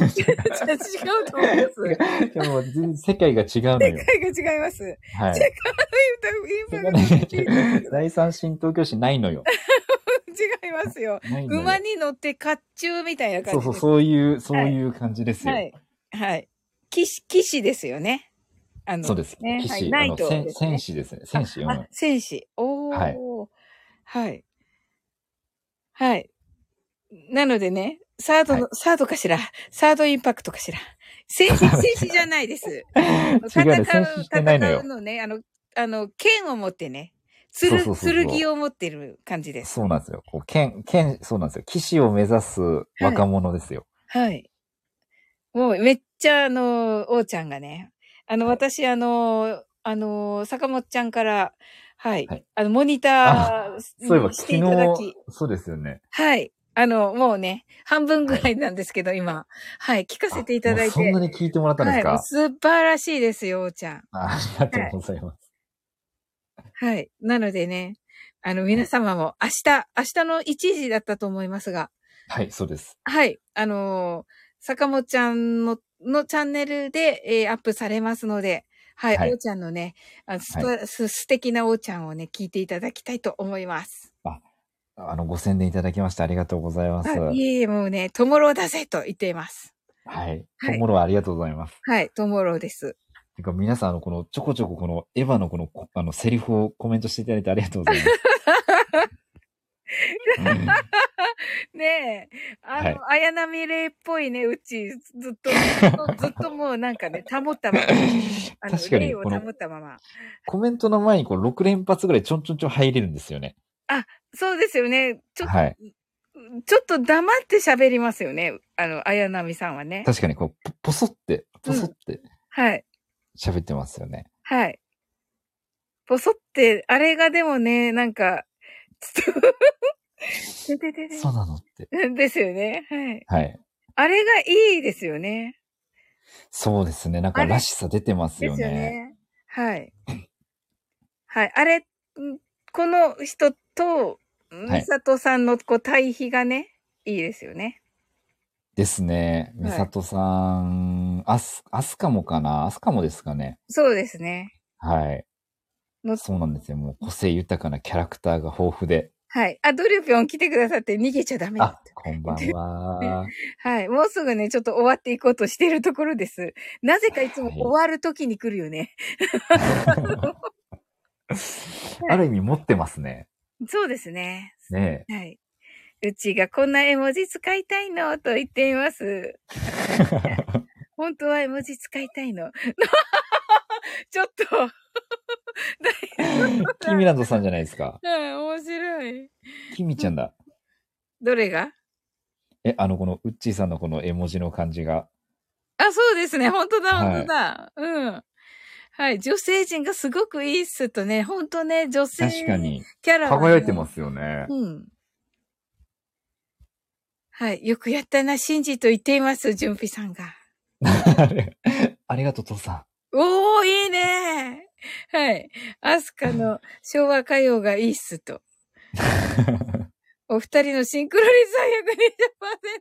S1: 違うと思います。
S2: いやもう全然世界が違うの
S1: 世
S2: よ。
S1: 界が違います。
S2: は
S1: 世
S2: い。
S1: セカンドインパクトって言ってますけど
S2: 第三新東京市ないのよ。
S1: 違いますよ。
S2: ないのよ
S1: 馬に乗って甲冑みたいな
S2: そ
S1: 感じで
S2: うそう、
S1: す。
S2: そういう、そういう感じですよ。
S1: はい。はい。騎士、騎士ですよね。あの
S2: そうです。
S1: ね
S2: 騎
S1: はい
S2: 士、
S1: ナ
S2: あ
S1: イ
S2: の、
S1: ト
S2: 戦
S1: ですね
S2: 戦士ですね。戦士、うん
S1: あ、戦士。おー。は
S2: はいい。
S1: はい。なのでね、サードの、
S2: は
S1: サードかしらサードインパクトかしら 戦士、戦士じゃないです。
S2: 違うね、戦士してないの
S1: 戦
S2: よ
S1: う。のね、あの、あの、剣を持ってね、つ
S2: そう
S1: る、
S2: そうそうそう
S1: 剣を持ってる感じです。
S2: そうなんですよ。こう、剣、剣、そうなんですよ。騎士を目指す若者ですよ。
S1: はい。もうめっちゃあの、おーちゃんがね、あの、
S2: はい
S1: 私あの、あの、坂本ちゃんから、はい。
S2: はい
S1: あの、モニター
S2: そういえば
S1: にし
S2: 昨
S1: ていただき
S2: 日、、そうですよね。
S1: はい。あの、もうね、半分ぐらいなんですけど、今。はい、聞かせていただい
S2: あもうそん
S1: て。
S2: なに聞いてもらったんですか、
S1: はい、もう素晴らしいですよ、おーちゃん。
S2: あありがとうございます。
S1: はい。なのでね、あの、皆様も明日、明日の1時だったと思いますが、
S2: はい、そうです。
S1: はい。あのー坂本ちゃんの、のチャンネルで、えーアップされますので、はい。
S2: はい
S1: おーちゃんのね、あのすす素敵なおーちゃんをね、聞いていただきたいと思います。
S2: あの、ご宣伝いただきましてありがとうございます。
S1: あ
S2: はいい。
S1: えいえ、もうね、トモローだぜと言っています。はい
S2: トモロはありがとうございます。
S1: はい。トモローです。
S2: てか皆さん、あの、この、ちょこちょここの、エヴァのこの、こあの、セリフをコメントしていただいてありがとうございます。
S1: ねえ、あの、綾波レイっぽいね、うち、ずっと、ずっとずっともうなんかね、保ったまま。あの、
S2: 確かに
S1: 霊を
S2: この
S1: 保ったまま。
S2: コメントの前に、こう、6連発ぐらいちょんちょんちょん入れるんですよね。
S1: そうですよね。ちょっと
S2: はい。
S1: ちょっと黙って喋りますよね。あの、綾波さんはね。
S2: 確かに、こう、ポポソって、ポソって
S1: はい。
S2: 喋ってますよね。
S1: はい。ポソって、あれがでもね、なんか、ちょっと、ででで
S2: そうなのって。
S1: でですよね。はい。
S2: はい。
S1: あれがいいですよね。
S2: そうですね。なんか、らしさ出てます
S1: で
S2: よ
S1: すよ
S2: ね。
S1: ね。はい。はい。あれ、んこの人と、
S2: はい
S1: ミサトさんのこう対比がね、いいですよね。
S2: ですね。
S1: はい
S2: 美里さん、あす、あすかもかなあすかもですかね。
S1: そうですね。
S2: はい
S1: の。
S2: そうなんですよ。もう個性豊かなキャラクターが豊富で。
S1: はい。あ、ドリュピョン来てくださって逃げちゃダメだ
S2: あ、こんばんは。
S1: はい。もうすぐね、ちょっと終わっていこうとしているところです。なぜかいつも
S2: はい
S1: 終わる時に来るよね。
S2: ある意味持ってますね。
S1: そうですね。
S2: ね
S1: はい。うちがこんな絵文字使いたいのと言っています。 本当は絵文字使いたいの。 ちょっと、
S2: え。キミランドさんじゃないですか。
S1: うん、面白い。
S2: キミちゃんだ。
S1: どれが
S2: え、あの、このウッチーさんのこの絵文字の感じが。
S1: あ、そうですね。本当だ、
S2: は
S1: 本当
S2: い
S1: だ。うん。はい。女性陣がすごくいいっすとね、本当ね、女性
S2: 確かに。
S1: キャラはね
S2: 輝いてますよね。
S1: うん。はい。よくやったな、シンジと言っています、純平さんが。
S2: あれありがとう、父さ
S1: おー、いいねはい。アスカの昭和歌謡がいいっすと。
S2: ん。
S1: お二人のシンクロ率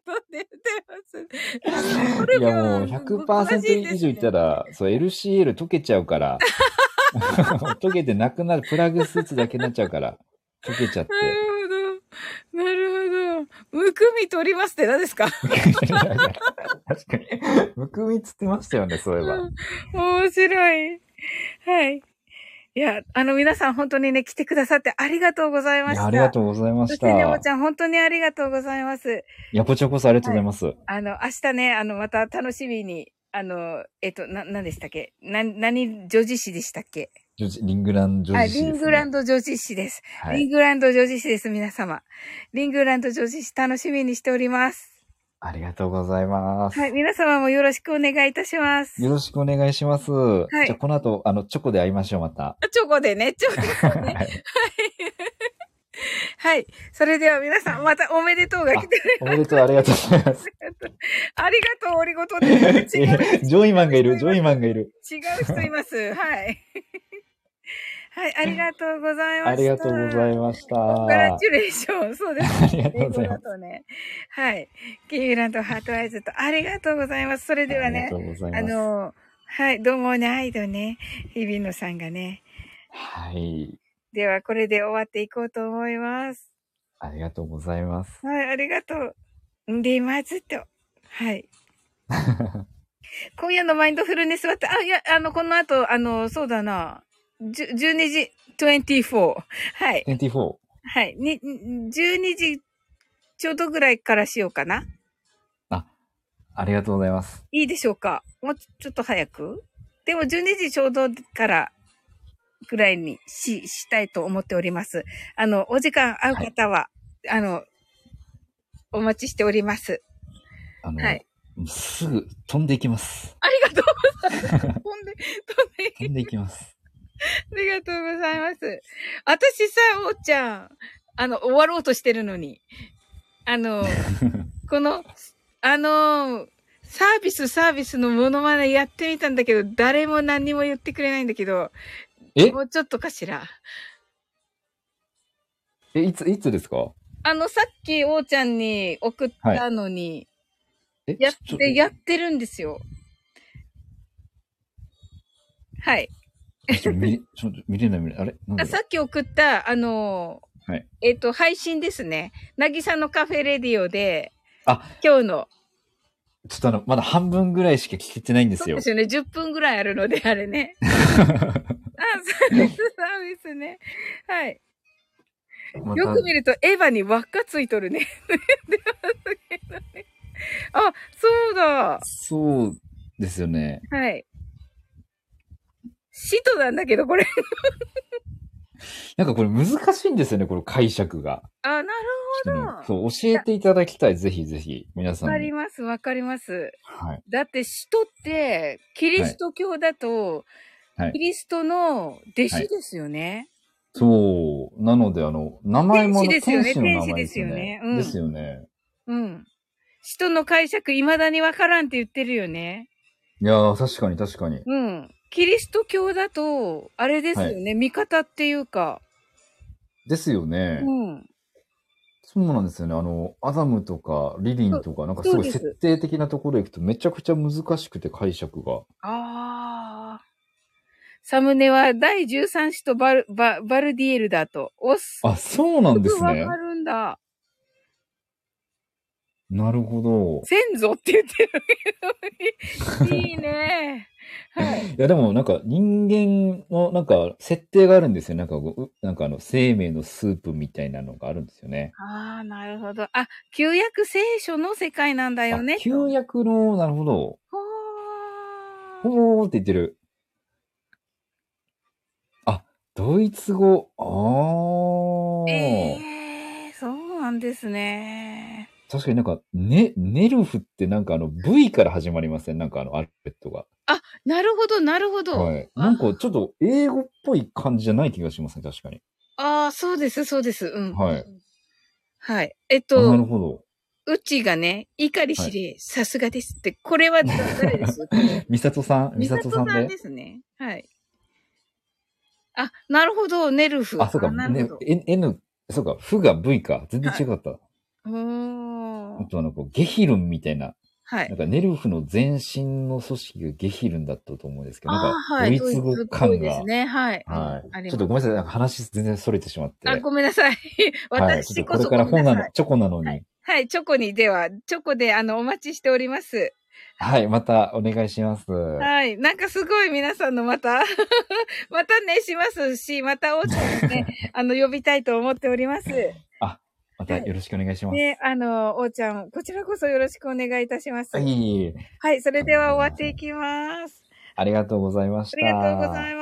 S1: は120%って言ってます。これ
S2: いや、もう
S1: 詳しいです
S2: 100%
S1: ね
S2: 以上いったら、そう、LCL 溶けちゃうから。 溶けてなくなる、プラグスーツだけになっちゃうから。溶けちゃって。
S1: な るほど。なるほど。むくみ取りますって何ですか
S2: 確かに。むくみつってましたよね、そういえば。
S1: 面白い。はい。いや、あの皆さん本当にね、来てくださってありがとうございま
S2: い
S1: し
S2: や
S1: た。
S2: ありがとうございま
S1: そ
S2: し。
S1: したてね、おーち
S2: い
S1: ゃん、本当にありがとうございます。
S2: や、こちらこそありがとうございます。
S1: あの、明日ね、あの、また楽しみに、あの、えっと、な、何でしたっけな、何、女子誌でしたっけ
S2: ジョージリングランジョ
S1: あ、
S2: ージ氏
S1: リ
S2: です、ね。
S1: ングランド女子誌です。
S2: は
S1: リ
S2: い。
S1: ングランド女子誌です、皆様。リングランド女子誌楽しみにしております。
S2: ありがとうございます。
S1: はい、皆様もよろしくお願いいたします。
S2: よろしくお願いします。
S1: い
S2: じゃあ、この後、あの、チョコで会いましょう、また。
S1: あチョコでね、チ ョコでね。
S2: はい
S1: はい。それでは皆さん、またおめでとうが来てる。
S2: おめでとう、ありがとうございます。
S1: ありがとう、オリゴ糖 です。違う
S2: ジョイマンがいる、ジョイマンがいる。
S1: 違う人います。はい。はい、ありがとうございました。
S2: ありがとうございました。
S1: コングラ
S2: あ
S1: チュレーション。そうです。
S2: りがとうございます。
S1: とね。はい。キーミランドハートアイズと、ありがとうございます。それでは
S2: あり
S1: ね
S2: がと、うござい
S1: あ
S2: ます。
S1: の、はい、どうもね、愛とね、日比野さんがね。
S2: はい。
S1: では、これで終わっていこうと思います。
S2: ありがとうございます。
S1: はい、ありがとう。んで、まずっと。はい。 今夜のマインドフルネスはって、あ、いや、あの、この後、あの、そうだな。じゅ12時24。はい。
S2: 24。
S1: はい。に、に12時ちょうどぐらいからしようかな。
S2: ありがとうございます。
S1: いいでしょうかもうちょちょっと早くでも12時ちょうどからぐらいにし、したいと思っております。あの、お時間合う方は、あの、お待ちしております。
S2: あの、
S1: はい
S2: すぐ飛んでいきます。
S1: ありがとうございます。飛んで、飛んで
S2: 飛んでいきます。
S1: ありがとうございます。私さ、おーちゃん、あの、終わろうとしてるのに。あ の、この、あの、サービス、サービスのモノマネやってみたんだけど、誰も何も言ってくれないんだけど、
S2: え
S1: もうちょっとかしら。
S2: え、いつ、いつですか
S1: あの、さっき、おーちゃんに送ったのに、
S2: え
S1: やっ
S2: ちょ
S1: て、やってるんですよ。はい。
S2: ちょっと見、ちょっと見れない見れない。あれなんだ
S1: あ
S2: ろう
S1: さっき送った、あのー
S2: はい
S1: えっ、と、配信ですね。なぎさのカフェレディオで、
S2: あ
S1: 今日の、
S2: ちょっとあの、まだ半分ぐらいしか聞けてないんで
S1: そう
S2: すよ
S1: で。すよね。10分ぐらいあるので、あれ ね。あ、そうです、そうですね。はい。
S2: また
S1: よく見ると、エヴァに輪っかついとるね。 あ、そうだ。
S2: そうですよね。
S1: はい。シトなんだけど、これ。
S2: なんかこれ難しいんですよね、この解釈が。
S1: あ、なる
S2: ちょっとね
S1: ほど。
S2: そう、教えていただきたい。ぜひぜひ、皆さ
S1: わか
S2: ん
S1: り
S2: に。
S1: ます、わかります。
S2: はい。
S1: だって使徒って、キリスト教だと、
S2: はい
S1: キリストの弟子ですよね。
S2: そう。なので、あの、名前もね、
S1: 天使ですよね
S2: 天使の名前ですよ
S1: 天使ですよね
S2: ね。
S1: うん
S2: ですよね。
S1: うん。使徒の解釈、未だにわからんって言ってるよね。
S2: いやー、確かに確かに。
S1: うん。キリスト教だと、あれですよね、味方っていうか。
S2: ですよね。
S1: うん。
S2: そうなんですよね。あの、アダムとかリリンとか、なんかすご
S1: そ
S2: い
S1: うです
S2: 設定的なところへ行くとめちゃくちゃ難しくて解釈が。
S1: ああ。サムネは第13使徒バル、ババルディエルだと。おっす。
S2: あ、そうなんです
S1: わ
S2: ね
S1: か。るんだ。
S2: なるほど。
S1: 先祖って言ってる。 いいね。はい。
S2: いや、でもなんか人間のなんか設定があるんですよ。なんかこう、なんかあの、生命のスープみたいなのがあるんですよね。
S1: ああ、なるほど。あ、旧約聖書の世界なんだよね。
S2: あ旧約の、なるほど。
S1: ほー
S2: ほーって言ってる。あ、ドイツ語。あー。
S1: えー、そうなんですね。
S2: 確かになんか、ね、ネルフってなんかあの V から始まりません、なんかあのアルファベットが。
S1: なるほど、なるほど。
S2: はい。
S1: あ
S2: なんかちょっと英語っぽい感じじゃない気がしますね、確かに。
S1: ああ、そうです、そうです。うん。
S2: はい。
S1: はい。えっ
S2: あなる
S1: と、
S2: ほど。
S1: うちがね、怒り知り、さすがですって、これは誰です これ
S2: ミサトさん、ミ
S1: 美
S2: サ
S1: 里
S2: トさ
S1: さ
S2: ん
S1: ん
S2: で
S1: で。すね。はい。あ、なるほど、ネルフ。
S2: あ、そうか、
S1: なる
S2: ね
S1: ほど。、
S2: N、N そうか、フが V か。全然違った。
S1: うー
S2: あ
S1: ん
S2: とあの、こう、ゲヒルンみたいな。
S1: は。
S2: ないんか、ネルフの前身の組織がゲヒルンだったと思うんですけど、
S1: あ
S2: な
S1: あ
S2: ん
S1: ー、は
S2: か、ド
S1: い。
S2: イツ語
S1: ドイツっぽい
S2: 感
S1: で
S2: が
S1: す。ね。はい。
S2: は
S1: あ
S2: い。
S1: り
S2: ち
S1: ます
S2: ょっとごめんなさい、なんか話全然逸れてしまって。
S1: あ、ごめんなさい。
S2: はい。
S1: 私
S2: ちょっと
S1: こ
S2: これ
S1: そ
S2: から
S1: ごめ
S2: 本
S1: んな
S2: な
S1: さ
S2: の
S1: い。、
S2: チョコなのに。
S1: はい、チョコにでは、チョコであの、お待ちしております。
S2: はい、またお願いします。は
S1: はい。なんかすごい皆さんのまた、 またね、しますし、またおうちゃんに ね、あの、呼びたいと思っております。
S2: またよろしくお願いします。
S1: ね、あの、おうちゃん、こちらこそよろしくお願いいたします。
S2: はい、
S1: はい、それでは終わっていきます。
S2: ありがとうございまし
S1: あ
S2: た。
S1: りがとうございます。